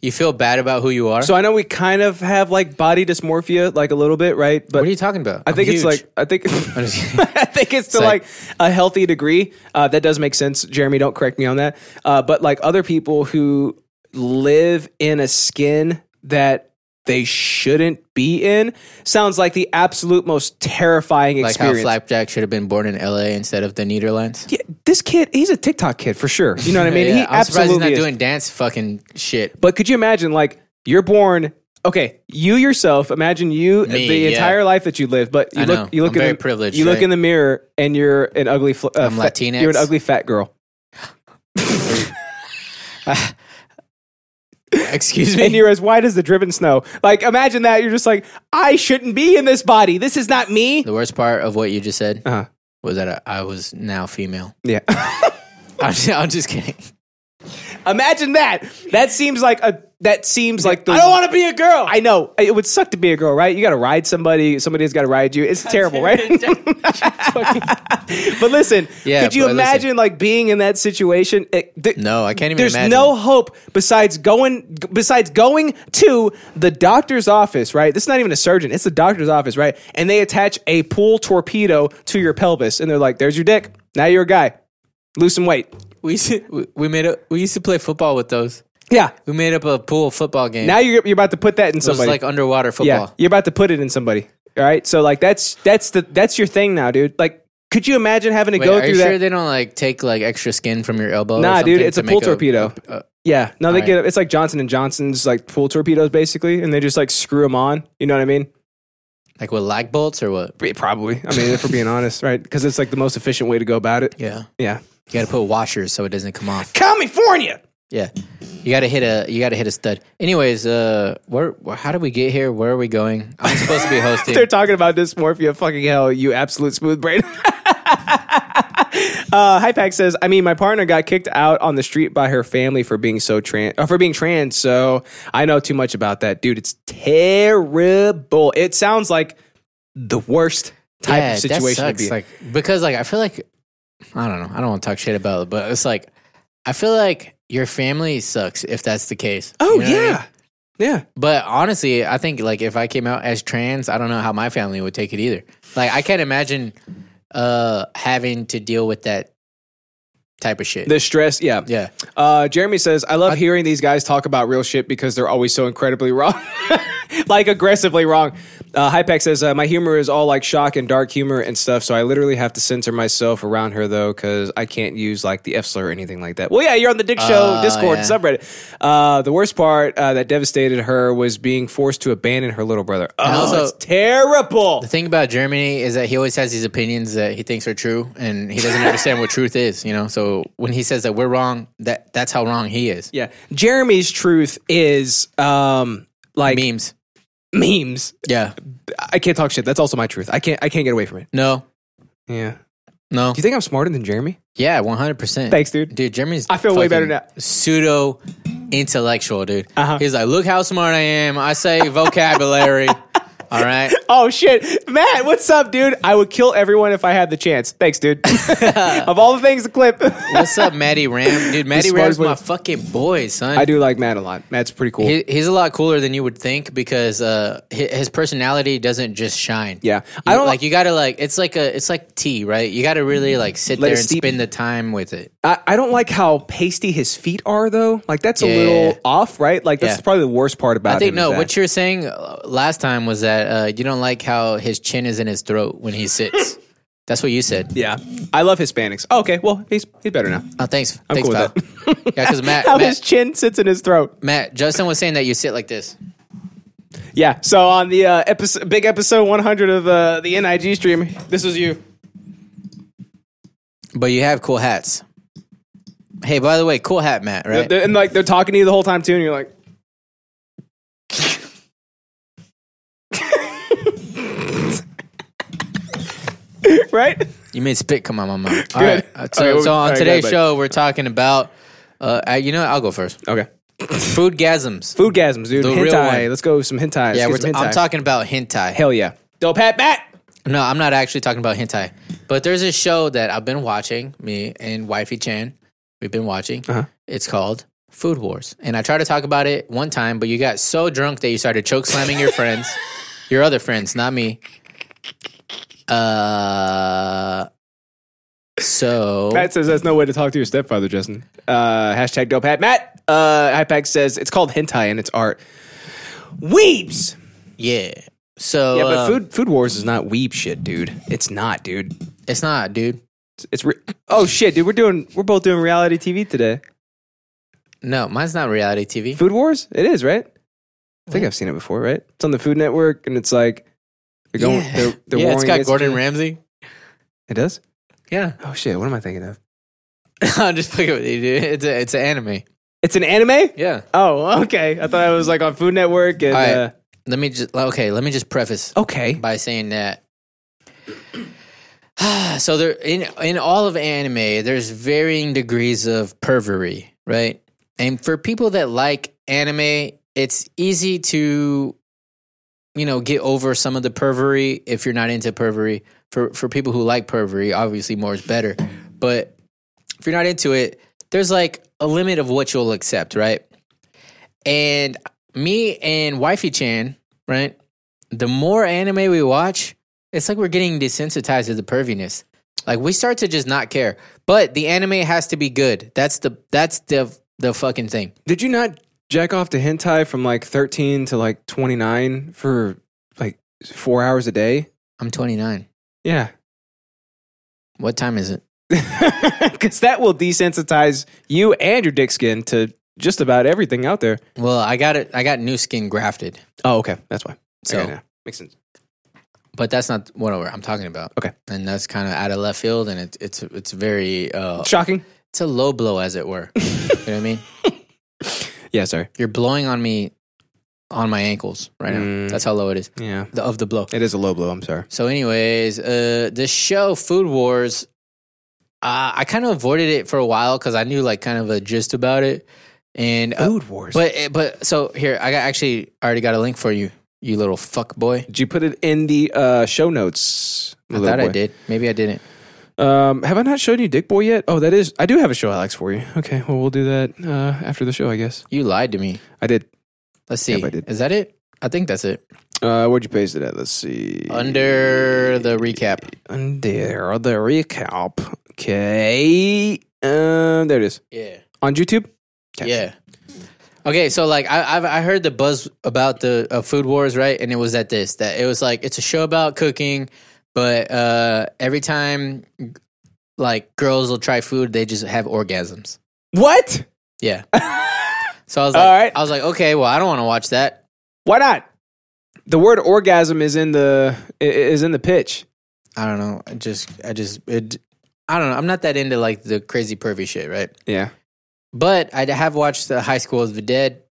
you feel bad about who you are? So I know we kind of have like body dysmorphia, like a little bit, right? But what are you talking about? I think I'm it's huge. like I think I'm just kidding. I think it's to It's like like- a healthy degree. Uh, that does make sense, Jeremy. Don't correct me on that. Uh, but like other people who live in a skin that they shouldn't be in sounds like the absolute most terrifying like how experience. Flapjack should have been born in L.A. instead of the Netherlands. Yeah, this kid, he's a TikTok kid for sure. You know what I mean? Yeah, he I'm surprised absolutely he's not is. doing dance fucking shit. But could you imagine, like, you're born. Okay, you yourself. Imagine you uh, Me, the yeah. entire life that you live, but you I look know. you look I'm in very the, privileged, You look right? in the mirror and you're an ugly. Fl- uh, I'm fat- Latinx. You're an ugly fat girl. Excuse me. and you're as white as the driven snow. Like, imagine that. You're just like, I shouldn't be in this body. This is not me. The worst part of what you just said Uh-huh. was that I, I was now female. Yeah. I'm just, I'm just kidding. imagine that. That seems like a. That seems like the. I don't want to be a girl. I know it would suck to be a girl, right? You got to ride somebody. Somebody's got to ride you. It's terrible, right? but listen, Yeah, could you but listen. imagine like being in that situation? It- th- no, I can't even There's imagine. no hope besides going besides going to the doctor's office, right? This is not even a surgeon; it's the doctor's office, right? And they attach a pool torpedo to your pelvis, and they're like, "There's your dick. Now you're a guy. Lose some weight." We used to, we- we made a, we used to play football with those. Yeah. We made up a pool football game. Now you're you're about to put that it in was somebody. like underwater Yeah, football. you're about to put it in somebody. All right, so like that's that's the that's your thing now, dude. Like, could you imagine having to Wait, go are you through sure that? they don't like take like extra skin from your elbow? or Nah, dude, something it's a to pool make torpedo. a- yeah, no, they Alright. get it's like Johnson and Johnson's like pool torpedoes basically, and they just like screw them on. You know what I mean? like with lag bolts or what? Probably. I mean, if we're being honest, right? Because it's like the most efficient way to go about it. Yeah, Yeah. you got to put washers so it doesn't come off. California. Yeah, you gotta hit a you gotta hit a stud. Anyways, uh, where, where how did we get here? Where are we going? I'm supposed to be hosting. They're talking about dysmorphia. Fucking hell, you absolute smooth brain. uh, Hypack says, I mean, my partner got kicked out on the street by her family for being so trans, uh, for being trans. So I know too much about that, dude. It's terrible. It sounds like the worst type Yeah, of that situation to sucks, be. in. Like because like I feel like I don't know. I don't want to talk shit about it, but it's like I feel like your family sucks if that's the case. oh You know what I mean? yeah, yeah. But honestly, I think like if I came out as trans, I don't know how my family would take it either. Like I can't imagine uh having to deal with that type of shit. The stress, yeah, yeah. Uh, Jeremy says, I love hearing these guys talk about real shit because they're always so incredibly wrong, like aggressively wrong. Uh, Hypex says, uh, My humor is all like shock and dark humor and stuff, so I literally have to censor myself around her though because I can't use like the F slur or anything like that. Well, yeah, you're on the Dick Show Uh, Discord yeah. subreddit. Uh, the worst part uh, that devastated her was being forced to abandon her little brother. Oh, also- it's terrible. The thing about Germany is that he always has these opinions that he thinks are true, and he doesn't understand what truth is. You know, so when he says that we're wrong, that that's how wrong he is. Yeah. Jeremy's truth is um, like Memes. memes. Yeah. I can't talk shit. That's also my truth. I can't. I can't get away from it. No. Yeah. No. Do you think I'm smarter than Jeremy? Yeah. One hundred percent. Thanks, dude. Dude, Germany's. I feel way better now. Pseudo intellectual, dude. Uh-huh. He's like, look how smart I am. I say vocabulary. All right. oh shit, Matt, what's up, dude? I would kill everyone if I had the chance. Thanks, dude. of all the things to clip, What's up, Matty Ram? Dude, Matty Ram's smartest way- my fucking boy, son. I do like Matt a lot. Matt's pretty cool. He, he's a lot cooler than you would think because uh, hi- his personality doesn't just shine. yeah, I don't like. You gotta like. It's like a. It's like tea, right? You gotta really like sit Mm-hmm. Let there it and steep. spend the time with it. I, I don't like how pasty his feet are, though. Like that's a Yeah, little yeah, yeah. off, right? Like that's Yeah. probably the worst part about. I think him is no. that. What you're saying uh, last time was that uh, you don't like how his chin is in his throat when he sits. That's what you said. yeah, I love Hispanics. Oh, okay, well he's he's better now. Oh, thanks. I'm thanks, cool pal. with yeah, because Matt, How his Matt, chin sits in his throat. Matt, Justin was saying that you sit like this. Yeah. So on the uh, episode, big episode 100 of uh, the NIG stream, this is you. But you have cool hats. Hey, by the way, cool hat, Matt. Right? They're- and like they're talking to you the whole time too, and you're like, right? You made spit come out my mouth. All Good. right. Uh, So, All right, so all on right, today's good, buddy. show, we're talking about. Uh, I- you know, what? I'll go first. Okay. Food gasms. Foodgasms, dude. The real hentai. one. Let's go with some hentai. Yeah, we're Let's t- get some I'm hentai. talking about hentai. Hell yeah. Dope hat, Matt. No, I'm not actually talking about hentai. But there's a show that I've been watching. Me and Wifey Chan, we've been watching. Uh-huh. It's called Food Wars, and I tried to talk about it one time, but you got so drunk that you started choke slamming your friends, your other friends, not me. Uh. So Matt says that's no way to talk to your stepfather, Justin. Uh, hashtag dope hat, Matt. Uh, Hypack says it's called hentai and it's art. Weeps. yeah. So Yeah, but uh, food food wars is not weep shit, dude. It's not, dude. It's not, dude. It's re- oh shit, dude. We're doing we're both doing reality TV today. No, mine's not reality TV. Food Wars? It is, right? I think I've seen it before, right? It's on the Food Network, and it's like they're going. Yeah. They're, they're yeah, it's warring got against Gordon each other. Ramsay. It does. Yeah, Oh shit! What am I thinking of? I'm just fucking with you, dude. It's a, it's an anime. It's an anime. Yeah. Oh, okay. I thought it was like on Food Network. And All right. uh, Let me just okay. Let me just preface okay, by saying that. so there, in in all of anime, there's varying degrees of pervery, right? And for people that like anime, it's easy to, you know, get over some of the pervery if you're not into pervery. For for people who like pervery, obviously more is better. But if you're not into it, there's like a limit of what you'll accept, right? And me and Wifey Chan, right? the more anime we watch, it's like we're getting desensitized to the perviness. Like we start to just not care. But the anime has to be good. That's the that's the the fucking thing. did you not jack off to hentai from like thirteen to like twenty nine for like four hours a day? I'm 29. Yeah, What time is it? because that will desensitize you and your dick skin to just about everything out there. Well, I got it. I got new skin grafted. Oh, okay, that's why. So, Okay, yeah. makes sense. but that's not what I'm talking about. Okay. and that's kind of out of left field, and it, it's it's very uh, Shocking. it's a low blow, as it were. you know what I mean? Yeah, sorry. You're blowing on me on my ankles right now. Mm. That's how low it is Yeah, the, of the blow. it is a low blow. I'm sorry. So, anyways, uh, this show Food Wars, uh, I kind of avoided it for a while because I knew like kind of a gist about it. And uh, Food Wars. but but so here I got actually already got a link for you, you little fuck boy. Did you put it in the uh, show notes? I thought I did. Maybe I didn't. Um, have I not shown you Dick Boy yet? Oh, that is. I do have a show, Alex, for you. Okay, well, we'll do that uh, after the show, I guess. You lied to me. I did. Let's see. Yep, I did. Is that it? I think that's it. Uh, where'd you paste it at? Let's see. Under the recap. Under the recap. Okay. Um, there it is Yeah. on YouTube. Okay. Yeah. Okay, so like I I've, I heard the buzz about the uh, food wars, right? And it was at this that it was like it's a show about cooking, but uh every time like girls will try food, they just have orgasms. What? Yeah. so I was like, All right. I was like, okay, well, I don't want to watch that. Why not? The word orgasm is in the i- i- is in the pitch. I don't know. I just I just it. I don't know. I'm not that into like the crazy pervy shit, right? Yeah. But I have watched the High School of the Dead,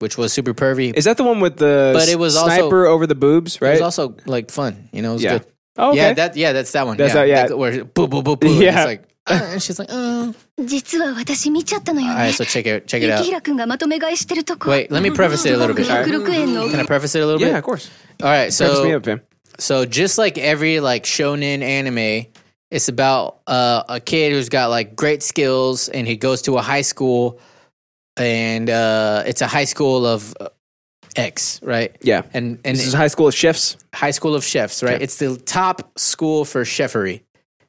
which was super pervy. Is that the one with the But it was also- sniper over the boobs? It Right. was also like fun, you know. It was Yeah. good. oh, okay. Yeah, that yeah, that's that one. That's yeah, that- yeah. That, where boo boo boo boo. Yeah. It's like and she's like, oh. 実は私見ちゃったのよ All ね right, so check it, check 雪 it out. 平くんがまとめ買いしてるとこ Wait, let me preface it a little bit. all right? $106円の Can I preface it a little bit? Yeah, of course. All right, so Preface me up, fam. so just like every like shonen anime, it's about uh, a kid who's got like great skills, and he goes to a high school, and uh, it's a high school of uh, X, right? Yeah, and and this is high school of chefs. High school of chefs, right? It's the top school for chefery,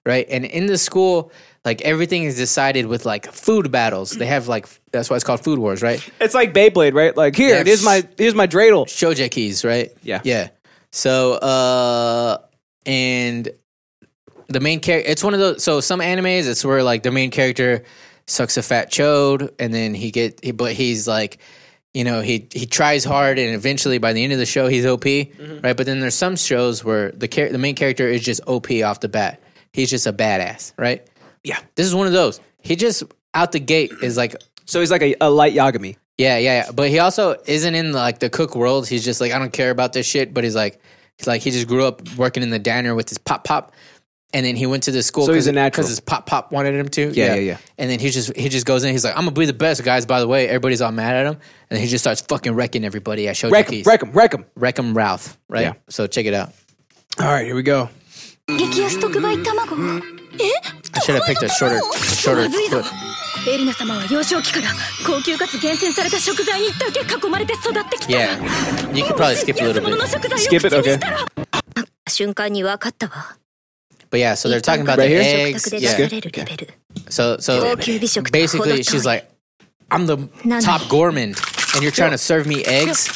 right? And in the school, like everything is decided with like food battles. They have like that's why it's called food wars, right? It's like Beyblade, right? Like here, Yeah, here's my here's my dreidel. Shojek keys, right? Yeah. Yeah. So uh and the main character it's one of those so some animes it's where like the main character sucks a fat chode and then he get he, but he's like you know he he tries hard and eventually by the end of the show he's OP Mm-hmm. right but then there's some shows where the char- the main character is just OP off the bat he's just a badass right yeah this is one of those he just out the gate is like so he's like a, a light Yagami yeah, yeah, yeah. But he also isn't in like the cook world. He's just like, I don't care about this shit. But he's like, he's like he just grew up working in the diner with his pop pop, and then he went to the school. So he's a natural. because his pop pop wanted him to. Yeah, yeah, yeah. And then he just he just goes in. He's like, I'm gonna be the best, guys. By the way, everybody's all mad at him, and he just starts fucking wrecking everybody. I showed Wreck 'em, you wreck 'em, wreck him, wreck him, Ralph. Right. Yeah. So check it out. All right, here we go. 激安特売卵え I should have picked a shorter shorter clip. エリナ様は幼少期から高級かつ厳選された食材にだけ囲まれて育ってきた Yeah, you could probably skip a 安 little 物の bit. 食材を Skip it, 口に okay. したら瞬間に分かったわ But yeah, so they're talking about Right the here? eggs. Skip. Yeah. Skip. So so Skip. Skip. Skip. basically, Skip. she's like, I'm the None. top gourmand, and you're trying to serve me eggs.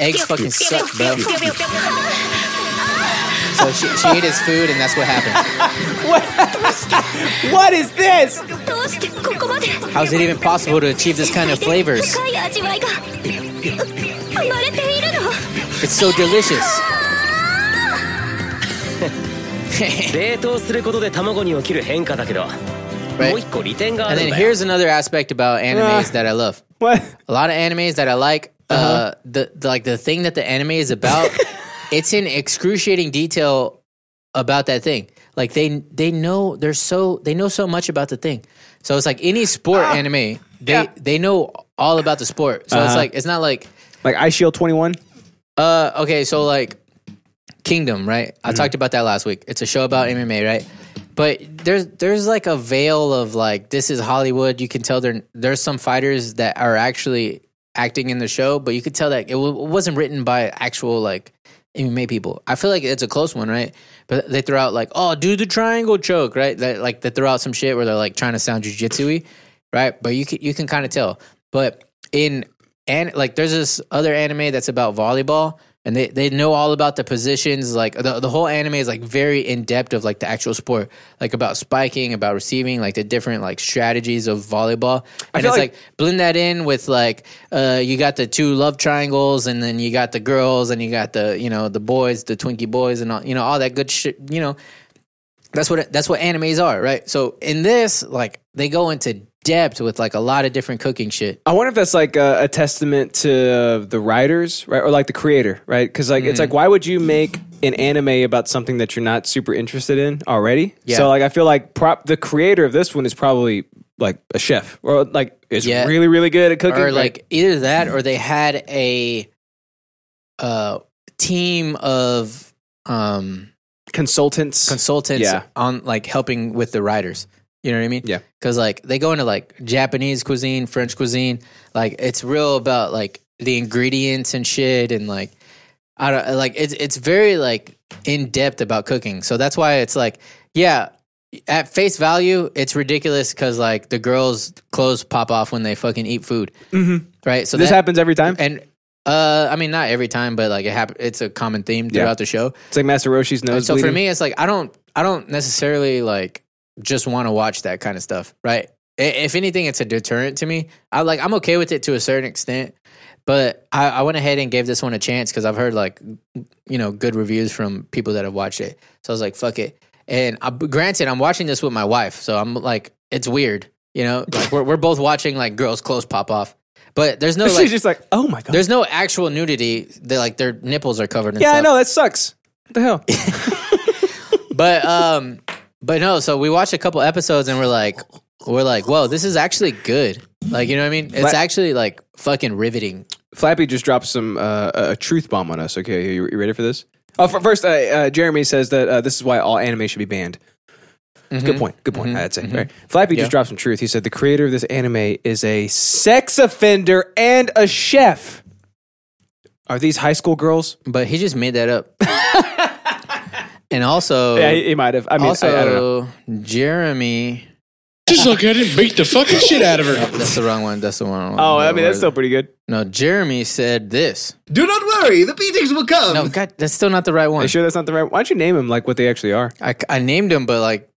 Eggs fucking suck, bro. So she, she ate his food, and that's what happened. What? what is this? How is it even possible to achieve this kind of flavors? 深い味わいが生まれているの It's so delicious. 冷凍することで卵に起きる変化だけど、もう一個利点があ And るん then だよ here's another aspect about animes that I love. Uh, What? Uh-huh. A lot of animes that I like. uh the, the- like the thing that the anime is about. it's in excruciating detail about that thing. Like they they know they're so they know so much about the thing. So it's like any sport Ah. anime. They they know all about the sport. So it's Uh-huh. like it's not like Like Ice Shield twenty one. uh, okay, so like Kingdom, right? I talked about that last week. It's a show about MMA, right? But there's there's like a veil of like this is Hollywood. You can tell there there's some fighters that are actually acting in the show, but you could tell that it, w- it wasn't written by actual like MMA people. I feel like it's a close one, right? But they throw out like, oh, do the triangle choke, right? That, like they throw out some shit where they're like trying to sound jujitsu-y, right? But you can you can kind of tell. But in and like there's this other anime that's about volleyball and they, they know all about the positions like the, the whole anime is like very in depth of like the actual sport like about spiking about receiving like the different like strategies of volleyball I and feel it's like- like, blend that in with like uh you got the two love triangles and then you got the girls and you got the you know the boys the twinkie boys and all you know all that good shit you know that's what that's what animes are right so in this like they go into depth with like a lot of different cooking shit I wonder if that's like a, a testament to uh, the writers, right, or like the creator, right? Because like it's Mhm. like why would you make an anime about something that you're not super interested in already? Yeah. So like I feel like prop the creator of this one is probably like a chef or like is Yeah. really really good at cooking. Or right? like either that, or they had a uh, team of um, consultants, consultants Yeah. on like helping with the writers. You know what I mean? Yeah. Because like they go into like Japanese cuisine, French cuisine. Like it's real about like the ingredients and shit, and like I don't like it's it's very like in depth about cooking. So that's why it's like yeah. At face value, it's ridiculous because like the girls' clothes pop off when they fucking eat food Mhm. right? So This that- happens every time? and uh, I mean not every time, but like it happen. It's a common theme Yeah. throughout the show. It's like Master Roshi's nose. so for bleeding. me, it's like I don't, I don't necessarily like just want to watch that kind of stuff, right? I- If anything, it's a deterrent to me. I like I'm okay with it to a certain extent, but I, I went ahead and gave this one a chance because I've heard like you know good reviews from people that have watched it. So I was like, fuck it. And I, granted, I'm watching this with my wife, so I'm like, it's weird, you know. Like we're we're both watching like girls' clothes pop off, but there's no She's like just like, oh my god. there's no actual nudity. They like their nipples are covered. And yeah, I stuff. know that sucks. What the hell? But um, But no, so we watched a couple episodes and we're like, we're like, whoa, this is actually good. Like, you know what I mean? It's Flat- actually like fucking riveting. Flappy just dropped some uh, a truth bomb on us. Okay, you, you ready for this? Oh, f- first, uh, uh, Jeremy says that uh, this is why all anime should be banned. It's a Good point. Good point. I'd say. Right? Flappy Mm-hmm. Yeah. just dropped some truth. He said the creator of this anime is a sex offender and a chef. Are these high school girls? But he just made that up. and also, Yeah, he, he might have. I mean, also, I, I don't know. Jeremy. Just look at it, beat the fucking shit out of her. That's the wrong one. That's the one. Oh, I mean, that's still pretty good. No, Jeremy said this. Do not worry, the beatings will come. No, God, that's still not the right one. You sure that's not the right? Why don't you name them like what they actually are? I, I named them, but like,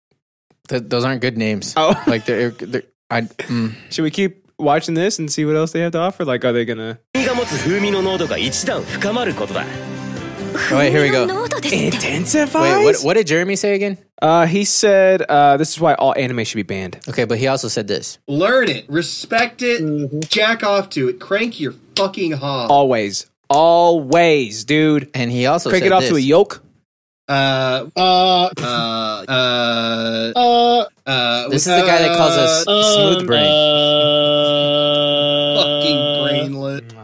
th- those aren't good names. Oh, like they're. they're I, mm. Should we keep watching this and see what else they have to offer? Like, are they gonna? 君が持つ風味の濃度が一段深まることだ Oh, wait, here we go. Intensifies? Wait, what, what did Jeremy say again? Uh, he said uh, this is why all anime should be banned. Okay, but he also said this. Learn it, respect it, jack off to it, crank your fucking hob. Always, always, dude. And he also crank said it off this. to a yoke. Uh, uh, uh, uh, uh, uh, This is the guy that calls us smooth brain. fucking brainlet.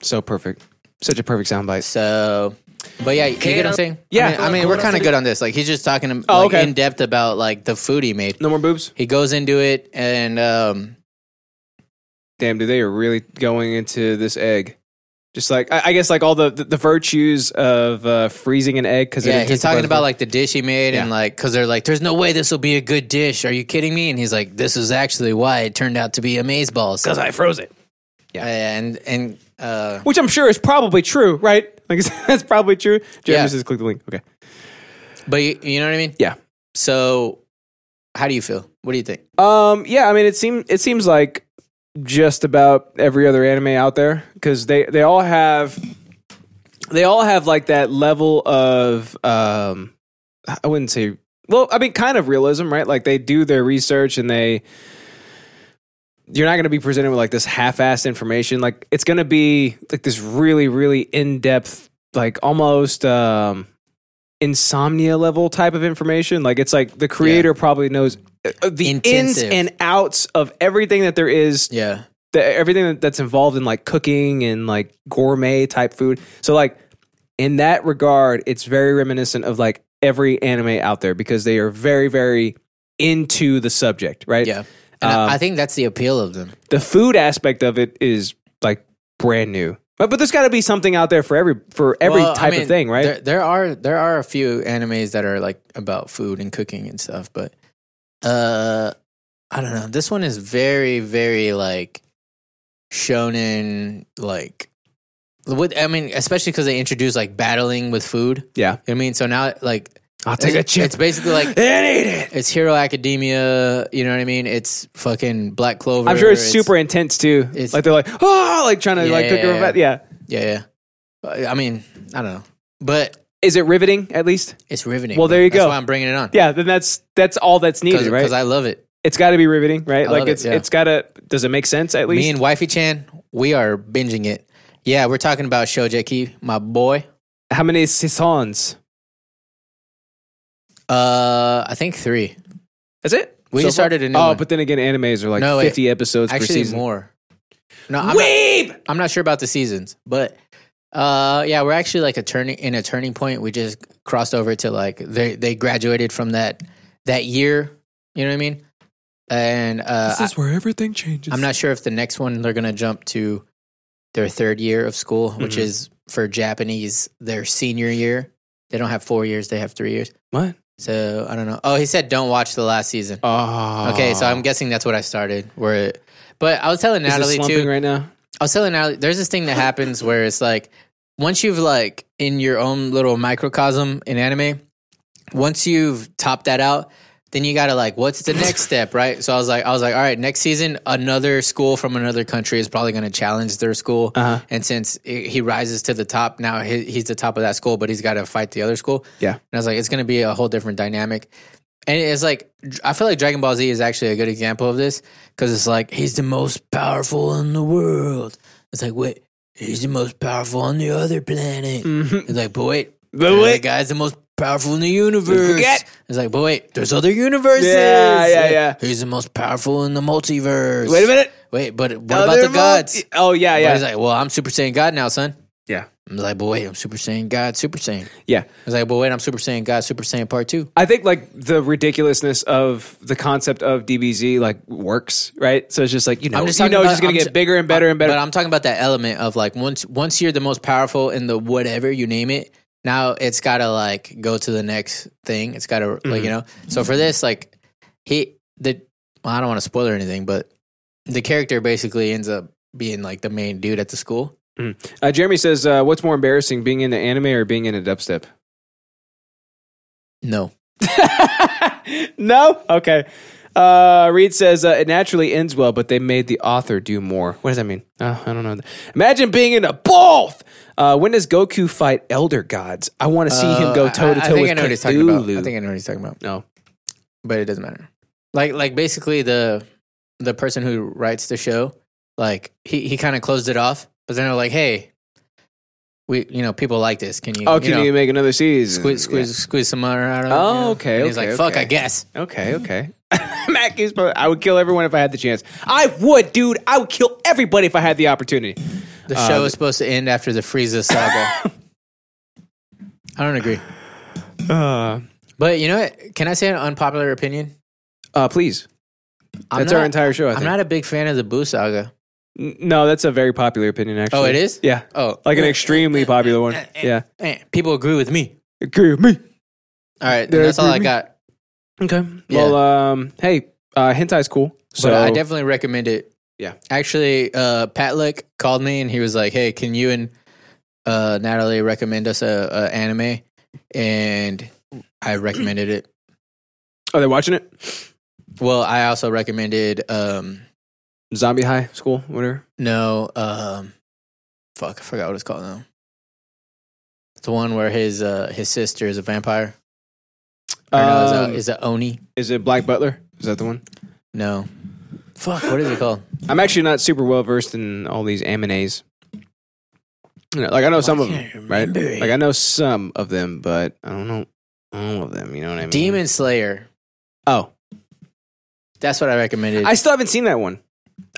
So perfect, such a perfect soundbite. So, but yeah, you get what I'm saying? Yeah. I mean, I mean, we're kind of good on this. Like, he's just talking like, Oh, okay. in depth about like the food he made. No more boobs. He goes into it, and um, Damn, dude, they are really going into this egg. Just like I, I guess, like all the the, the virtues of uh, freezing an egg because yeah, he's talking about like the dish he made, and like, because they're like, "There's no way this will be a good dish. Are you kidding me?" And he's like, "This is actually why it turned out to be amazeballs." because I froze it, yeah, and and uh, which I'm sure is probably true, right? Like that's probably true. Jeremy Yeah. says, "Click the link." Okay. but you, you know what I mean? Yeah. So, how do you feel? What do you think? Um, yeah, I mean, it seems it seems like just about every other anime out there because they they all have they all have like that level of um, I wouldn't say well, I mean, kind of realism, right? Like they do their research and they you're not going to be presented with like this half-assed information. Like it's going to be like this really, really in-depth, like almost um, insomnia level type of information. Like it's like the creator probably knows uh, the Intensive. ins and outs of everything that there is. Yeah. The, everything that- that's involved in like cooking and like gourmet type food. So like in that regard, it's very reminiscent of like every anime out there because they are very, very into the subject, right? Yeah. And Um, I, I think that's the appeal of them. the food aspect of it is like brand new. But, but there's got to be something out there for every for every Well, I type mean, of thing, right? There, there are there are a few animes that are like about food and cooking and stuff, but uh, I don't know. This one is very very like shonen like. With, I mean, especially because they introduced like battling with food. Yeah, I mean, so now like I'll take a it's- chip. It's basically like It's Hero Academia. You know what I mean? It's fucking Black Clover. I'm sure it's, it's- super intense too. like they're like, oh, like trying to like Yeah, cook yeah, yeah, yeah. Yeah, yeah. I mean, I don't know, but Is it riveting at least? it's riveting. Well, there you That's go. why I'm bringing it on. Yeah, then that's that's all that's needed, Cause, right? 'cause I love it. it's got to be riveting, right? I like love it, it's yeah. it's got to. Does it make sense at Me least? and Wifey Chan, we are binging it. Yeah, we're talking about Shojeki, my boy. How many seasons? Uh, I think three. That's it. We So just far? started a new Oh, one. but then again, animes are like No, wait. 50 episodes per Actually, season. more. No, I'm Weeb! Not, I'm not sure about the seasons, but uh, yeah, we're actually like a turning in a turning point. We just crossed over to like they they graduated from that that year. You know what I mean? And uh, I- where everything changes. I'm not sure if the next one they're going to jump to their third year of school, which Mhm. is for Japanese their senior year. They don't have four years; they have three years. What? So I don't know. Oh, he said don't watch the last season. Oh. Okay, so I'm guessing that's what I started. Where, it- but I was telling Is it Natalie slumping too. right now. I was telling Natalie, there's this thing that happens where it's like once you've like in your own little microcosm in anime, once you've topped that out, then you gotta like, what's the next step, right? So I was like, I was like, all right, next season, another school from another country is probably gonna challenge their school, Uh-huh. and since i- he rises to the top, now he, he's the top of that school, but he's gotta fight the other school. Yeah. And I was like, it's going to be a whole different dynamic. And it's like, I feel like Dragon Ball Z is actually a good example of this because it's like, he's the most powerful in the world. It's like, wait, Mm. he's the most powerful on the other planet. It's like, but wait, But the other wait. guy's the most powerful in the universe. forget. It's like, but wait, there's other universes. Yeah, yeah, Like, yeah. He's the most powerful in the multiverse. Wait a minute. Wait, but what Other about the mul- gods? Oh yeah, But yeah. He's like, well, I'm Super Saiyan God now, son. Yeah. I'm like, but wait, I'm Super Saiyan God, Super Saiyan. Yeah. I was like, but wait, I'm Super Saiyan God, Super Saiyan Part Two. I think like the ridiculousness of the concept of DBZ like works, right? So it's just like you know, I'm just you talking know, about- it's just gonna I'm get ju- bigger and better and better. But I'm talking about that element of like once once you're the most powerful in the whatever you name it, now it's gotta like go to the next thing. It's gotta like Mm-hmm. you know. So for this, like he the well, I don't want to spoil or anything, but the character basically ends up being like the main dude at the school. Mm. Uh, Jeremy says, uh, "What's more embarrassing, being in the anime or being in a dubstep?" No. no. Okay. Uh, Reed says uh, it naturally ends well, but they made the author do more. What does that mean? Uh, I don't know. Imagine being in a both. Uh, when does Goku fight Elder Gods? I want to see him go Uh, toe to I- I toe think with I know what he's talking about. Cthulhu. I think I know what he's talking about. No, but it doesn't matter. Like like basically the the person who writes the show, like he he kind of closed it off, but then they're like, hey, we you know people like this. Can you? oh, can know, you make another season? squeeze squeeze squeeze some more out of it? you Oh, know? okay. And he's okay, like, fuck, okay. I guess. Okay, okay. Matt keeps. po- I would kill everyone if I had the chance. I would, dude. I would kill everybody if I had the opportunity. The Uh, show is supposed to end after the Frieza saga. I don't agree. Uh, But you know what? Can I say an unpopular opinion? uh, please. I'm that's not- our entire show. I I'm think. not a big fan of the Boo saga. N- no, that's a very popular opinion. Actually, it is? Yeah. Oh. like an extremely popular one. Yeah. Eh, People agree with me. Agree with me. All right, They that's all agree I with me. got. Okay. Yeah. Well, um, hey, uh, hentai's cool. So but I definitely recommend it. Yeah. Actually, uh, Pat Lick called me and he was like, "Hey, can you and uh, Natalie recommend us a, a anime?" And I recommended it. are they watching it? Well, I also recommended um, Zombie High School, whatever. no, um, fuck, I forgot what it's called now. It's the one where his uh, his sister is a vampire. Or no, is that- Um, is that Oni? Is it Black Butler? Is that the one? No. Fuck, what is it called? I'm actually not super well versed in all these animes. You know, like I know some of them, right? Like I know some of them, but I don't know all of them. You know what I mean? Mm-hmm. Demon Slayer. Oh, That's what I recommended. I still haven't seen that one.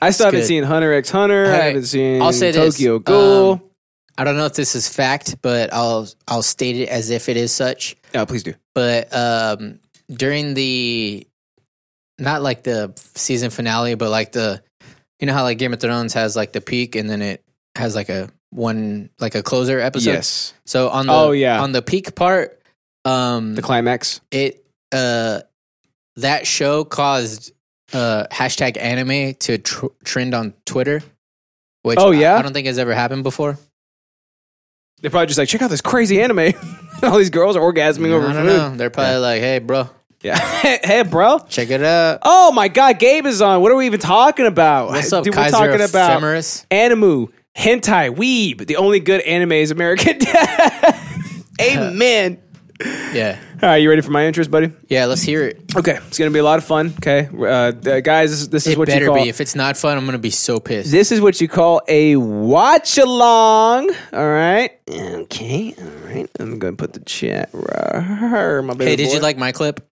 I It's still haven't good. seen Hunter X Hunter. I Hey, haven't seen I'll say this, Tokyo um, Ghoul. I don't know if this is fact, but I'll I'll state it as if it is such. no, please do. But um, during the not like the season finale, but like the you know how like Game of Thrones has like the peak and then it has like a one like a closer episode. Yes. So on the Oh, yeah. on the peak part, um, The climax. it uh that show caused uh hashtag anime to tr- trend on Twitter. Which Oh, I- yeah? I don't think has ever happened before. They're probably just like, check out this crazy anime. all these girls are orgasming over I food. don't know. They're probably like, "Hey, bro, Yeah. hey, bro. check it out." Oh my God, Gabe is on. What are we even talking about? What's up, Dude, Kaiser we're talking about Ephemeris? animu, hentai, weeb. The only good anime is American. Amen. Yeah, All right, you ready for my interest, buddy? yeah. Let's hear it. Okay, it's gonna be a lot of fun. Okay, uh, th- guys, this, this is it what better you call be. If it's not fun, I'm gonna be so pissed. this is what you call a watch along. All right. Okay. All right. I'm gonna put the chat. Right, my baby hey, did boy. you like my clip?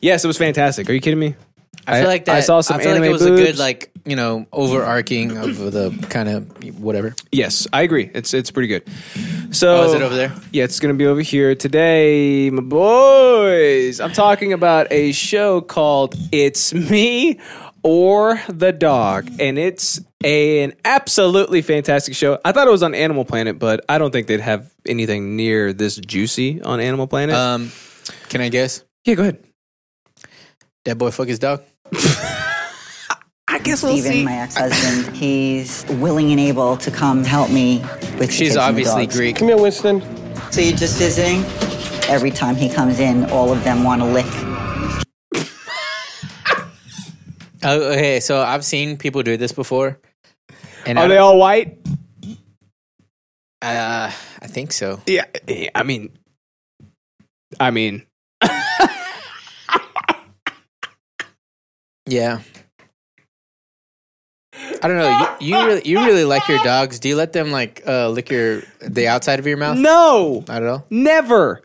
Yes, it was fantastic. Are you kidding me? I feel like that. I saw some I feel anime like it was boobs. a good, like you know, overarching of the kind of whatever. Yes, I agree. It's it's pretty good. So Oh, is it over there? Yeah, it's gonna be over here today, my boys. I'm talking about a show called "It's Me or the Dog," and it's a- an absolutely fantastic show. I thought it was on Animal Planet, but I don't think they'd have anything near this juicy on Animal Planet. Um, can I guess? yeah, go ahead. That boy fuck his dog. I guess Steven, my ex-husband, he's willing and able to come help me with. She's obviously Greek. Come here, Winston. So you're just visiting? Every time he comes in, all of them want to lick. Oh, okay, so I've seen people do this before. And Are I, they all white? Uh, I think so. Yeah, I mean, I mean, Yeah. I don't know. You, you really, you really like your dogs. Do you let them like uh, lick your the outside of your mouth? no, Not at all. never.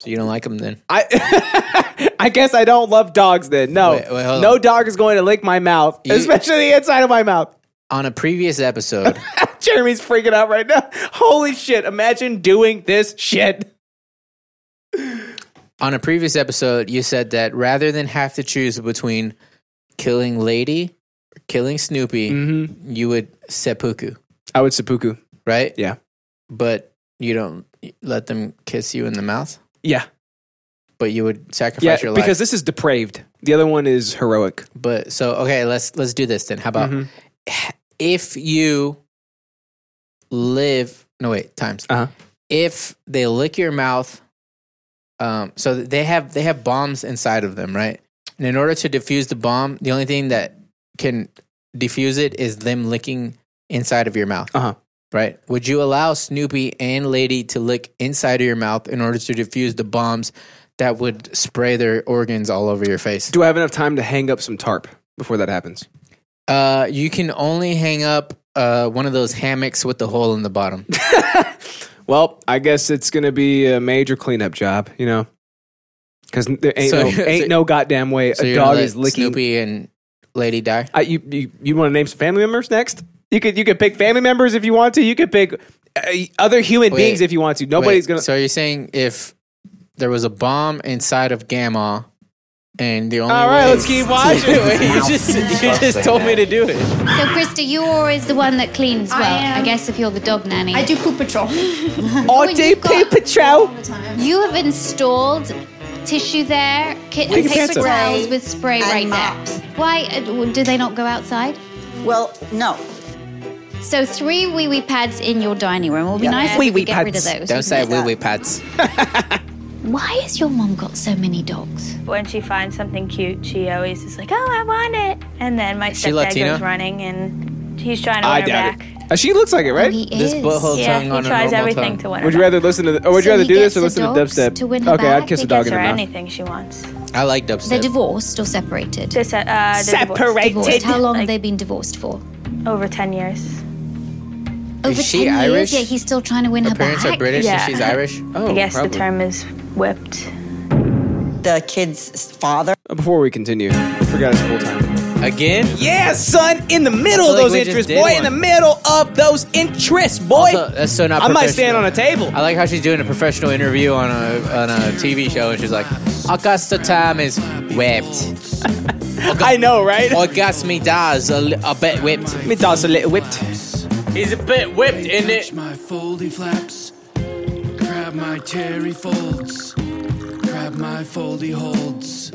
So you don't like them then? I guess I don't love dogs then. No, hold no dog is going to lick my mouth, especially the inside of my mouth. On a previous episode, Jeremy's freaking out right now. Holy shit! Imagine doing this shit. on a previous episode, you said that rather than have to choose between killing Lady or killing Snoopy, Mm-hmm. you would seppuku. I would seppuku. Right? Yeah. But you don't let them kiss you in the mouth? Yeah. But you would Yeah, sacrifice your life. because this is depraved. The other one is heroic. Mm-hmm. But so okay, let's let's do this then. How about if you live no wait, times. Uh-huh. If they lick your mouth um so they have they have bombs inside of them, right? And in order to defuse the bomb, the only thing that can defuse it is them licking inside of your mouth. Uh-huh. Right? Would you allow Snoopy and Lady to lick inside of your mouth in order to defuse the bombs that would spray their organs all over your face? Do I have enough time to hang up some tarp before that happens? Uh, you can only hang up uh, one of those hammocks with the hole in the bottom. Well, I guess it's going to be a major cleanup job, you know, because there ain't, So- no, ain't so- no goddamn way so a you're gonna dog let is licking Snoopy and Lady die. I, you you, you want to name some family members next? You could you could pick family members if you want to. You could pick uh, other human Wait, beings if you want to. Nobody's Wait, gonna. So you're saying if there was a bomb inside of Gamma, and the only All right, way- let's keep watching. Wait, you just you just told me to do it. So, Krista, you are always the one that cleans well. I, guess if you're the dog nanny. I do poop patrol. I do poop patrol. You have installed tissue there, kitten Take your paper pants off. towels with spray And right mops. there. Why uh, do they not go outside? Well, no. So three wee wee pads in your dining room. It would be nice if we could get rid of those. Don't say wee wee pads. Why has your mom got so many dogs? When she finds something cute, she always is like, "Oh, I want it!" And then my she stepdad Latina? goes running, and he's trying to win I her doubt back. it. Uh, she looks like it, right? This is. butthole Yeah, tongue he on a tries normal everything tongue. to win her Would you back. rather listen to? The, or Oh, would you So rather he do this gets or the listen to dogs dubstep? to win her okay, back? I'd kiss He a dog gets in her the mouth. Anything she wants. I like They're dubstep. divorced or separated? Dis- uh, they're divorced. Divorced. How long have they been divorced for? Over ten years. Over Is she 10 Irish? years? Yeah, he's still trying to win Her her back. parents are British Yeah. and she's Irish. Oh, I guess the term is whipped. The kid's father. Uh, Before we continue, I forgot it's full time again. Yeah, son, in the middle I of feel like those we just interests, did boy. one. In the middle of those interests, boy. Also, that's so not. I might professional. stand on a table. I like how she's doing a professional interview on a on a TV show, and she's like, "Augusta time is whipped." I know, right? August me does a, li- a bit whipped. Me does a little whipped. He's a bit whipped, isn't it? my foldy flaps. Grab my terry folds. Grab my foldy holds.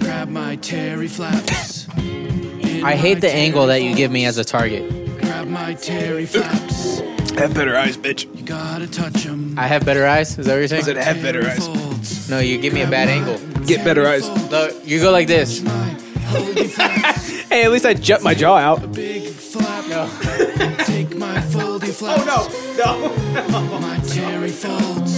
Grab my terry flaps. In I hate my the terry angle that you give me as a target. Grab my terry flaps. Have better eyes, bitch. You gotta touch 'em. I have better eyes. Is that what you're saying? Said have better eyes. No, you give me a bad angle. Get better eyes. No, you go like this. Hey, at least I jumped my jaw out. Big flap. Take my foldy flaps. Oh no! No! my terry folds.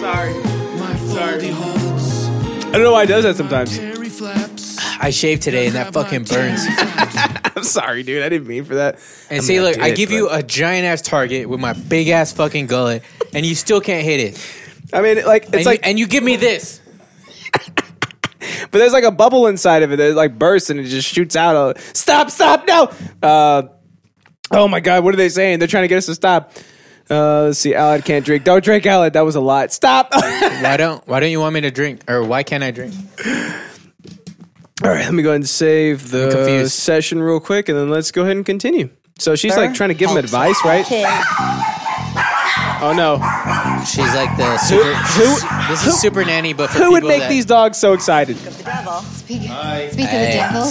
Sorry. My foldy holds. I don't know why he does that sometimes. Terry flaps. I shaved today and that fucking burns. I'm sorry, dude. I didn't mean for that. And I see, mean, look, I did, give but- you a giant ass target with my big ass fucking gullet, and you still can't hit it. I mean, like it's and like, you, and you give me this. but there's like a bubble inside of it that like bursts and it just shoots out. A, stop! Stop! No! Uh, oh my god, what are they saying? They're trying to get us to stop. Uh, let's see. Alad can't drink. Don't drink, Alad. That was a lot. Stop. why don't Why don't you want me to drink, or why can't I drink? All right, let me go ahead and save the confused. session real quick, and then let's go ahead and continue. So she's like trying to give him advice, right? Oh no, she's like the super. who- this is super nanny, but for Who would people make that- these dogs so excited? Speak Hey, of the devil.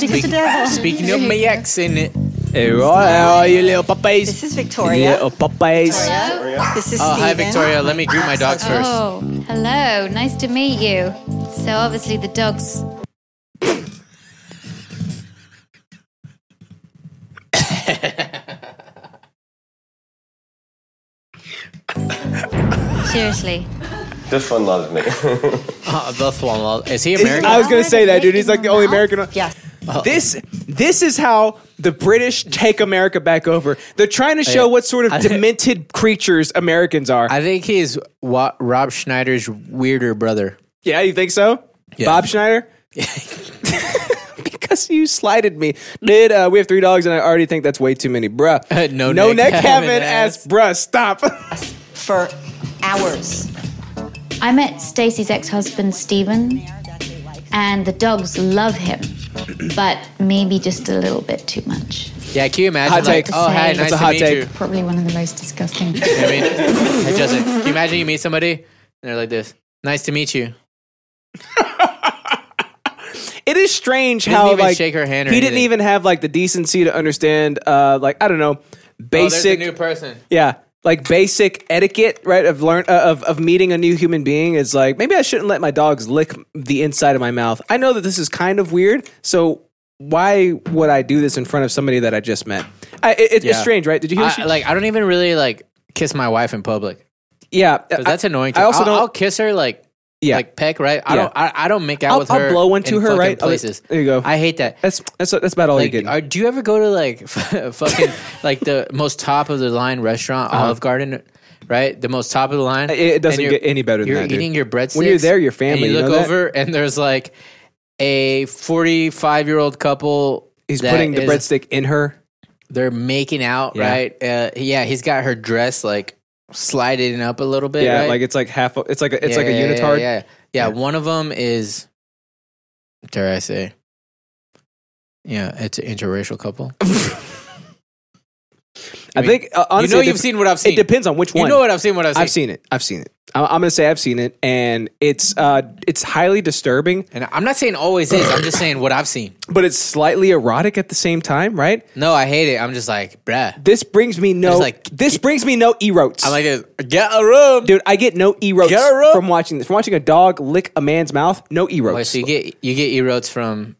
speak- Speaking of my ex in it. Hey, what are you little puppies? This is Victoria. Little puppies. This is Oh, hi, Steven. Victoria. Let me greet my dogs first. Oh, hello. Nice to meet you. So obviously the dogs. Seriously. This one loves me. Uh, the Swan Law. Is he Is- American? Oh. I was gonna say that, dude. He's like the only American. Yes. This This is how the British take America back over. They're trying to show Yeah. what sort of I think- demented creatures Americans are. I think he's Wa- Rob Schneider's weirder brother. Yeah, you think so? Bob Schneider? because you slighted me. Did uh, we have three dogs and I already think that's way too many, bruh. no neck, neck having having ass, bruh. Stop. For hours. I met Stacy's ex husband, Steven, and the dogs love him, but maybe just a little bit too much. Yeah, can you imagine? Hot like, take. Oh, hi, nice That's a hot to meet take. you. Probably one of the most disgusting. You know what I mean? It doesn't. Can you imagine you meet somebody and they're like this? Nice to meet you. It is strange Didn't how even like shake her hand or he didn't anything. even have like the decency to understand uh like I don't know Oh, there's basic a new person. yeah like basic etiquette right of learn uh, of of meeting a new human being is like maybe I shouldn't let my dogs lick the inside of my mouth. I know that this is kind of weird, so why would I do this in front of somebody that I just met? I, it, it- It's Yeah. strange, right? Did you hear? I, she- like I don't even really like kiss my wife in public. Yeah, 'Cause that's I- annoying. Too. I I also will don't- I'll kiss her like Yeah. like peck right. I Yeah. don't I, I don't make out I'll, with her. I'll blow one to in her, fucking right? I'll be- Places. there you go. I hate that. That's that's that's about all like, you get. Are, do you ever go to like fucking like the most top of the line restaurant, Uh-huh. Olive Garden, right? The most top of the line. It- it doesn't and you're- get any better than you're that, dude. Eating your breadsticks. When you're there, you're family, And you you look know that? over and there's like a 45 year old couple. He's that putting the is- breadstick in her. They're making out, Yeah. right? Uh, yeah, he's got her dress like sliding up a little bit. yeah, right? like it's like half. It's like a, it's like a Yeah, yeah, unitard. Yeah, yeah. Yeah, one of them is, dare I say, yeah, it's an interracial couple. I, mean, think uh, honestly, you know it you've dep- seen what I've seen. It depends on which You one. know what I've seen. What I've seen. I've seen it. I've seen it. I- I'm gonna say I've seen it, and it's uh, it's highly disturbing, and I'm not saying always is. I'm just saying what I've seen. but it's slightly erotic at the same time, right? No, I hate it. I'm just like, bruh. This brings me no. It's like- this brings me no erotes. I'm like, this, get a room, dude. I get no erotes Get a room. from watching this. From watching a dog lick a man's mouth, no erotes. Wait, so you get you get erotes from,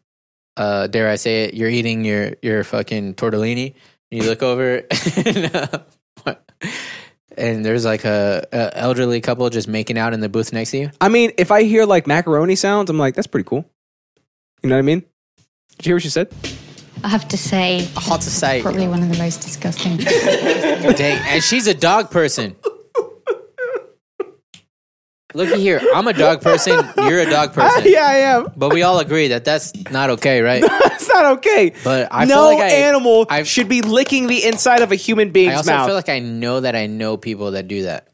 uh, dare I say it? You're eating your your fucking tortellini. And you look over, and, uh, what- and there's like a, a elderly couple just making out in the booth next to you. I mean, if I hear like macaroni sounds, I'm like, that's pretty cool. You know what I mean? Did you hear what she said? I have to say, hot to say, probably one of the most disgusting. Dang, and she's a dog person. Looky here, I'm a dog person. You're a dog person. yeah, I am. But we all agree that that's not okay, right? That's not okay. But I no feel like I, animal should be licking the inside of a human being's I also mouth. feel like I know that I know people that do that.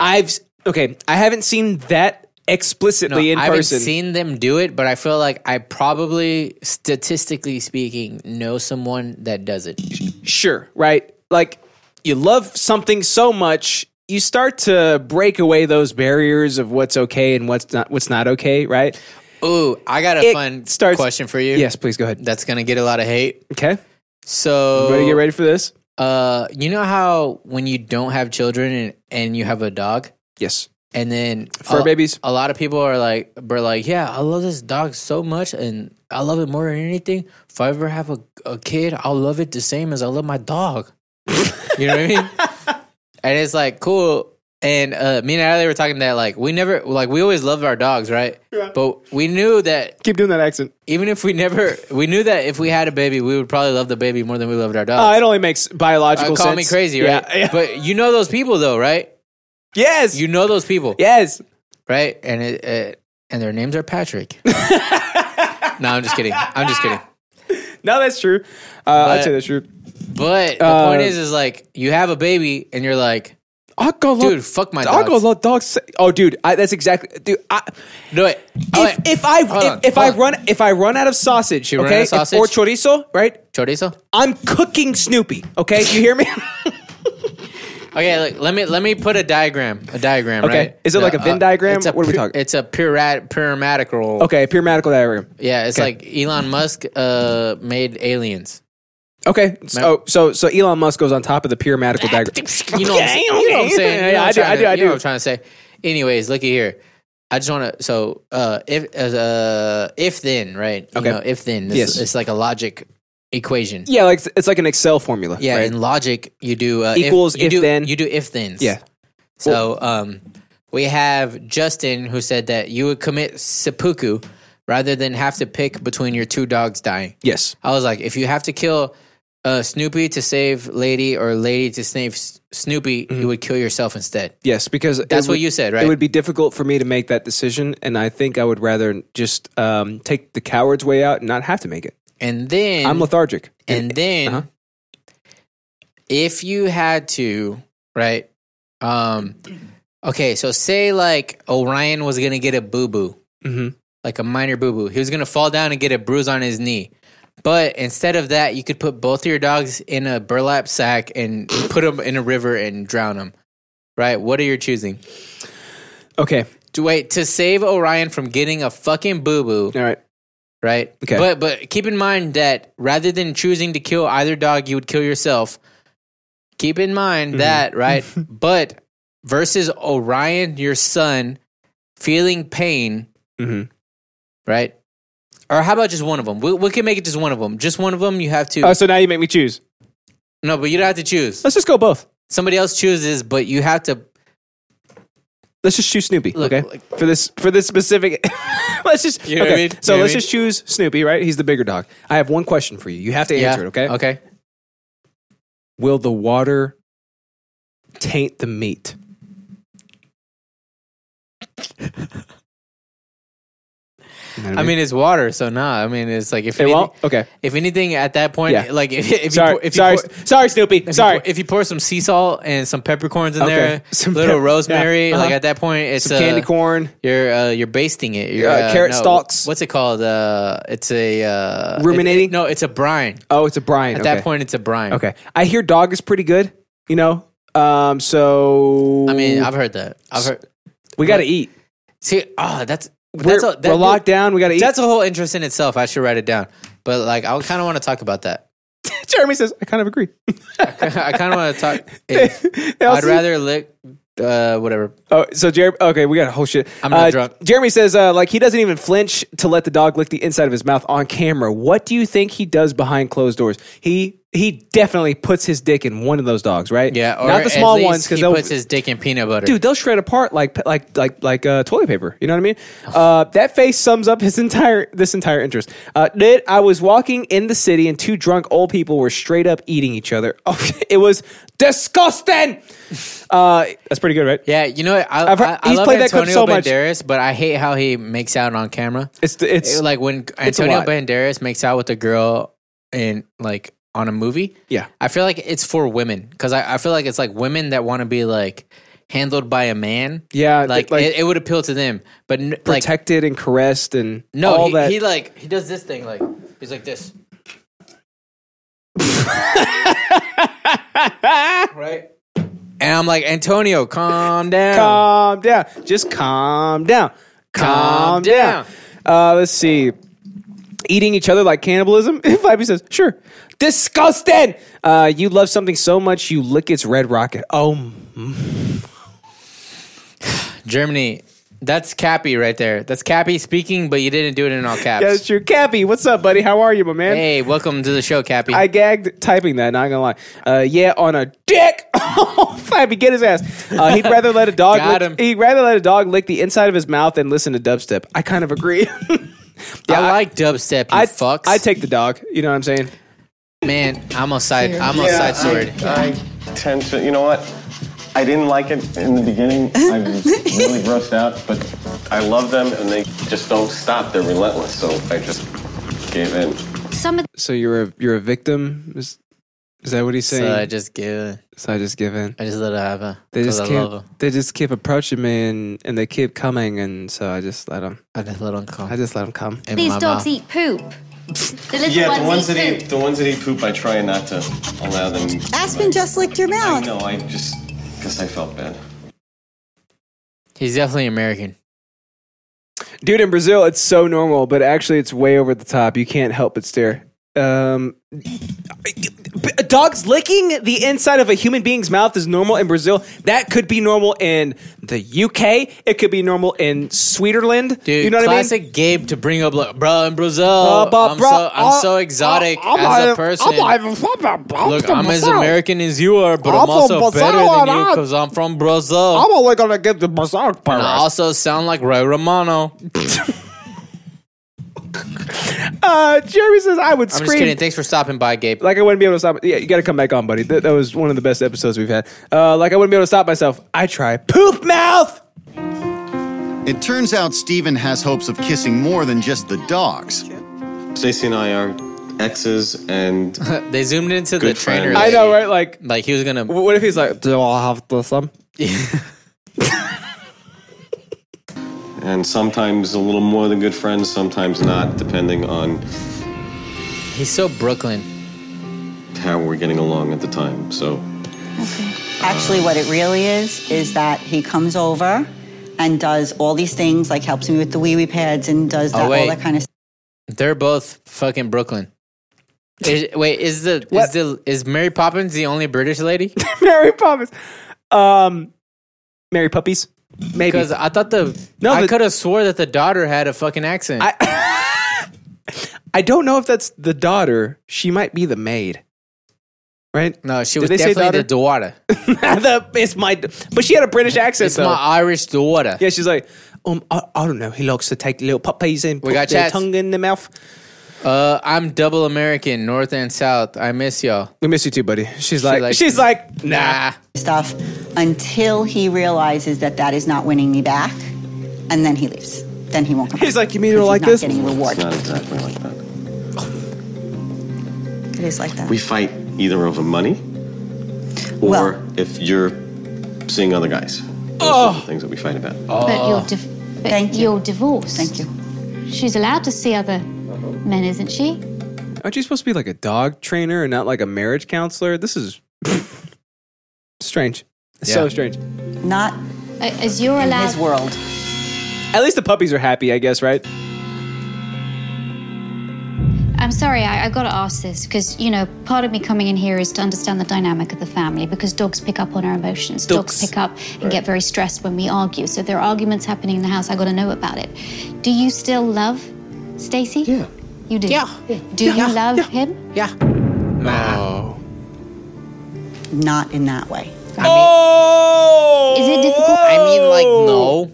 I've okay. I haven't seen that explicitly in I haven't person. seen them do it, but I feel like I probably, statistically speaking, know someone that does it. sure, right? Like you love something so much, you start to break away those barriers of what's okay and what's not what's not okay, right? Ooh, I got a It fun starts- question for you. Yes, please go ahead. That's gonna get a lot of hate. Okay, So ready to get ready for this? Uh, you know how when you don't have children and, and you have a dog, Yes. and then Fur a, babies? a lot of people are like, "Bro, like, yeah, I love this dog so much, and I love it more than anything. If I ever have a, a kid, I'll love it the same as I love my dog." you know what I mean? And it's like cool. And uh, me and Natalie were talking that like we never like we always loved our dogs, right? Yeah. But we knew that Keep doing that accent. even if we never, we knew that if we had a baby, we would probably love the baby more than we loved our dog. Uh, it only makes biological Uh, call sense. me crazy, Yeah, right? But you know those people though, right? Yes. You know those people. Yes. Right? And it, it and their names are Patrick. no, I'm just kidding. I'm just kidding. no, that's true. Uh, I'd But- say that's true. But the Uh, point is is like you have a baby and you're like I go love, Dude, fuck my I go dogs. love dogs. Oh, dude, I, that's exactly. Dude, I, do it. if, if I if, oh, Hold on, if hold I on. run if I run out of sausage, run okay, out of if- or chorizo, right? Chorizo? I'm cooking Snoopy. Okay, you hear me? Okay, like, let me let me put a diagram. A diagram, Okay. right? Uh, Is it like a Venn diagram? It's a What are we pyr- talking? It's a pyra- pyramidal. okay, pyramidical diagram. Yeah, it's Okay. like Elon Musk uh, made aliens. Okay, so so so Elon Musk goes on top of the pyramidical diagram. Ah, You know, what I'm saying? Okay, you know what I'm okay. saying? You Yeah, know what I I'm do. trying I to- do. I you know what I'm do. trying to say. Anyways, looky here. I just want to. So, uh, if as uh, if then, right? You Okay. know, if then, this, Yes. it's like a logic equation. Yeah, like it's like an Excel formula. Yeah, right? in logic, you do uh, Equals you if do- then. You do if thens. Yeah. So, um, we have Justin who said that you would commit seppuku, rather than have to pick between your two dogs dying. Yes. I was like, if you have to kill uh, Snoopy to save Lady or Lady to save S- Snoopy, you would kill yourself instead. Yes, because it That's what would- you said, right? It would be difficult for me to make that decision, and I think I would rather just um, take the coward's way out and not have to make it. And then I'm lethargic. Uh-huh. And then if you had to, right? Um okay, so say like Orion was going to get a boo-boo, Uh, Mm-hmm. like a minor boo-boo. He was going to fall down and get a bruise on his knee. But instead of that, you could put both of your dogs in a burlap sack and put them in a river and drown them. Right? What are you choosing? Okay. To wait to save Orion from getting a fucking boo boo. All right. Right. Okay. But but keep in mind that rather than choosing to kill either dog, you would kill yourself. Keep in mind Mm-hmm. that right. but versus Orion, your son, feeling pain. Mm-hmm. Right. Or how about just one of them? We, we can make it just one of them. Just one of them. You have to. Oh, so now you make me choose. no, but you don't have to choose. Let's just go both. Somebody else chooses, but you have to. Let's just choose Snoopy, okay? for this for this specific. let's just You know what I okay. mean? So You know what I let's mean? just choose Snoopy, right? He's the bigger dog. I have one question for you. You have to Yeah. answer it, okay? Okay. Will the water taint the meat? I mean, it's water, so nah. I mean, it's like if It anything- won't? Okay. If anything, at that point, Yeah. like if, if Sorry, you pour, if sorry, you pour, sorry, Snoopy, if sorry. you pour, if you pour some sea salt and some peppercorns in Okay. there, Some little pep- rosemary, yeah, like uh-huh. at that point, it's uh, Some candy corn. You're uh, you're basting it. You're, Uh, carrot stalks. What's it called? Uh, it's a uh, Ruminating? it- it- no, it's a brine. Oh, it's a brine. At that okay. point, it's a brine. Okay. I hear dog is pretty good, you know? Um, so. I mean, I've heard that. I've heard. We got to eat. See, ah, that's We're, that's a, that, we're locked down. We got to eat. That's a whole interest in itself. I should write it down. But like, I kind of want to talk about that. Jeremy says, I kind of agree. I kind of want to talk. If, I'll I'd see- rather lick, uh, whatever. Oh, so Jeremy. Okay, we got a whole shit. I'm not Uh, drunk. Jeremy says, uh, like, he doesn't even flinch to let the dog lick the inside of his mouth on camera. What do you think he does behind closed doors? He he definitely puts his dick in one of those dogs, right? Yeah, or not the at small least ones because he they'll puts his dick in peanut butter. dude they'll shred apart like like like like uh, toilet paper you know what i mean uh, that face sums up his entire this entire interest uh, did i was walking in the city and two drunk old people were straight up eating each other oh, it was disgusting uh, that's pretty good right yeah you know what I, I've heard- I, I he's love played that clip Antonio so much. Banderas, but I hate how he makes out on camera. It's the- it's- It- like when it's a Antonio lot. Banderas makes out with a girl in like on a movie. Yeah. I feel like it's for women because I, I feel like it's like women that want to be like handled by a man. yeah Like, like it, it would appeal to them, but n- like protected and caressed and no, all he, that he like he does this thing like he's like this. right? And I'm like, Antonio, calm down. calm down just calm down Calm calm down, down. Uh, let's see eating each other like cannibalism Fibby says sure disgusting uh, you love something so much you lick its red rocket oh Germany. That's Cappy right there. That's Cappy speaking, but you didn't do it in all caps. That's true. Cappy, what's up, buddy? How are you, my man? Hey, welcome to the show, Cappy. I gagged typing that, not gonna lie. Uh, yeah, on a dick. Oh, Fabby, get his ass. Uh, he'd rather let a dog Got lick, him. he'd rather let a dog lick the inside of his mouth than listen to dubstep. I kind of agree. I, like dubstep. You I fucks. I take the dog. You know what I'm saying? Man, I'm a side. I'm a Yeah, side sword. I, I tend to, you know what? I didn't like it in the beginning. I was really grossed out, but I love them and they just don't stop. They're relentless, so I just gave in. Some of So you're a you're a victim. Is, is that what he's saying? So I just give. So I just give in. I just let it happen. They just I keep love 'em. they just keep approaching me and, and they keep coming and so I just let them. I just let them come. I just let them come. these dogs eat poop. The little yeah, ones, the ones eat that eat the ones that eat poop, I try not to allow them. Aspen just licked your I mouth. know. I just because I felt bad. He's definitely American. Dude, in Brazil, it's so normal, but actually, it's way over the top. You can't help but stare. Um, dogs licking the inside of a human being's mouth is normal in Brazil. That could be normal in the UK. It could be normal in Swedenland. Dude, you know what I mean? classic Gabe to bring up, like, bro, in Brazil, Uh, but Oh, I'm, bro, so, I'm uh, so exotic uh, I'm as not a, even- person. I'm not even- Look, from I'm as Brazil. American as you are, but I'm I'm, from also Brazil better than and you I- because I'm from Brazil. I'm only gonna get the Brazil and I part. also sound like Ray Romano. Uh, Jeremy says I would I'm just scream. kidding. Thanks for stopping by, Gabe. like I wouldn't be able to stop. Yeah, you got to come back on, buddy. That, that was one of the best episodes we've had. Uh, like I wouldn't be able to stop myself. I try poop mouth. It turns out Steven has hopes of kissing more than just the dogs. Stacy and I are exes, and they zoomed into the Good friend. trainer. I know, right? Like, like he was gonna. What if he's like, "Do I have the thumb?" and sometimes a little more than good friends, sometimes not, depending on He's so Brooklyn. how we're getting along at the time. So Actually, what it really is is that he comes over and does all these things, like helps me with the wee wee pads and does Oh, that, all wait. that kind of. They're both fucking Brooklyn. Is, wait, is the is the is Mary Poppins the only British lady? Mary Poppins. Um, Mary puppies. Maybe. Because I thought the No, no, I but- could have swore that the daughter had a fucking accent. I don't know if that's the daughter. She might be the maid. Right? No, she Did was they say definitely the daughter. The- it's my, but she had a British accent. It's though. my Irish daughter. Yeah, she's like, um, I, I don't know. He likes to take little puppies and We put got their chats. tongue in the mouth. Uh, I'm double American, North and South. I miss y'all. We miss you too, buddy. She's like, she's like, nah. stuff until he realizes that that is not winning me back, and then he leaves. Then he won't come. He's like, you mean her like this? Getting rewarded. not exactly like that. It is like that. We fight either over money or if you're seeing other guys. Those Oh. are the things that we fight about. But you're, div- but you're divorced. Thank you. She's allowed to see other men, isn't she? Aren't you supposed to be like a dog trainer and not like a marriage counselor? This is strange. So Yeah. strange. Not as you're allowed. His world. At least the puppies are happy, I guess, right? I'm sorry, I, I've got to ask this because, you know, part of me coming in here is to understand the dynamic of the family because dogs pick up on our emotions. Dogs, pick up and Right. get very stressed when we argue. So if there are arguments happening in the house, i got to know about it. Do you still love Stacy? Yeah. You do? Yeah. Do Yeah. you love him? Yeah. Nah. Not in that way. Oh! Is it difficult? I mean, like, no.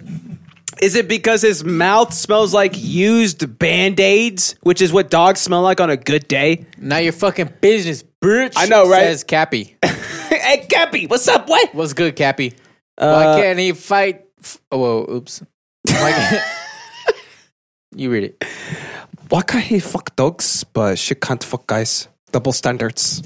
Is it because his mouth smells like used band aids, which is what dogs smell like on a good day? Now your fucking business, bitch. I know, right? Says Cappy. hey, Cappy, what's up, what? Uh, What's good, Cappy? Why can't he fight? f- Oh, whoa, oops. Why can't- you read it. Why can't he fuck dogs, but she can't fuck guys? Double standards.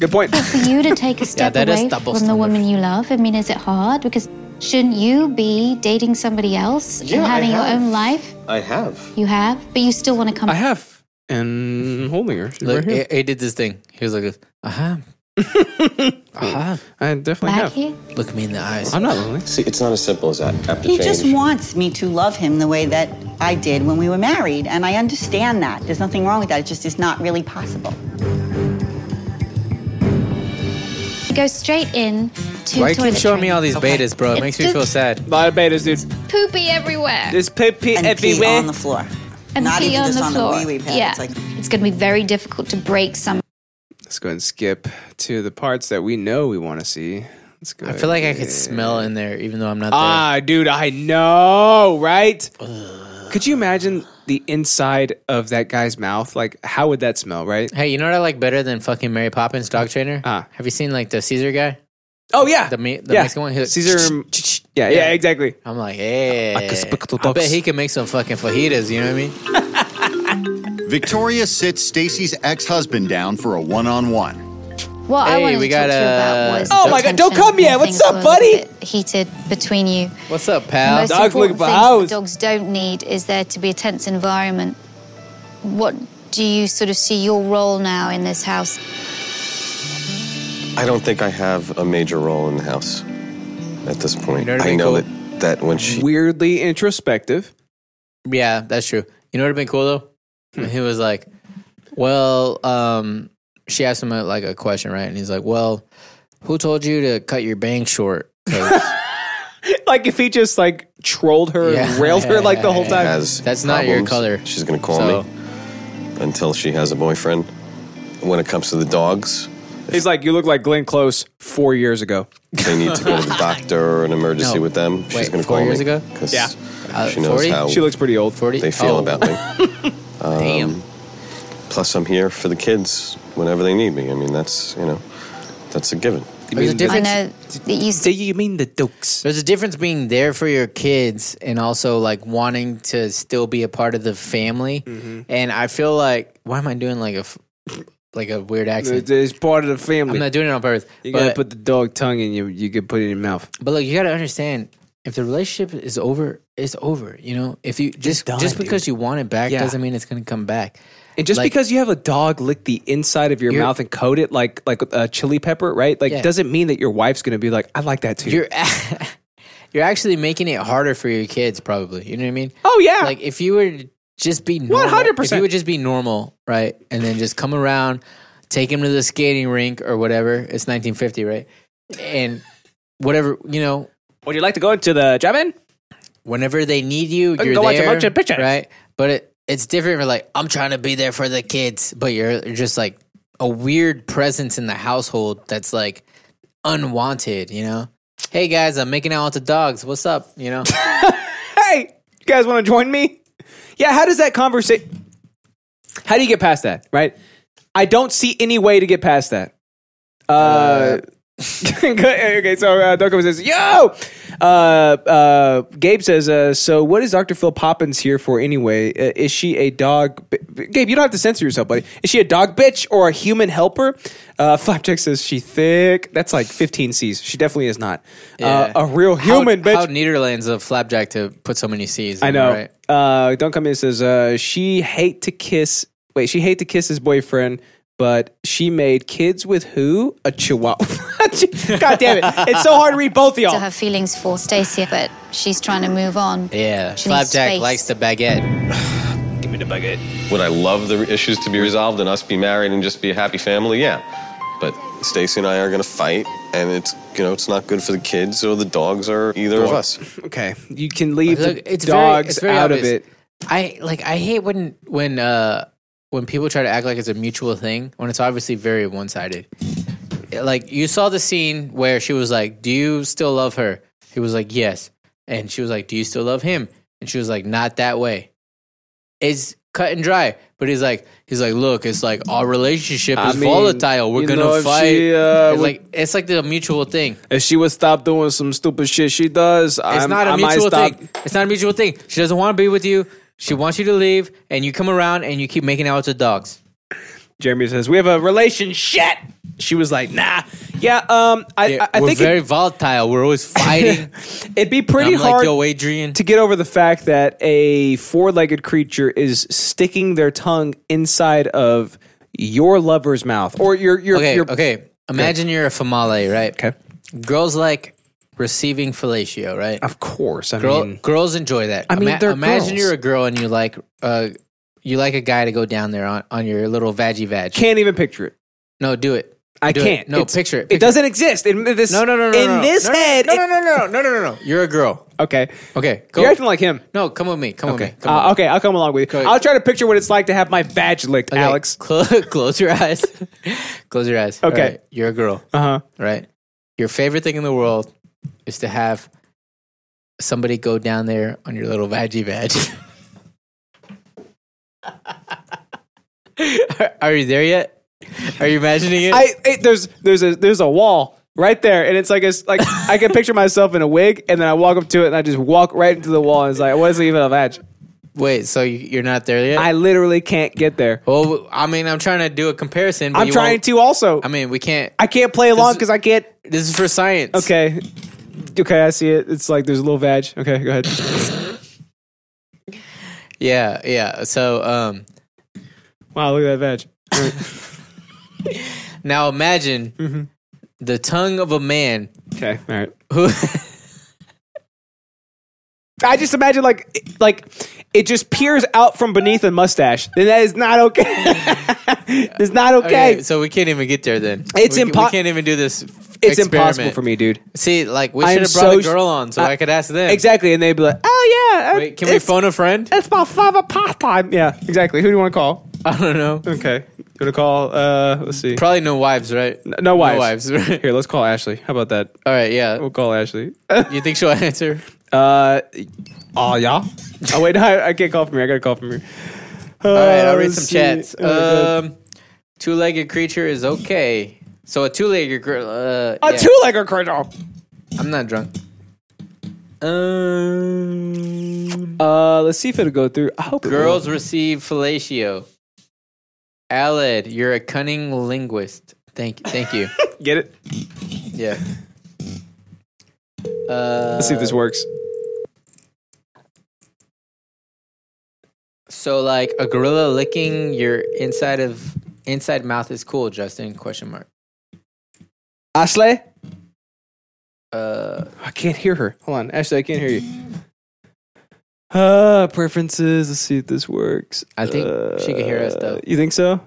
Good point. For you to take a step that is away from double the woman you love, I mean, is it hard? Because shouldn't you be dating somebody else Yeah, and I having your have. own life? I have. You have, but you still want to come. I have. And holding her. She's Look, right here. he, he did this thing. He was like, this, uh-huh. uh-huh. I definitely Back have. here? Look me in the eyes. I'm not lonely. See, it's not as simple as that. After He change, just wants me to love him the way that I did when we were married, and I understand that. There's nothing wrong with that. It just is not really possible. Go straight in to Why you toilet keep showing me all these Okay. betas, bro? It makes me just- feel sad. A lot of betas, dude. poopy everywhere. There's pee and Pee on the floor. and Not pee even on just the on the floor. wee-wee pad. Yeah. It's It's, like- going to be very difficult to break some. Let's go ahead and skip to the parts that we know we want to see. Let's go. I feel like I could smell in there, even though I'm not there. Ah, dude, I know, right? Could you imagine the inside of that guy's mouth? Like, how would that smell, right? Hey, you know what I like better than fucking Mary Poppins dog trainer? Ah. Have you seen like the Caesar guy? Oh yeah, the, me- the Yeah. Mexican one. He's Caesar. yeah, yeah, exactly. Uh, I'm like, hey, I can speak to I bet dogs. he can make some fucking fajitas. You know what I mean? Victoria sits Stacy's ex husband down for a one on one. What I Hey, wanted we to got, talk to you about uh, was. Oh the my God, don't tension come when yet. What's things up, were a buddy? little bit Heated between you. What's up, The pal? most important thing that dogs don't need is there to be a tense environment. What do you sort of see your role now in this house? I don't think I have a major role in the house at this point. I know that, that when she weirdly introspective. Yeah, that's true. You know what would have been cool though? Hmm. When He was like, well, um, she asked him uh, like a question, right? And he's like, well, who told you to cut your bangs short? 'Cause- Like if he just like trolled her Yeah. and railed her like the whole She time. has problems, She's gonna call so- me until she has a boyfriend. When it comes to the dogs, He's like, you look like Glenn Close four years ago. they need to go to the doctor or an emergency No. with them. Wait, She's gonna four call years me ago? Uh, because Uh, Yeah. she knows how Oh, Oh. She looks pretty old. they feel about me. Um, Plus, I'm here for the kids whenever they need me. I mean, that's you know, that's a given. I know that you. Do you mean the dukes? There's a difference being there for your kids and also like wanting to still be a part of the family. Mm-hmm. And I feel like why am I doing like a f- like a weird accent? It's part of the family. I'm not doing it on purpose. You gotta but, put the dog tongue in you. You can put it in your mouth. but look, you gotta understand if the relationship is over, it's over. You know, if you just done, just because dude. you want it back Yeah. doesn't mean it's gonna come back. And just Like- because you have a dog lick the inside of your You're- mouth and coat it like like a chili pepper, right? Like Yeah. doesn't mean that your wife's gonna be like, I like that too. You're you're actually making it harder for your kids, probably. You know what I mean? Oh yeah. Like if you were to just be normal, 100%. If you would just be normal, right, and then just come around, take him to the skating rink or whatever. It's 1950, right? And whatever you know, Would you like to go to the drive-in? Whenever they need you, can you're go watch a there, motion picture. right? But it, it's different. For like, I'm trying to be there for the kids, but you're you're just like a weird presence in the household that's like unwanted. You know, hey guys, I'm making out with the dogs. What's up? You know. hey, you guys want to join me? Yeah, how does that conversation? How do you get past that? Right? I don't see any way to get past that. Uh, okay, so uh, Doco says, "Yo." Uh, uh, Gabe says, uh, "So what is Dr. Phil Poppins here for anyway? Uh, is she a dog?" bi- Gabe, you don't have to censor yourself, buddy. Is she a dog bitch or a human helper? Uh, Flapjack says she thick. That's like 15 C's. She definitely is not uh, a real human how, bitch. How Nederland's a flapjack to put so many C's. I in, know. Right? Uh, Don't come in says uh, she hate to kiss. Wait, she hate to kiss his boyfriend, but she made kids with who? A chihuahua. God damn it! It's so hard to read both of To y'all. her feelings for Stacia, but she's trying to move on. Yeah, She needs flapjack space. likes the baguette. Give me the baguette. Would I love the issues to be resolved and us be married and just be a happy family? Yeah. But Stacy and I are going to fight, and it's you know it's not good for the kids or the dogs or either of us. Okay, you can leave Look, the it's very- dogs it's very out obvious. of it. I like. I hate when when uh when people try to act like it's a mutual thing when it's obviously very one sided. Like you saw the scene where she was like, "Do you still love her?" He was like, "Yes," and she was like, "Do you still love him?" And she was like, "Not that way." It's cut and dry. But he's like, he's like, look, it's like our relationship I is mean, volatile. We're you gonna know, if fight. she, uh, it's would- like it's like the mutual thing. If she would stop doing some stupid shit she does, It's I'm, not a I might mutual stop. thing. It's not a mutual thing. She doesn't want to be with you. She wants you to leave, and you come around and you keep making out with the dogs. Jeremy says we have a relationship. She was like, "Nah, yeah." Um, I, I, I We're think it- very volatile. We're always fighting. It'd be pretty I'm like, hard "Yo, Adrian." to get over the fact that a four-legged creature is sticking their tongue inside of your lover's mouth or your your okay, your okay. Imagine you're a famale, right? Okay. Girls like receiving fellatio, right? Of course. I Girl, mean, girls enjoy that. I mean, they're imagine girls. you're a girl and you like uh, you like a guy to go down there on, on your little veggie vag. can't even picture it. no, do it. I Do it. can't. No, It's- picture it. It doesn't exist in this. No, no, no, no. In no, no. this No, no, head, No, it- no, no, no, no, no, no, no. You're a girl. Okay. Okay. You're acting like him. No, come with me. Come Okay. with me. Come Uh, okay, I'll come along with you. ahead. I'll try to picture what it's like to have my badge licked, Alex. Close, close your eyes. close your eyes. Okay. All right, You're a girl. Uh huh. Right. Your favorite thing in the world is to have somebody go down there on your little veggie vag. are, are you there yet? Are you imagining it? I it, there's there's a there's a wall right there, and it's like it's like I can picture myself in a wig, and then I walk up to it, and I just walk right into the wall, and it's like it wasn't even a badge. Wait, so you- you're not there yet? I literally can't get there. well, I mean, I'm trying to do a comparison. But I'm you trying won't- to also. I mean, we can't. I can't play along is- because I can't. This is for science. Okay, okay, I see it. It's like there's a little vag. Okay, go ahead. Yeah, yeah. So, um, Wow, look at that vag. Now imagine the tongue of a man Mm-hmm. Okay, all right. who I just imagine like it- like it just peers out from beneath a mustache. Then that is not okay. it's not okay. so we can't even get there then. It's we, impo- we can't even do this. it's experiment. impossible for me, dude. See, like we I should am have brought so a sh- girl on so I, I- could ask them. Exactly, and they'd be like, "Oh yeah, uh, Wait, can we it's- phone a friend? It's my favorite pastime. Yeah, exactly. Who do you want to call? I don't know. Okay, you want to call? Uh, let's see. Probably no wives, right? no No wives. wives. right? Here, let's call Ashley. How about that? All right. Yeah. We'll call Ashley. You think she'll answer? Uh, oh yeah. Oh wait, no, I, I can't call from here. I gotta call from here. All right, I'll read let's some see. chats. Oh my God. um, two-legged creature is okay. So a two-legged creature. Uh, A yeah. two-legger critter. I'm not drunk. Um, uh, let's see if it'll go through. I hope it will. Girls receive fellatio. Aled, you're a cunning linguist. Thank, thank you. Get it? Yeah. Uh, Let's see if this works. So, like a gorilla licking your inside of inside mouth is cool, Justin? Question mark. Ashley? Uh, I can't hear her. Hold on. Ashley, I can't hear you. Uh, preferences. Let's see if this works. I think she can hear us, though. Uh, You think so?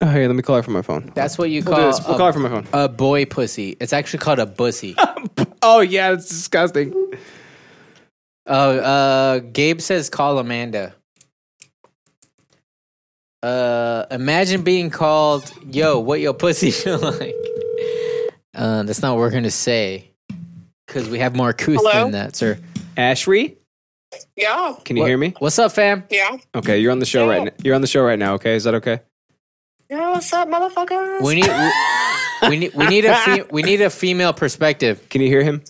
Oh, here, let me call her from my phone. That's what you We'll call. do this. We'll call her from my phone. A boy pussy. It's actually called a bussy. Oh, yeah, it's disgusting. Oh, uh, Gabe says call Amanda. Uh, imagine being called, "Yo, what your pussy feel like?" Uh, that's not what we're gonna say, because we have more couth Hello? than that, sir. Ashry, Yeah. can you hear me? What's up, fam? Yeah. Okay, you're on the show right now. You're on the show right now, okay? Is that okay? Yeah, what's up, motherfuckers? We need we, we need we need a fe- we need a female perspective. Can you hear him?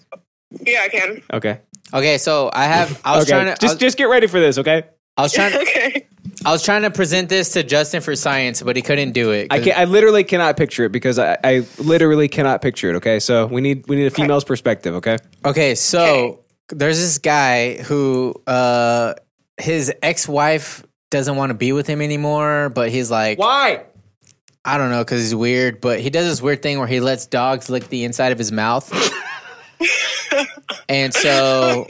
yeah, I can. Okay. Okay, so I have. I was okay. trying to. I just was- just get ready for this, okay? I was trying. okay. I was trying to present this to Justin for science, but he couldn't do it. I can I literally cannot picture it because I, I literally cannot picture it, okay? So we need we need a female's perspective, okay? Okay, so there's this guy who uh his ex-wife doesn't want to be with him anymore, but he's like Why? I don't know cuz he's weird, but he does this weird thing where he lets dogs lick the inside of his mouth. and so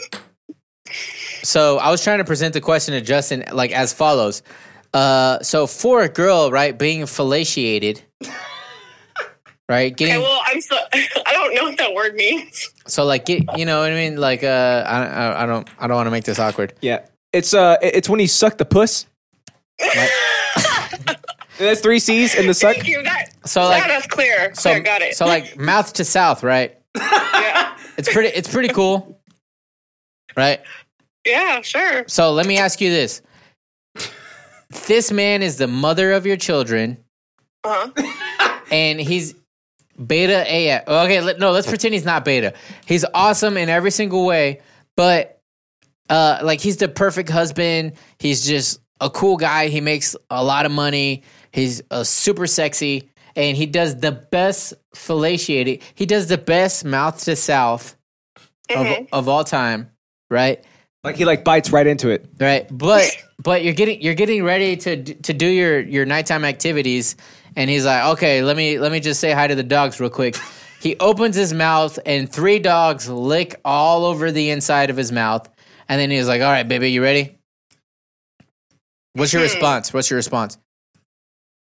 so I was trying to present the question to Justin like as follows. Uh so for a girl, right, being fellatiated, right? Getting Okay, well, I'm so I don't know what that word means. So like get you know what I mean like uh I I, I don't I don't want to make this awkward. Yeah. It's uh it- it's when you suck the puss. And that's three C's in the suck. Thank you. That, So, so like- that's clear. So clear, got it. So like mouth to south, right? It's pretty it's pretty cool. Right? yeah, sure. So let me ask you this. This man is the mother of your children Uh huh. and he's beta AF. Okay, let, no, let's pretend he's not beta. He's awesome in every single way, but uh like he's the perfect husband. He's just a cool guy. He makes a lot of money. He's uh, super sexy and he does the best fellatiating. He does the best mouth to south of, Mhm. of all time, right? Like he like bites right into it. Right, but but you're getting you're getting ready to d- to do your your nighttime activities, and he's like, okay, let me let me just say hi to the dogs real quick. He opens his mouth, and three dogs lick all over the inside of his mouth, and then he's like, all right, baby, you ready? What's your Hmm. response? What's your response?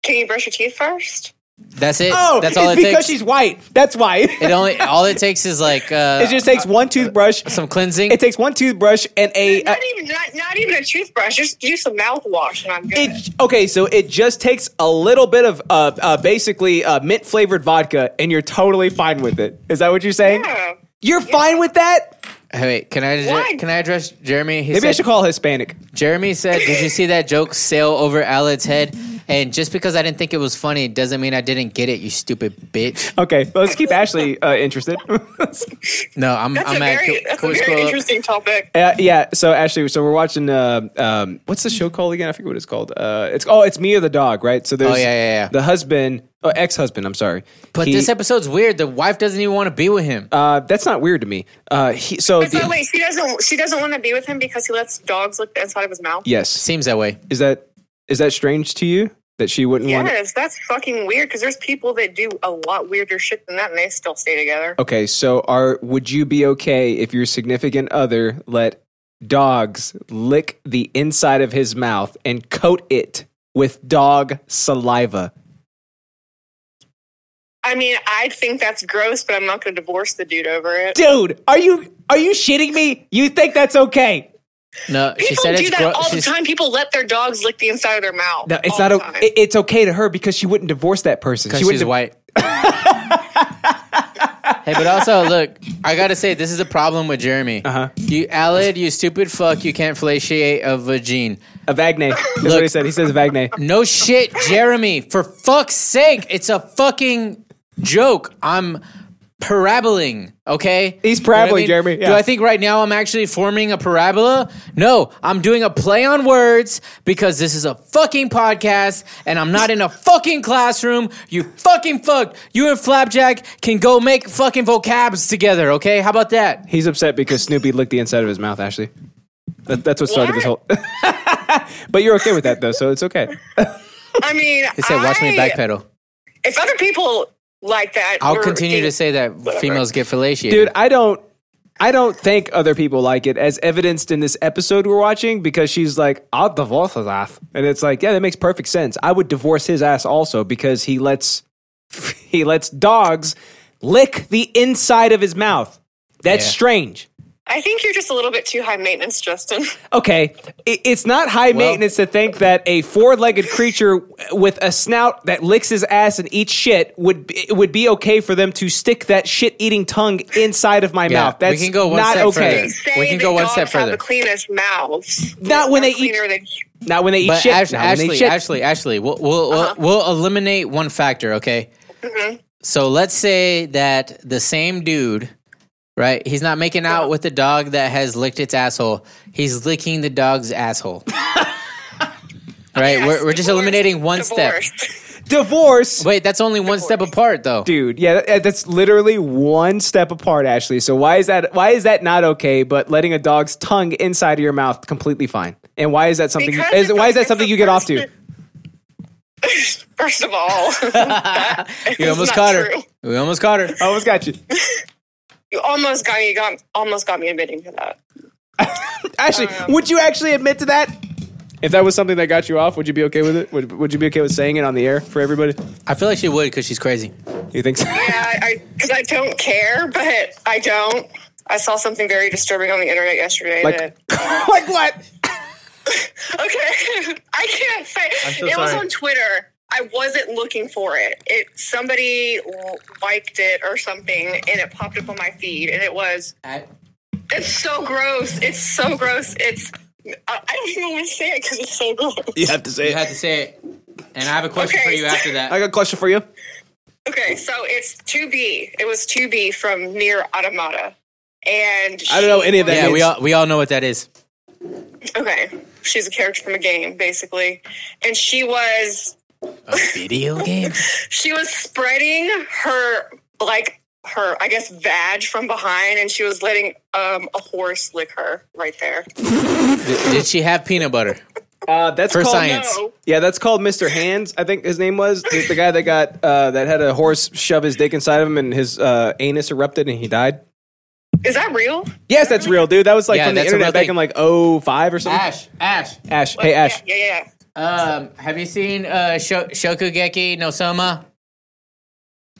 Can you brush your teeth first? That's it. Oh, That's all it's it because takes. she's white. That's why. It only all it takes is like uh, it just takes one toothbrush, some cleansing. It takes one toothbrush and a. Not even not, not even a toothbrush. Just use some mouthwash, and I'm good. it- okay, so it just takes a little bit of uh, uh, basically uh, mint flavored vodka, and you're totally fine with it. Is that what you're saying? You're fine with that? Hey, wait, can I Why? can I address Jeremy? He Maybe I said- should call Hispanic. Jeremy said, "Did you see that joke sail over Alad's head?" And just because I didn't think it was funny doesn't mean I didn't get it. You stupid bitch. Okay, well, let's keep Ashley uh, interested. No, I'm. That's I'm a at. very can- that's can a we very scroll up? interesting topic. Uh, yeah, so Ashley, so we're watching. Uh, um, what's the show called again? I forget what it's called. Uh, it's oh, it's Me or the Dog, right? So there's Oh, yeah, yeah, yeah. the husband, oh, ex husband. I'm sorry, But He- this episode's weird. The wife doesn't even want to be with him. uh, that's not weird to me. Uh, he, so But so the- wait, she doesn't she doesn't want to be with him because he lets dogs lick the inside of his mouth. yes, seems that way. Is that is that strange to you that she wouldn't want? to Yes, that's fucking weird. Because there's people that do a lot weirder shit than that, and they still stay together. Okay, so are would you be okay if your significant other let dogs lick the inside of his mouth and coat it with dog saliva? I mean, I think that's gross, but I'm not going to divorce the dude over it. Dude, are you are you shitting me? You think that's okay? No, People do that all the time. People let their dogs lick the inside of their mouth. No, it's not. all the O- time. it- it's okay to her because she wouldn't divorce that person. Because She wouldn't she's di- white. hey, but also look, I gotta say Uh-huh. this is a problem with Jeremy. Uh huh. You, Alad, you stupid fuck. You can't fellatiate a vagine. A Vagne. That's what he said. He says Vagne. No shit, Jeremy. For fuck's sake, it's a fucking joke. I'm paraboling, okay? He's paraboling, Jeremy, yeah. Do I think right now I'm actually forming a parabola? No, I'm doing a play on words because this is a fucking podcast and I'm not in a fucking classroom. You fucking fucked. You and Flapjack can go make fucking vocabs together, okay? How about that? He's upset because Snoopy licked the inside of his mouth, Ashley. That, that's what started this whole. but you're okay with that, though, so it's okay. I mean, He said, watch me I- backpedal. If other people like that, I'll or continue it- to say that females get fellatiated. Dude, I don't I don't think other people like it as evidenced in this episode we're watching because she's like, I'll divorce his ass. And it's like, yeah, that makes perfect sense. I would divorce his ass also because he lets he lets dogs lick the inside of his mouth. That's Yeah. strange. I think you're just a little bit too high maintenance, Justin. Okay, i- it's not high maintenance to think that a four-legged creature with a snout that licks his ass and eats shit would be, it would be okay for them to stick that shit-eating tongue inside of my Yeah, mouth. That's we can go one not step okay. further. We can go one step Have further. the cleanest mouths. Not when they eat. Not when they eat But shit. Ash- Not when they Ashley, eat shit. Uh-huh. Ashley, Ashley, we'll we'll, we'll we'll eliminate one factor, okay? Mm-hmm. So let's say that the same dude, right? He's not making out with the dog that has licked its asshole. He's licking the dog's asshole. right? we're we're just eliminating one step. Divorce. Wait, that's only one step apart, though. Dude, yeah, that- that's literally one step apart, Ashley. So why is that? Why is that not okay? But letting a dog's tongue inside of your mouth completely fine. And why is that something? You, Because is, it's why is that something you get off to? First of all, that You is almost not caught her. true. We almost caught her. Almost got you. You almost got me. You got almost got me admitting to that. Ashley, Um, would you actually admit to that? If that was something that got you off, would you be okay with it? Would, would you be okay with saying it on the air for everybody? I feel like she would because she's crazy. You think so? Yeah, I because I don't care, but I don't. I saw something very disturbing on the internet yesterday. Like- that, like what? okay, I can't say. I'm so it was sorry. on Twitter. I wasn't looking for it. It somebody l- liked it or something, and it popped up on my feed, and it was. It's so gross. It's so gross. It's. I, I don't even want to say it because it's so gross. You have to say. You have to say it. And I have a question for you after that. I got a question for you. Okay, so it's 2B. It was 2B from Near Automata. And I don't know any of that Yeah, we means. all we all know what that is. okay, she's a character from a game, basically. And she was Video game. she was spreading her like her I guess vag from behind and she was letting um a horse lick her right there. did, did she have peanut butter? Uh, that's for called- science. Yeah, that's called Mr. Hands. I think his name was the, the guy that got uh, that had a horse shove his dick inside of him and his uh, anus erupted and he died. Is that real? Yes, that's real, dude. That was like Yeah, from the that's a real internet back thing. in like oh five or something. Ash, Ash, Ash. Hey, Ash. Yeah, yeah. Um, have you seen uh Sho- Shokugeki no Soma?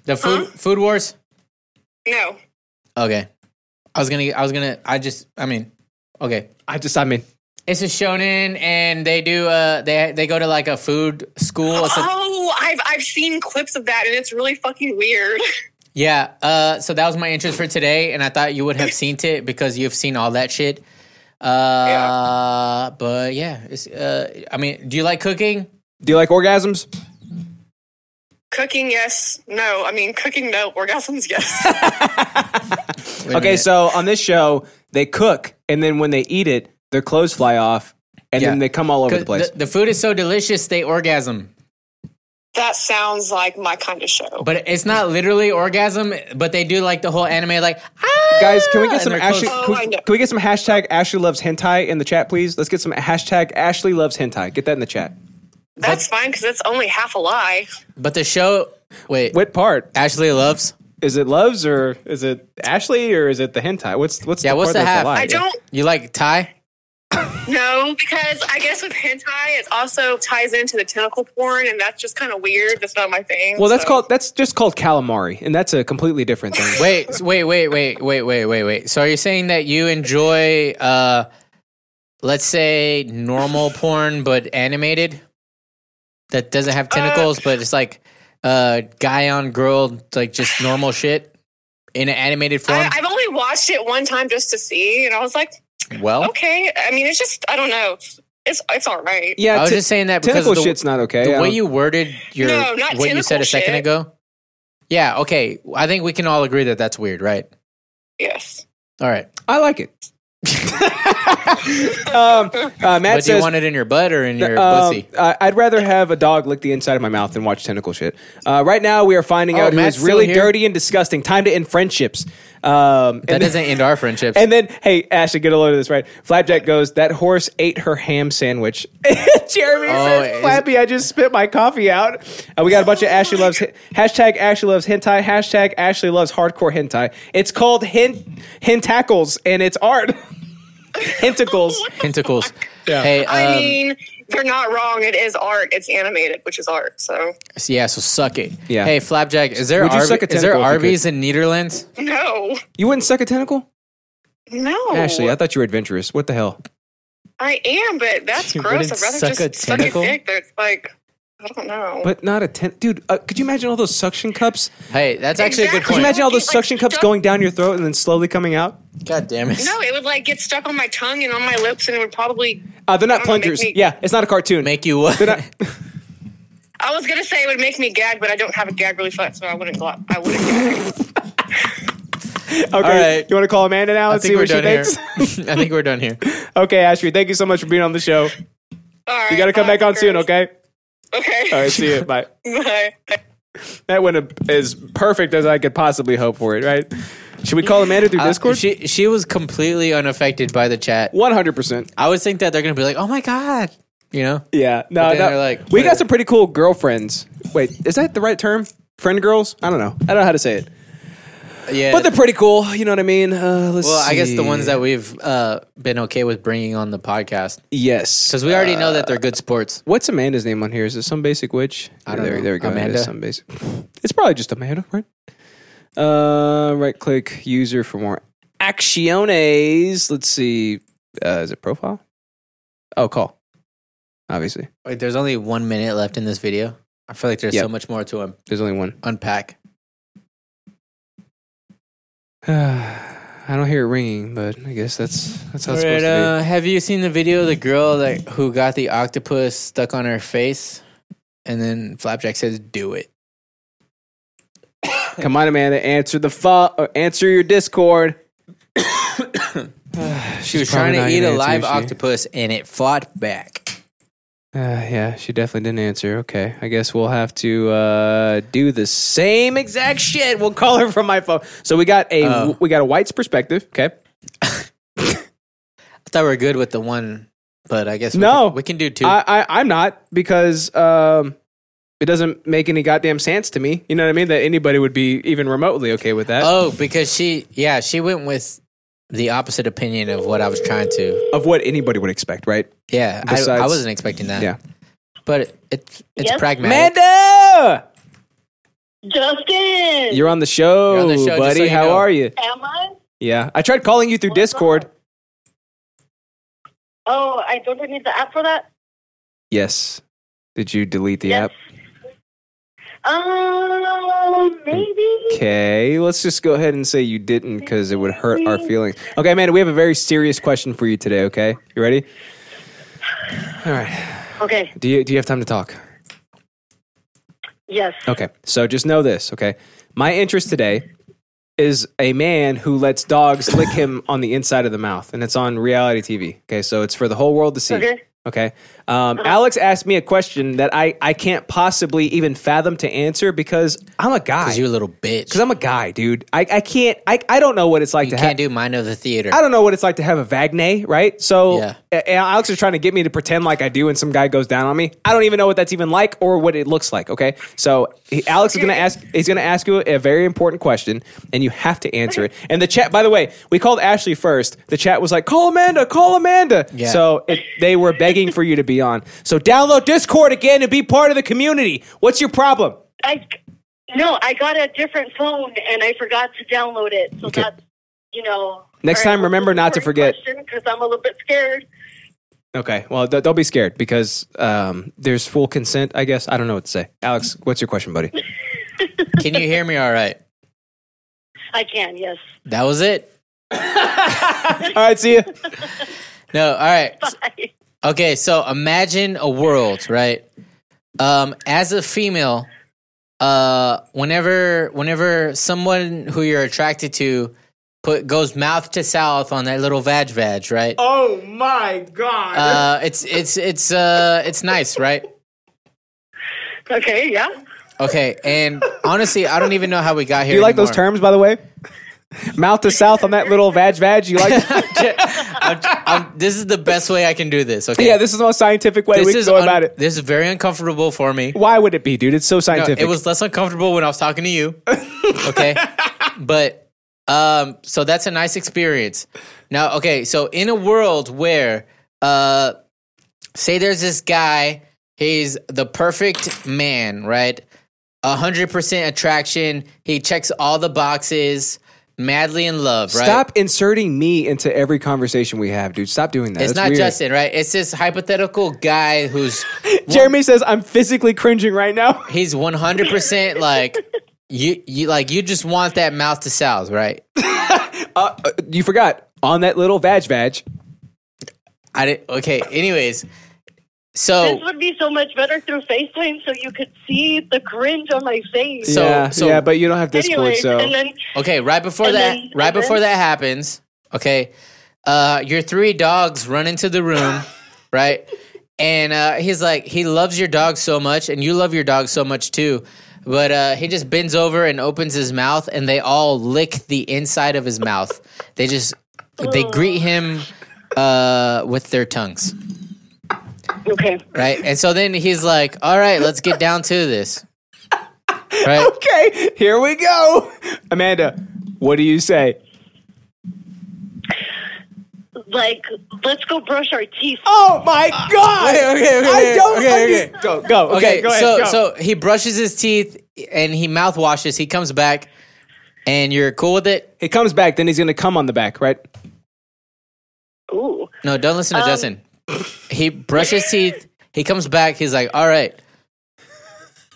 The food food wars. No. Okay, I was gonna. I was gonna. I just. I mean. Okay. I just. I mean. It's a shonen, and they do. Uh, they they go to like a food school. It's a- Oh, I've I've seen clips of that and it's really fucking weird. Yeah. Uh, so that was my interest for today, and I thought you would have seen it because you've seen all that shit. Uh, But yeah, it's, uh, I mean, do you like cooking? Do you like orgasms? Cooking, yes. No. I mean cooking no. Orgasms, yes. Okay, so on this show they cook and then when they eat it, their clothes fly off and Yeah. then they come all over the 'Cause place. The, the food is so delicious, they orgasm. that sounds like my kind of show. But it's not literally orgasm, but they do like the whole anime, like, ah! Guys, can we get And some their Ashley? clothes- Can we, can we get some hashtag Ashley loves hentai in the chat, please? Let's get some hashtag Ashley loves hentai. Get that in the chat. That's fine because it's only half a lie. But the show, wait, what part? Ashley loves. Is it loves or is it Ashley or is it the hentai? What's what's Yeah, the what's part the that's half? a lie? I don't- You like Thai? No, because I guess with hentai, it also ties into the tentacle porn, and that's just kind of weird. That's not my thing. Well, that's so- called that's just called calamari, and that's a completely different thing. Wait, s- wait, wait, wait, wait, wait, wait, wait. So are you saying that you enjoy, uh, let's say, normal porn but animated that doesn't Uh, have tentacles, but it's like uh, guy on girl, like just normal shit in an animated form? I, I've only watched it one time just to see, and I was like, Oh. well, okay. I mean, it's just I don't know. It's it's all right. I was just saying that because tentacle of the, shit's not okay. I The way don't- you worded your No, not what you said tentacle a second shit. ago. Yeah. Okay. I think we can all agree that that's weird, right? Yes. All right. I like it. um, uh, Matt but do says, you want it in your butt or in your um, pussy? I- I'd rather have a dog lick the inside of my mouth than watch tentacle shit. Uh, right now, we are finding Oh, out Matt's who is really still here? dirty and disgusting. Time to end friendships. Um, That doesn't end our friendships. And then, hey, Ashley, get a load of this, right? Flapjack goes, that horse ate her ham sandwich. Jeremy Oh, says, Flappy, I just spit my coffee out. Uh, we got a bunch of Ashley loves, hashtag Ashley loves hentai, hashtag Ashley loves hardcore hentai. It's called hint, hentacles, and it's art. Hentacles. Hentacles. Hey, I um, mean, they're not wrong. It is art. It's animated, which is art. So so yeah, so suck it. Yeah. Hey, Flapjack, is there, Would you Arv- suck a is there tentacle if you Arby's in Netherlands? no, You wouldn't suck a tentacle? Oh. no. Ashley, I thought you were adventurous. What the hell? I am, but that's You gross. wouldn't I'd rather suck just a suck a tentacle? dick. That's like I don't know. But not a tent, dude. Uh, could you imagine all those suction cups? Hey, that's actually a good Could you point. imagine all those Like, suction cups don't- going down your throat and then slowly coming out? God damn it! no, it would like get stuck on my tongue and on my lips, and it would probably. Uh, they're not I don't know, make plungers. me- yeah, it's not a cartoon. Make you what? I was gonna say it would make me gag, but I don't have a gag reflex, so I wouldn't. Gla- I wouldn't. okay, right. you want to call Amanda now I and think see we're what she done here. thinks? I think we're done here. okay, Ashley, thank you so much for being on the show. you got to come back on soon, okay? Okay. All right, see you. Bye. Bye. That went a- as perfect as I could possibly hope for it, right? Should we call Amanda through Uh, Discord? she she was completely unaffected by the chat. One hundred percent. I would think that they're gonna be like, oh my god, you know? Yeah, But no, then no. they're like, we got whatever. some pretty cool girlfriends. Wait, is that the right term? Friend girls? I don't know. I don't know how to say it. Yeah. But they're pretty cool. You know what I mean? Uh, let's well, I guess the see. ones that we've uh, been okay with bringing on the podcast Yes, Uh, because we already know that they're good sports. What's Amanda's name on here? Is it some basic witch? I don't there, know. there we go. It is Amanda? Some basic. It's probably just Amanda, right? Uh, right click user for more acciones. Let's see. Uh, is it profile? Oh, call. Obviously, Wait, there's only one minute left in this video. I feel like there's Yep. so much more to un- there's only one. unpack. I don't hear it ringing, but I guess that's that's how All it's right, supposed uh, to have you seen the video of the girl that who got the octopus stuck on her face, and then Flapjack says, "Do it." uh, be. Come on, Amanda, answer the fu- or answer your Discord. She was probably trying to not eat gonna a answer, live is she? octopus, and it fought back. Uh, yeah, she definitely didn't answer. Okay, I guess we'll have to uh, do the same exact shit. We'll call her from my phone. So we got a Oh. we got a white's perspective. Okay, I thought we were good with the one, but I guess we No. can, we can do two. I, I I'm not because um, it doesn't make any goddamn sense to me. You know what I mean? That anybody would be even remotely okay with that. oh, because she, yeah, she went with the opposite opinion of what I was trying to. Of what anybody would expect, right? Yeah, I, I Besides- wasn't expecting that. Yeah. but it, it's it's Yes. pragmatic. Amanda, Justin. Ah! you're on the show, You're on the show, just buddy. so you How know. are you? Am I? Yeah, I tried calling you through Discord. Oh, I don't I need the app for that. Yes. Did you delete the app? Um, maybe. Okay, let's just go ahead and say you didn't because it would hurt our feelings. Okay, Amanda, we have a very serious question for you today, okay? You ready? All right. Okay. Do you, do you have time to talk? Yes. Okay, so just know this, okay? My interest today is a man who lets dogs lick him on the inside of the mouth, and it's on reality TV, okay? So it's for the whole world to see. Okay. Okay. Um, Alex asked me a question that I, I can't possibly even fathom to answer because I'm a guy. Because you're a little bitch. Because I'm a guy, dude. I, I can't, I, I don't know what it's like You to can't do have. mind of the theater. I don't know what it's like to have a Vagne, right? So Yeah. a- a- Alex is trying to get me to pretend like I do when some guy goes down on me. I don't even know what that's even like or what it looks like. Okay, so he, Alex is gonna ask. He's gonna ask you a very important question, and you have to answer it. And the chat, by the way, we called Ashley first. The chat was like, "Call Amanda, call Amanda." Yeah. So it, they were begging for you to be on. So download Discord again and be part of the community. What's your problem? I no, I got a different phone and I forgot to download it. So Okay. that's you know. Next time, remember not to forget. Because I'm a little bit scared. Okay. Well, d- don't be scared because um, there's full consent. I guess I don't know what to say. Alex, what's your question, buddy? Can you hear me? All right, I can. Yes. that was it. All right, see you. No, all right. Okay, so imagine a world, right? Um, as a female, uh, whenever whenever someone who you're attracted to put goes mouth to south on that little vag vag, right? Oh my god. Uh, it's it's it's uh it's nice, right? okay, yeah. Okay, and honestly, I don't even know how we got Do here. you like those anymore. terms, by the way? Mouth to south on that little vag vag. You like? I'm, this is the best way I can do this. Okay. Yeah, this is the most scientific way we can go un- about it. This is very uncomfortable for me. Why would it be, dude? It's so No, scientific. it was less uncomfortable when I was talking to you. Okay. but um so that's a nice experience. Now, okay, so in a world where uh say there's this guy, he's the perfect man, right? A hundred percent attraction, he checks all the boxes, madly in love, right? Stop inserting me into every conversation we have, dude. Stop doing that. It's That's not weird. Justin, right? It's this hypothetical guy who's Jeremy says I'm physically cringing right now. He's one hundred percent like you. You like you just want that mouth to south, right? Uh, you forgot on that little vag vag. I didn't. Okay. Anyways, This so would be so much better through FaceTime so you could see the cringe on my face. so yeah, so yeah, but you don't have Discord, Anyways, so and then okay. Right before and that, then- right and before then- that happens, okay. Uh, your three dogs run into the room, right? And uh, he's like, he loves your dog so much, and you love your dog so much too. But uh, he just bends over and opens his mouth, and they all lick the inside of his mouth. They just they greet him uh, with their tongues. Okay. Right. And so then he's like, all right, let's get down to this. Right. Okay, here we go. Amanda, what do you say? like, let's go brush our teeth. Oh my god! Okay, Ah. okay, okay, okay, okay, okay. Go, go, okay, go ahead. so, go. so he brushes his teeth and he mouthwashes. He comes back and you're cool with it? He comes back, then he's going to come on the back, right? Ooh. No, don't listen to Um, Justin. He brushes teeth. He comes back. He's like, all right.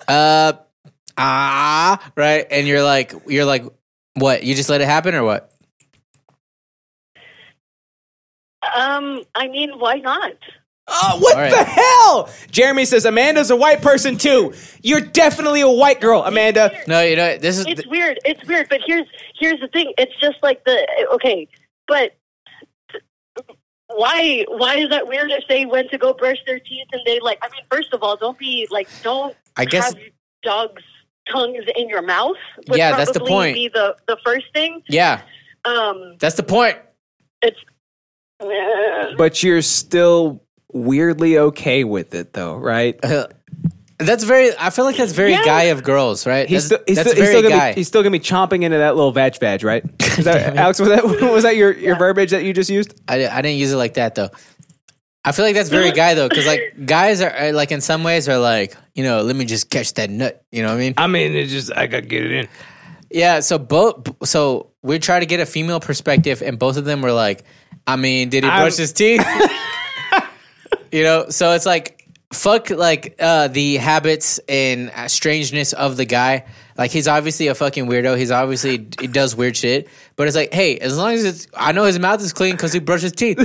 Uh, ah, right. And you're like, you're like, what? You just let it happen or what? Um, I mean, why not? Oh, what the hell? Jeremy says Amanda's a white person too. You're definitely a white girl, Amanda. No, you know this It's weird. It's weird. But here's here's the thing. It's just like the okay, but why why is that weird if they went to go brush their teeth and they like? I mean, first of all, don't be like don't I guess- have dogs tongues in your mouth. would Yeah, that's the probably point. Be the the first thing. Yeah, Um, that's the point. eh, But you're still weirdly okay with it though, right? That's very. I feel like that's very Yeah. guy of girls, right? He's still, that's he's, that's still, he's, very still gonna guy. be, he's still gonna be chomping into that little vag vag, right? Is that, Alex, was that was that your, your verbiage that you just used? I, I didn't use it like that though. I feel like that's very guy though, because like guys are, are like in some ways are like you know let me just catch that nut. You know what I mean? I mean, it's just I gotta get it in. Yeah. So both. So we try to get a female perspective, and both of them were like, I mean, did he I'm- brush his teeth? you know. So it's like fuck like uh, the habits and uh, strangeness of the guy. Like he's obviously a fucking weirdo. He's obviously he does weird shit. But it's like, hey, as long as it's, I know his mouth is clean because he brushed his teeth.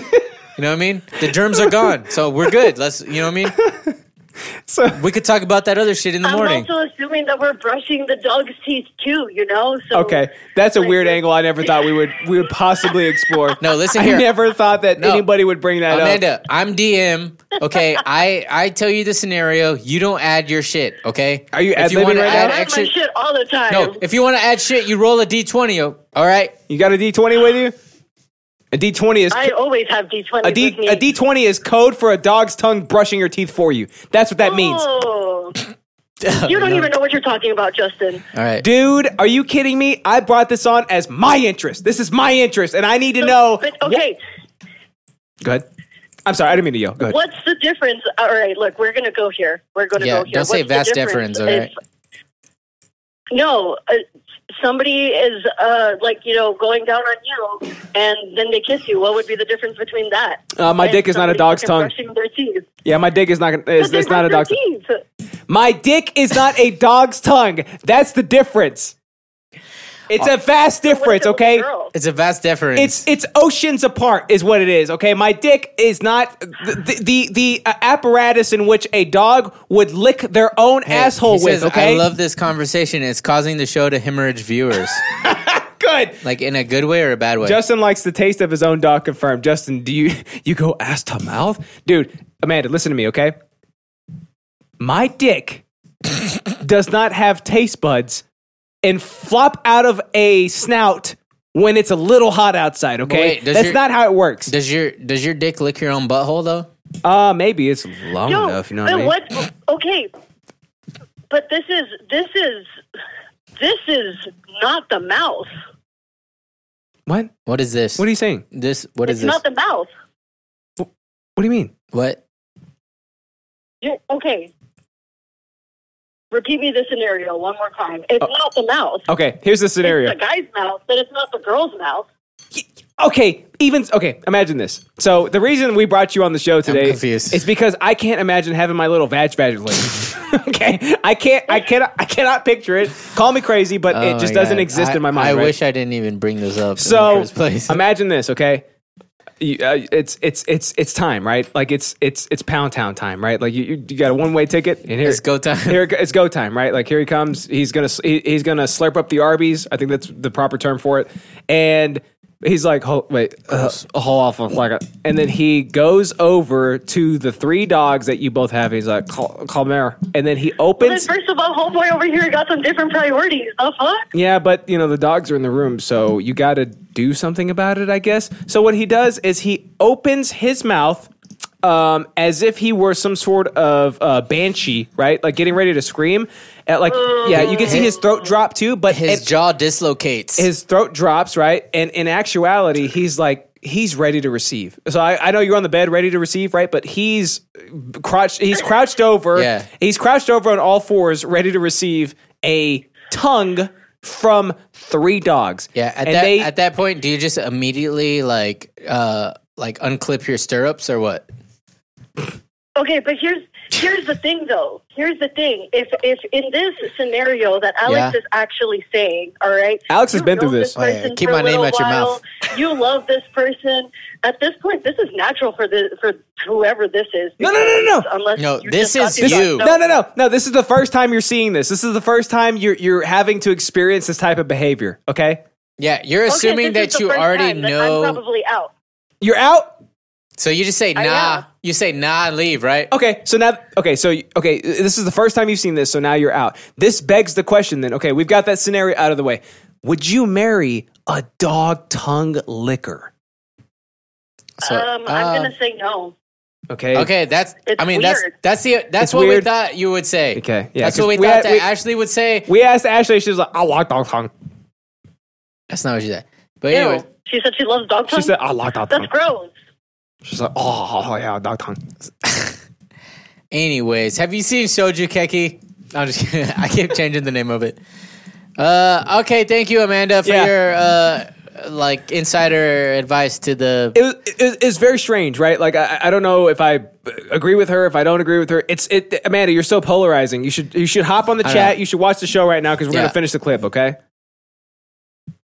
You know what I mean? The germs are gone, so we're good. Let's, you know what I mean? So we could talk about that other shit in the I'm morning. also assuming that we're brushing the dog's teeth too. You know, so uh, Okay, that's a weird angle I never thought we would we would possibly explore. No, listen I here. never thought that No. anybody would bring that Amanda, up. I'm DM. Okay, I I tell you the scenario. You don't add your shit. Okay, are you ad-libbing wanna right now? add I add my extra? shit all the time. No, if you want to add shit, you roll a d twenty. All right, you got a d twenty with you. A D twenty is I always have D20. a D with me. a D twenty is code for a dog's tongue brushing your teeth for you. That's what that means. Oh. you don't even know what you're talking about, Justin. All right. Dude, are you kidding me? I brought this on as my interest. This is my interest, and I need to know. But okay, Go ahead. I'm sorry, I didn't mean to yell. Go ahead. what's the difference? All right, look, we're gonna go here. We're gonna Yeah, go here. don't say What's the vast difference deferens, all right? if- No, uh, somebody is uh, like you know going down on you, and then they kiss you. What would be the difference between that? Uh, my And dick is not a somebody dog's fucking tongue. Brushing their teeth. Yeah, my dick is not. gonna- It's, But they it's not a brush dog's. their teeth. My dick is not a dog's tongue. That's the difference. It's a vast difference, okay? It's a vast difference. It's it's oceans apart, is what it is. Okay, my dick is not the the, the uh, apparatus in which a dog would lick their own Hey, asshole he with. says, okay, I love this conversation. It's causing the show to hemorrhage viewers. good. Like in a good way or a bad way. Justin likes the taste of his own dog. Confirmed. Justin, do you you go ass to mouth, dude? Amanda, listen to me, okay? My dick does not have taste buds and flop out of a snout when it's a little hot outside. But Okay, wait, does that's your- not how it works. Does your does your dick lick your own butthole though? Uh maybe it's long No, enough. You know but what? Okay, but this is this is this is not the mouth. What? What is this? What are you saying? This what it's is this? not the mouth. What do you mean? What? You- okay. Repeat me the scenario one more time. It's not the mouth. Okay, here's the Uh, scenario. It's the guy's mouth, but it's not the girl's mouth. Okay, even okay, imagine this. So the reason we brought you on the show today is because I can't imagine having my little vag vag lick. okay, I can't, I cannot, I cannot picture it. Call me crazy, but Oh it just my doesn't God. exist I- in my mind. I right? wish I didn't even bring this up. in the So first place. imagine this, okay? You, uh, it's it's it's it's time, right? Like it's it's it's pound town time, right? Like you, you, you got a one way ticket, and here It's go time. Here it go- it's go time, right? Like here he comes. He's gonna sl- he, he's gonna slurp up the Arby's. I think that's the proper term for it. And he's like, hold, wait, uh, hold off, on like, a-" and then he goes over to the three dogs that you both have. He's like, call, call Mare. and then he Well, then opens. first of all, homeboy over here got some different priorities. The fuck? Yeah, but you know the dogs are in the room, so you got to do something about it, I guess. So what he does is he opens his mouth um, as if he were some sort of uh, banshee, right? Like getting ready to scream. At like, yeah, you can see his throat drop too, but his jaw dislocates. His throat drops, right? And in actuality, he's like he's ready to receive. So I, I know you're on the bed ready to receive, right? But he's crouched. He's crouched over. Yeah. He's crouched over on all fours, ready to receive a tongue from three dogs. Yeah, at And that they- at that point, do you just immediately like uh like unclip your stirrups or what? Okay, but here's here's the thing though. Here's the thing. If if in this scenario that Alex Yeah. is actually saying, all right, Alex has you been through know this. Oh, yeah. person Keep for a my name little out your mouth. while, You love this person. At this point, this is natural for the for whoever this is. No, no, no, no. Unless you just got this- to yourself. No, no, no, no. This is the first time you're seeing this. This is the first time you're you're having to experience this type of behavior. Okay. Yeah, you're Okay, assuming this is that the you first already time that I'm know. probably out. You're out. So you just say I nah. You say nah and leave, right? Okay, so now, okay, so okay, this is the first time you've seen this, so now you're out. This begs the question. Then, okay, we've got that scenario out of the way. Would you marry a dog tongue licker? So, um, uh, I'm gonna say no. Okay. Okay, that's. I mean, that's weird. that's the that's It's what weird. we thought you would say. Okay, yeah, that's what 'cause we, we thought had- that we- Ashley would say. We asked Ashley, she was like, "I like dog tongue." That's not what she said. But Ew. anyway, she said she loves dog She tongue. said, "I like dog That's tongue." gross. She's like, "Oh, oh, yeah, dog tongue." anyways, have you seen Shoju Keki? I'm just kidding. I keep changing the name of it. Uh, okay, thank you, Amanda, for Yeah. your uh, like insider advice to the. It, was- it, it's very strange, right? Like, I, I don't know if I agree with her, if I don't agree with her. It's it, Amanda, you're so polarizing. You should you should hop on the I chat. know. You should watch the show right now because we're Yeah. gonna finish the clip. Okay.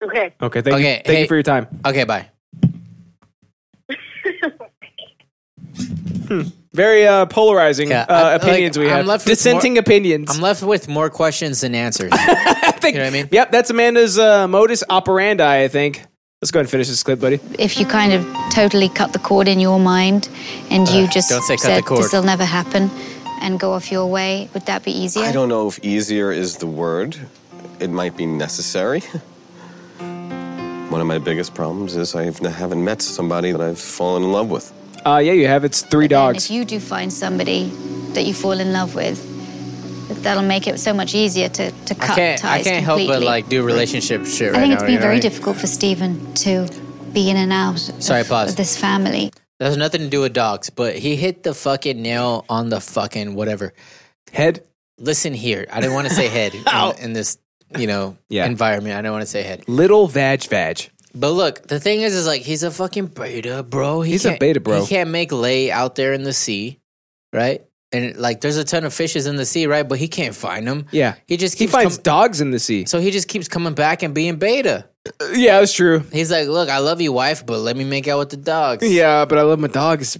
Okay. Okay. Thank you. Okay, Thank hey. you for your time. Okay, bye. Very uh, polarizing uh, I'm- opinions like, we I'm have. left with Dissenting more- opinions. I'm left with more questions than answers. you know what I mean? Yep, that's Amanda's uh, modus operandi. I think. Let's go ahead and finish this clip, buddy. If you kind of totally cut the cord in your mind and you Uh, just don't say cut said the cord. this will never happen and go off your way, would that be easier? I don't know if easier is the word. It might be necessary. One of my biggest problems is I haven't met somebody that I've fallen in love with. Uh, yeah, you have. It's three And dogs. if you do find somebody that you fall in love with, that'll make it so much easier to, to cut I can't. ties I can't help but completely. like do relationship shit right I think now. it's been you know very what I mean? difficult for Stephen to be in and out Sorry, of, pause. of this family. That has nothing to do with dogs, but he hit the fucking nail on the fucking whatever. Head? Listen here. I didn't want to say head in, in this, you know, Yeah. environment. I don't want to say head. Little vag vag. But look, the thing is, is like he's a fucking beta, bro. He He's a can't- beta, bro. He can't make lay out there in the sea, right? and like there's a ton of fishes in the sea, right? But he can't find them. Yeah. He just He keeps finds dogs in the sea. Uh, So he just keeps coming back and being beta. Yeah, that's true. He's like, look, I love you, wife, but let me make out with the dogs. Yeah, but I love my dogs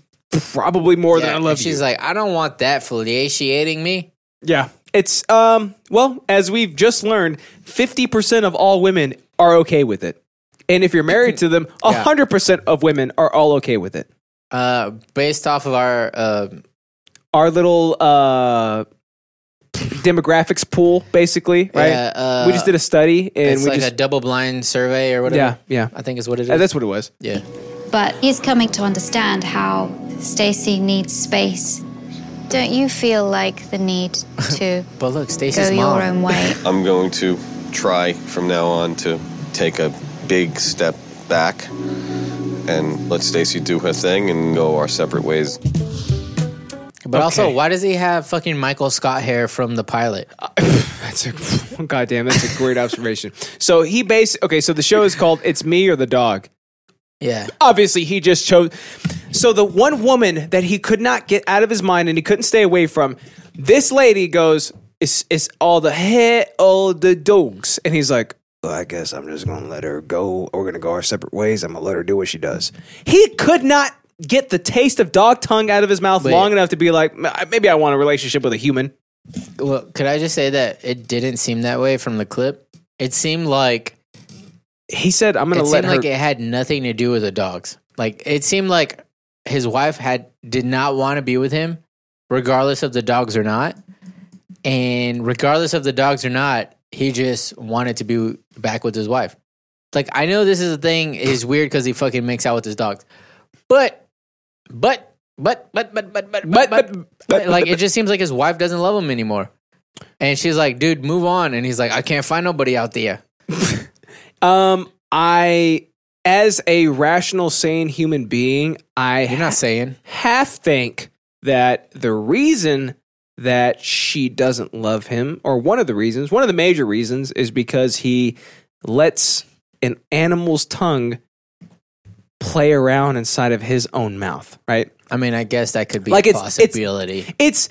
probably more than I and love She's you. like, I don't want that filiating me. yeah. It's um well, as we've just learned, 50% of all women are okay with it. And if you're married to them, 100% of women are all okay with it. Uh based off of our uh our little uh demographics pool basically, right? Yeah, uh, we just did a study and it's we like just a double blind survey or whatever. Yeah, yeah. I think is what it is. Uh, that's what it was. Yeah. But he's coming to understand how Stacy needs space. Don't you feel like the need to But look, go Stacy's your own way? I'm going to try from now on to take a big step back and let Stacy do her thing and go our separate ways. But also, why does he have fucking Michael Scott hair from the pilot? Uh, that's a goddamn. That's a great observation. So he base okay. So the show is called "It's Me or the Dog." Yeah. Obviously, he just chose. So the one woman that he could not get out of his mind and he couldn't stay away from, this lady goes, "It's it's all the hair, all the dogs," and he's like. Well, I guess I'm just gonna let her go. We're gonna go our separate ways. I'm gonna let her do what she does. He could not get the taste of dog tongue out of his mouth long enough to be like, "M- maybe I want a relationship with a human. Look, could I just say that it didn't seem that way from the clip? It seemed like he said, "I'm it gonna let seemed like her- it had nothing to do with the dogs. Like it seemed like his wife had did not want to be with him, regardless of the dogs or not, and regardless of the dogs or not, he just wanted to be back with his wife. Like I know this is a thing is weird because he fucking makes out with his dogs, but but but but but but but but but, like it just seems like his wife doesn't love him anymore, and she's like, dude, move on, and he's like, I can't find nobody out there. Um, I, as a rational, sane human being, I you're not saying half think that the reason that she doesn't love him, or one of the reasons, one of the major reasons, is because he lets an animal's tongue play around inside of his own mouth, right? I mean, I guess that could be Like, a it's- it's- possibility. It's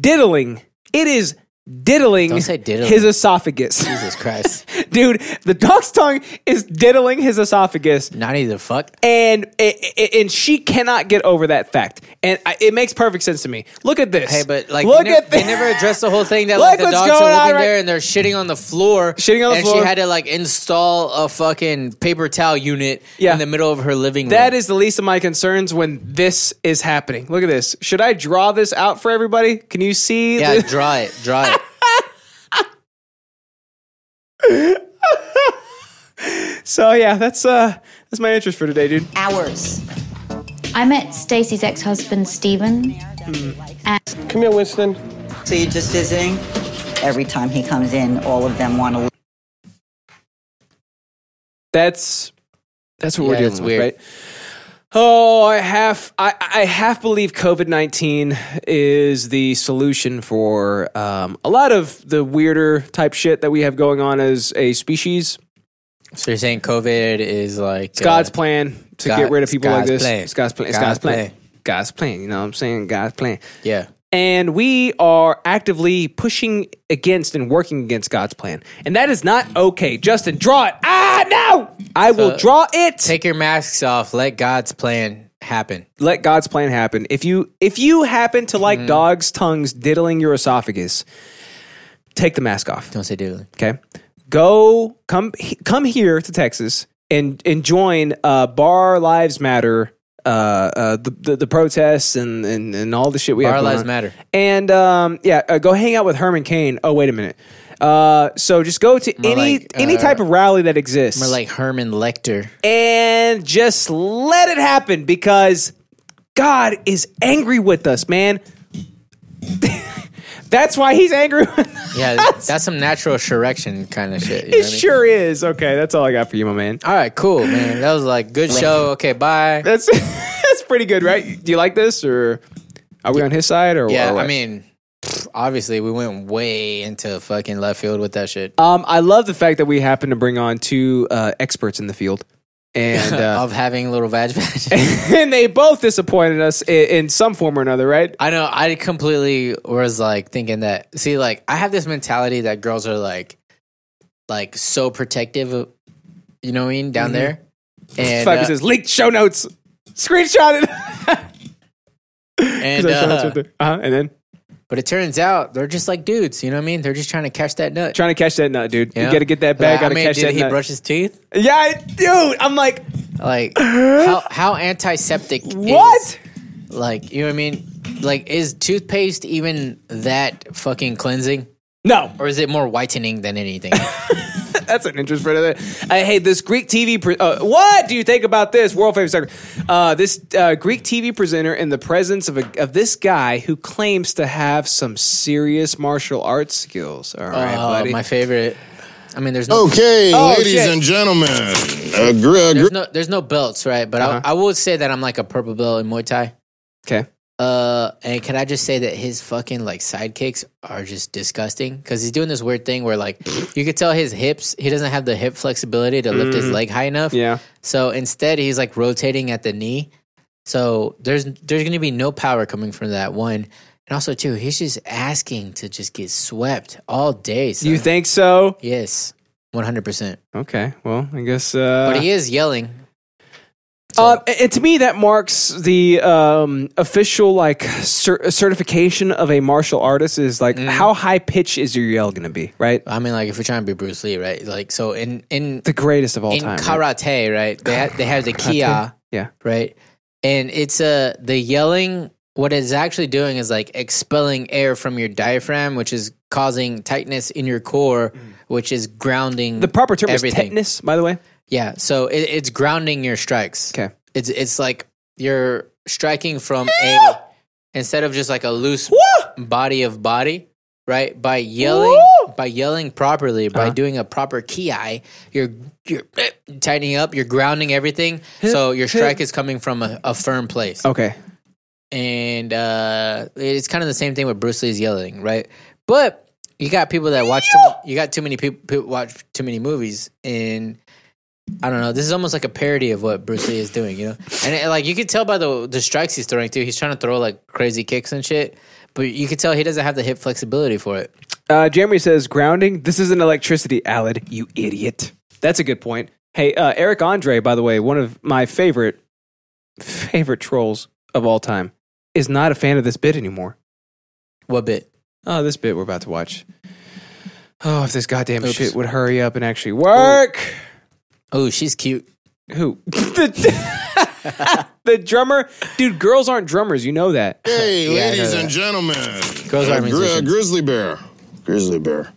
diddling. It is diddling, Don't say diddling. his esophagus. Jesus Christ. Dude, the dog's tongue is diddling his esophagus. Not either fuck. And it, it- and she cannot get over that fact. And I, it makes perfect sense to me. Look at this. Hey, but like look they, ne- at they this. never addressed the whole thing that Look like the what's dogs are going on living right- there and they're shitting on the floor. Shitting on the and floor. she had to like install a fucking paper towel unit in the middle of her living room. That is the least of my concerns when this is happening. Look at this. Should I draw this out for everybody? Can you see? Yeah, this? draw it. Draw it. So yeah, that's uh that's my interest for today, dude. Hours. I met Stacy's ex-husband Stephen. And Come here, Winston. So you're just visiting? Every time he comes in, all of them want to. That's that's what Yeah, we're dealing it's with, weird. right? Oh, I half I, I half believe COVID nineteen is the solution for um, a lot of the weirder type shit that we have going on as a species. So you're saying COVID is like It's God's uh, plan to God- get rid of people God's like this. plan. It's God's plan. It's God's God's, plan. plan. God's plan. You know what I'm saying? God's plan. Yeah. And we are actively pushing against and working against God's plan. And that is not okay. Justin, draw it. Ah, no! I will draw it. Take your masks off. Let God's plan happen. let God's plan happen. If you if you happen to Mm-hmm. like dogs' tongues diddling your esophagus, take the mask off. Don't say diddling. Okay, go come he- come here to Texas and and join uh, Bar Lives Matter. Uh, uh, the, the the protests and, and and all the shit we Bar have going lives on. matter. And um, yeah, uh, go hang out with Herman Cain. Oh wait a minute. Uh, so just go to More any like, any uh, type of rally that exists More like Herman Lecter. and just let it happen because God is angry with us, man. That's why he's angry. with- Yeah, that's, that's some natural correction kind of shit. you know it what I mean? sure is. Okay, that's all I got for you, my man. All right, cool, man. That was like good show. Okay, bye. That's that's pretty good, right? Do you like this, or are we on his side, or Yeah, or I what? mean, pfft, obviously we went way into fucking left field with that shit. um, I love the fact that we happen to bring on two uh, experts in the field. and uh, of having little vag vag. and they both disappointed us in, in some form or another, right? I know. I completely was like thinking that. See, like I have this mentality that girls are like, like so protective. of- You know what I mean? Down Mhm. there. And Fucker uh, says leaked show notes, screenshot it. and, Show notes uh, right there. uh-huh, and then but it turns out they're just like dudes. You know what I mean? They're just trying to catch that nut. trying to catch that nut, dude. Yeah. You got to get that bag. Like, Got I to mean, catch did that he nut. brush his teeth? yeah, I- dude. I'm like, Like how how antiseptic? What? like you know what I mean? Like is toothpaste even that fucking cleansing? No. Or is it more whitening than anything? That's an interest for another. Uh, hey, this Greek TV. Pre- uh, what do you think about this world famous soccer? Uh, this uh, Greek TV presenter in the presence of a, of this guy who claims to have some serious martial arts skills. All right, Oh, buddy. my favorite. I mean, there's no. Okay, Oh, ladies shit. and gentlemen. A gr- a gr- There's no, there's no belts, right? But Uh-huh. I, I would say that I'm like a purple belt in Muay Thai. Okay. Uh, and can I just say that his fucking like sidekicks are just disgusting because he's doing this weird thing where like you could tell his hips, he doesn't have the hip flexibility to lift his Mm. leg high enough. Yeah. So instead, he's like rotating at the knee. So there's there's gonna be no power coming from that one, and also too, he's just asking to just get swept all day. son. You think so? Yes, one hundred percent. Okay. Well, I guess. Uh, But he is yelling. Uh, and- and to me, that marks the um, official like cer- certification of a martial artist is like how high pitch is your yell going to be, right? Mm. I mean, like if you're trying to be Bruce Lee, right? Like so in in the greatest of all in time, right? karate, right? They have, they have the Karate. kia, Yeah. right? And it's uh the yelling. What it's actually doing is like expelling air from your diaphragm, which is causing tightness in your core, which is grounding. Mm. The proper term everything. is tetanus, by the way. Yeah, so it, it's grounding your strikes. Okay, it's it's like you're striking from a Ah! instead of just like a loose body of body, right? By yelling, by yelling properly, by doing a proper ki, you're you're eh, tightening up, you're grounding everything, so your hip. strike is coming from a, a firm place Okay. and uh, it's kind of the same thing with Bruce Lee's yelling, right? But you got people that watch too, you got too many people, people watch too many movies, and I don't know. This is almost like a parody of what Bruce Lee is doing, you know. And it, like you could tell by the the strikes he's throwing too. He's trying to throw like crazy kicks and shit, but you could tell he doesn't have the hip flexibility for it. Uh, Jeremy says grounding. This isn't electricity, Alad. You idiot. That's a good point. Hey, uh, Eric Andre, by the way, one of my favorite favorite trolls of all time, is not a fan of this bit anymore. What bit? Oh, this bit we're about to watch. Oh, if this goddamn shit would hurry up and actually work. Oh, she's cute. Who? the, the drummer, dude. Girls aren't drummers. You know that. Hey, Yeah, I ladies know and that. gentlemen. Goes our a, gri- a musicians. grizzly bear. Grizzly bear.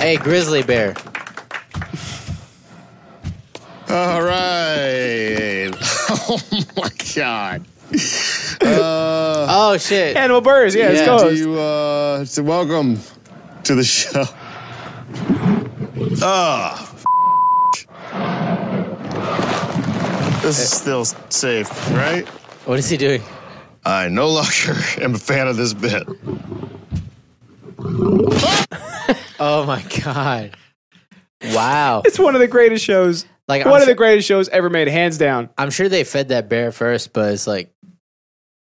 Hey, grizzly bear. All right. Oh my god. Uh, oh shit. Animal birds. Yeah, it's goes. To, uh, so welcome to the show. Ah. f- This is still safe, right? What is he doing? I no longer am a fan of this bit. Oh my god! Wow. It's one of the greatest shows. Oh. Like one I'm of the sure- greatest shows ever made, hands down. I'm sure they fed that bear first, but it's like,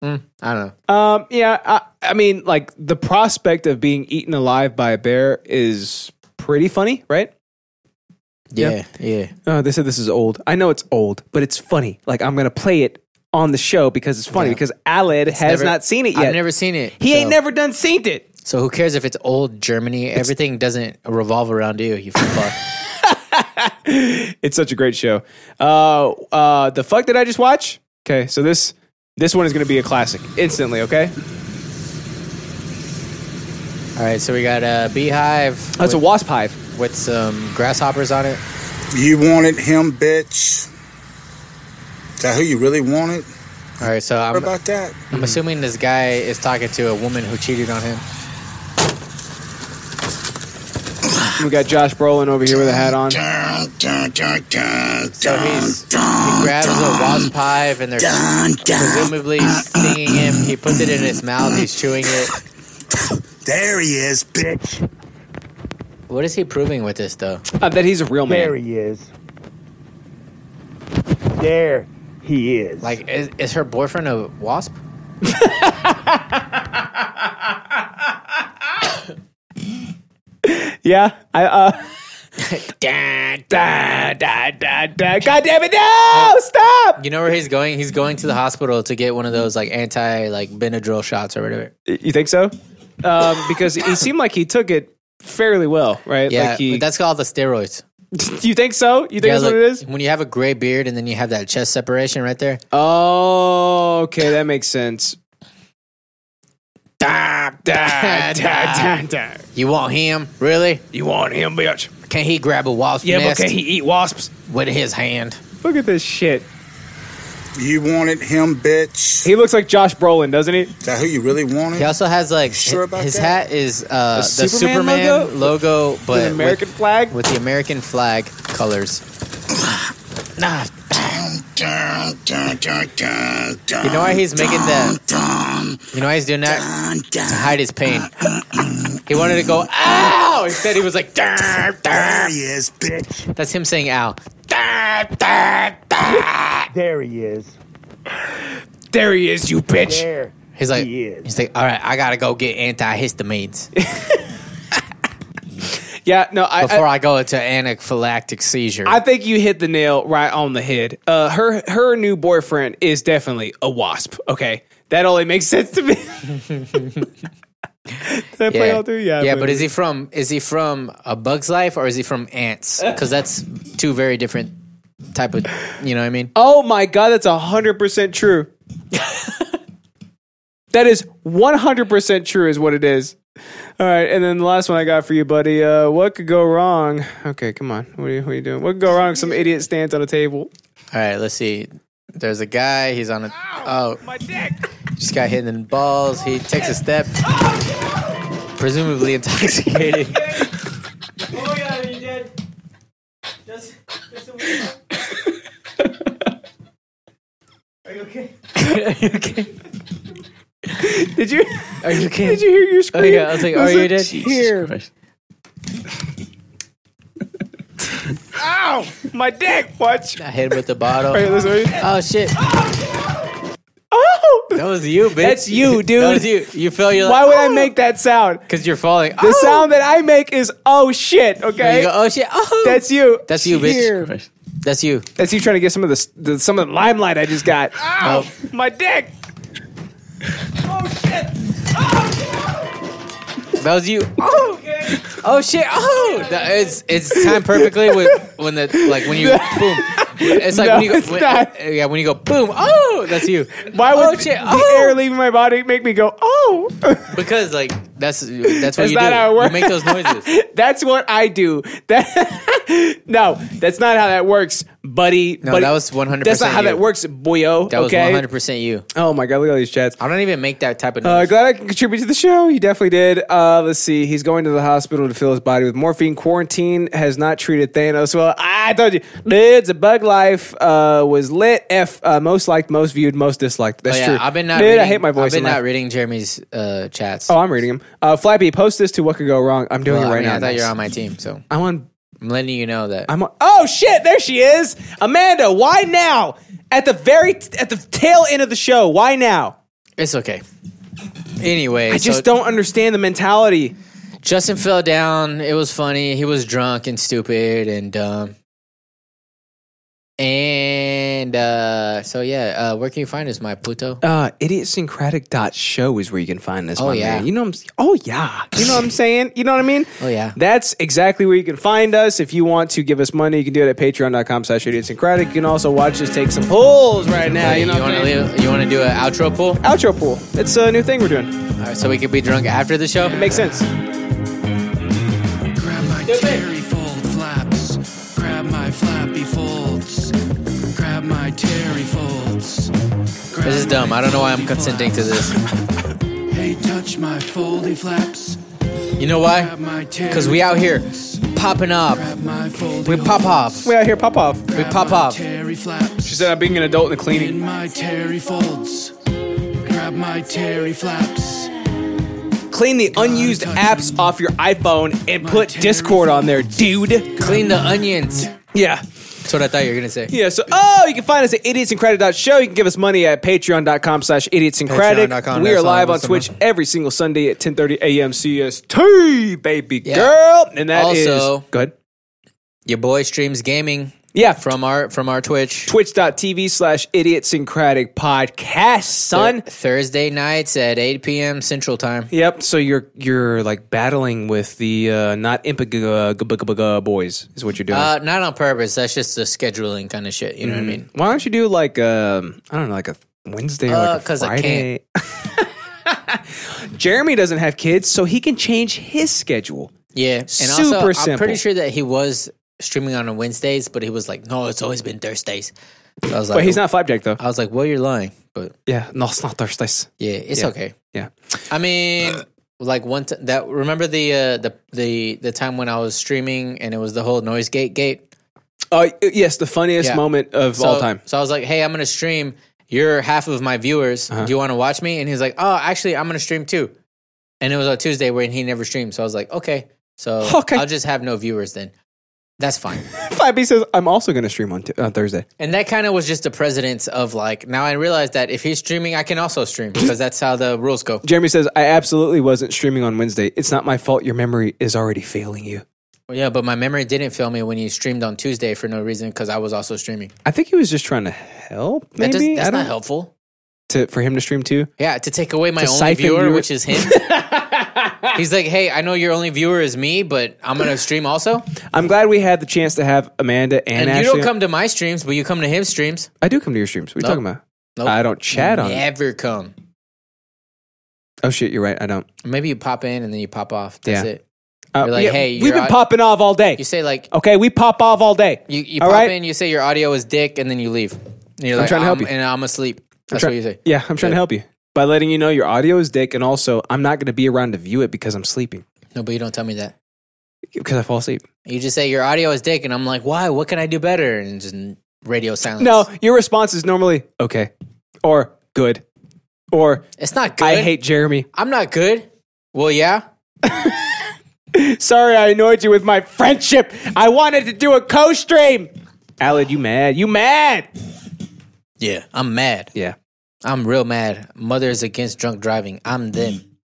mm, I don't know. Um, yeah, I, I mean, like the prospect of being eaten alive by a bear is pretty funny, right? Yeah, yeah. Uh, they said this is old. I know it's old, but it's funny. Like I'm gonna play it on the show because it's funny Yeah. because Aled It's has never- not seen it I've yet. never seen it. He ain't so- never done seen it. So who cares if it's old Germany? Everything doesn't revolve around you. You fuck. It's such a great show. Uh, uh, the fuck did I just watch? Okay, so this this one is gonna be a classic instantly. Okay, All right, so we got a beehive. That's a wasp hive with some grasshoppers on it. You wanted him, bitch. Is that who you really wanted? All right, so I'm, What about that? I'm assuming this guy is talking to a woman who cheated on him. we got Josh Brolin over here with a hat on. So he's, he grabs a wasp hive and they're uh, presumably stinging him. He puts it in his mouth. He's chewing it. There he is, bitch. What is he proving with this, though? Uh, that he's a real man. he is. there he is. Like, is, is her boyfriend a wasp? Yeah, I uh. da, da, da, da, da. God damn it! No, stop. You know where he's going? He's going to the hospital to get one of those like anti like Benadryl shots or whatever. You think so? Um, because he seemed like he took it fairly well, right? Yeah, like he, but that's called the steroids. you think so? You think that's what it is? When you have a gray beard and then you have that chest separation right there. Oh, okay, that makes sense. Da, da, da, da, da. You want him? Really? You want him, bitch? Can he grab a wasp Yeah, but nest can he eat wasps? with his hand? Look at this shit. You wanted him, bitch. He looks like Josh Brolin, doesn't he? Is that who you really wanted? He also has like Mm. sure hi- about his that? hat is uh, the The Superman, Superman logo, but an American flag with the American flag colors. nah. You know why he's making that? You know why he's doing that to hide his pain. He wanted to go ow. Instead, he was like, "Dar, dar." Yes, bitch. That's him saying ow. There he is. There he is, you bitch. He's like, he's like, all right, I gotta go get antihistamines Yeah, no, I, before I, go into anaphylactic seizure. I think you hit the nail right on the head. Uh, her her new boyfriend is definitely a wasp. Okay, that only makes sense to me. Did I play all through? Yeah, I yeah, played but it. is he from is he from a bug's life or is he from ants? Because that's two very different type of you know what I mean. Oh my god, that's hundred percent true. that is one hundred percent true, is what it is. All right, and then the last one I got for you, buddy. Uh, what could go wrong? Okay, come on. What are you, what are you doing? What could go wrong? if Some idiot stands on a table. All right, let's see. There's a guy. He's on a oh my dick. Just got hit in the balls. He takes a step, Oh, presumably intoxicated. Oh yeah, you did. Just, just a Are you okay? Did you? Are you okay? Did you hear your Oh scream? yeah, I was like, are you dead? Here. Ow! My dick! Watch. I hit him with the bottle. Right, this way. Oh shit! Oh! That was you, bitch. That's you, dude. that was you. You fell. Oh, You're Why like, would I make that sound? Because you're falling. The sound that I make is oh shit. Okay. Oh. You go, oh shit! Oh, That's you. that's you, Here. bitch. That's you. That's you trying to get some of the, the some of the limelight I just got. Oh. Ow! Oh. My dick. That was you. Oh, oh shit. Oh, That- it's it's timed perfectly with when the like when you boom. It's like No, when you go, it's when- not. yeah when you go boom. Oh, that's you. Why would oh, shit. the Oh. air leaving my body make me go oh? Because like that's that's what That's you not do. how it works. You make those noises. that's what I do. That no, that's not how that works, buddy. No, buddy. that was one hundred. That's not how that works, boyo. That was okay. one hundred percent you. Oh my god, look at all these chats. I don't even make that type of Uh, noise. glad I can contribute to the show. You definitely did. Uh, let's see. He's going to the hospital to fill his body with morphine. Quarantine has not treated Thanos well. I told you. Lids, a bug life uh, was lit. F, uh, most liked, most viewed, most disliked. Oh, That's yeah, true. I've been not. Dude, reading, I hate my voice. I've been in life. not reading Jeremy's uh, chats. Oh, I'm reading him. Uh, Flappy, post this to what could go wrong. I'm doing Well, it I right mean, now. I thought you Nice. were on my team, so I'm on. I'm letting you know that. I'm on. Oh shit! There she is, Amanda. Why now? At the very at the tail end of the show. Why now? It's okay. Anyway, I just so don't understand the mentality. Justin fell down. It was funny. He was drunk and stupid and dumb. And uh, so yeah, uh, where can you find us, my Pluto? Uh, idiotsyncratic.show is where you can find this, Oh, my yeah. man. You know, what I'm, s- oh, yeah. You know what I'm saying? You know what I mean? Oh yeah. That's exactly where you can find us. If you want to give us money, you can do it at patreon.com slash idiotsyncratic. You can also watch us take some pulls right now. Hey, You know you what want I'm to saying? leave, you want to do an outro pool? Outro pool. It's a new thing we're doing. All right, so we could be drunk after the show. It makes sense. Grab my terry fold flaps. Grab my flappy folds. Grab my terry folds. This is dumb. I don't know why I'm consenting to this. Hey, touch my foldy flaps. You know why? Because we out here popping up. We pop off. We out here, pop off. We pop off. Terry flaps. She said, I'm being an adult in the In cleaning. my terry folds. Grab my terry flaps. Clean the unused apps off your iPhone and put Discord on there, dude. Clean the onions. Yeah. That's what I thought you were gonna say. Yeah, so oh, you can find us at idiotsandcredit.show. You can give us money at patreon.com slash idiotsandcredit. Patreon.com, We are that's all live of on us, Twitch every single Sunday at 10.30 a.m. CST, baby girl. And that is also go ahead. Your boy streams gaming. Yeah, from our from our Twitch. twitch.tv slash idiosyncratic podcast, son. Thursday nights at 8 p.m. Central Time. Yep. So you're you're like battling with the uh, not impigaga boys is what you're doing. Mm-hmm. Uh, not on purpose. That's just the scheduling kind of shit. You know what I mean? Why don't you do like um I don't know like a Wednesday or Uh, like a 'cause I Friday? Jeremy doesn't have kids, so he can change his schedule. Yeah. And Super also, I'm simple. pretty sure that he was streaming on Wednesdays, but he was like, no, it's always been Thursdays. So I was like, but he's not Flapjack though. I was like, well, you're lying. But yeah, no, it's not Thursdays. Yeah, it's Yeah. okay. Yeah. I mean, Uh, like one t- that remember the uh, the the the time when I was streaming and it was the whole noise gate gate Uh, yes, the funniest Yeah. moment of So- all time. So I was like, hey, I'm gonna stream. You're half of my viewers. Uh-huh. Do you want to watch me? And he's like, oh, actually, I'm gonna stream too. And it was a Tuesday when he never streamed. So I was like, okay, so Okay. I'll just have no viewers then. That's fine. Flabby says I'm also going to stream on, t- on Thursday. And that kind of was just the precedence of like, now I realize that if he's streaming, I can also stream because that's how the rules go. Jeremy says I absolutely wasn't streaming on Wednesday. It's not my fault. Your memory is already failing you. Well, yeah, but my memory didn't fail me when you streamed on Tuesday for no reason because I was also streaming. I think he was just trying to help. That Maybe does, I that's don't- not helpful. to for him to stream too. Yeah, to take away my To only siphon viewer, viewer- which is him. He's like, hey, I know your only viewer is me, but I'm gonna stream also. I'm glad we had the chance to have Amanda And, and, you Ashley. don't come to my streams, but you come to his streams. I do come to your streams. What are you Nope. talking about? Nope. I don't chat on. it. Never come. Oh shit, you're right. I don't. Maybe you pop in and then you pop off. That's Yeah. it. Uh, You're like, yeah, hey, we've you're been out- popping off all day. You say like, okay, we pop off all day. you, you All pop right. in, you say your audio is dick, and then you leave. And you're I'm like, trying to help you. And I'm asleep. That's try- what you say. Yeah, I'm trying to help you by letting you know your audio is dick, and also I'm not going to be around to view it because I'm sleeping No, but you don't tell me that. because I fall asleep. You just say your audio is dick, and I'm like, why? What can I do better? And just radio silence. No, your response is normally okay, or good, or it's not good. I hate Jeremy. I'm not good. Well, yeah. Sorry, I annoyed you with my friendship. I wanted to do a co-stream. Alad, you mad? You mad? Yeah, I'm mad. Yeah, I'm real mad. Mother is against drunk driving. I'm them.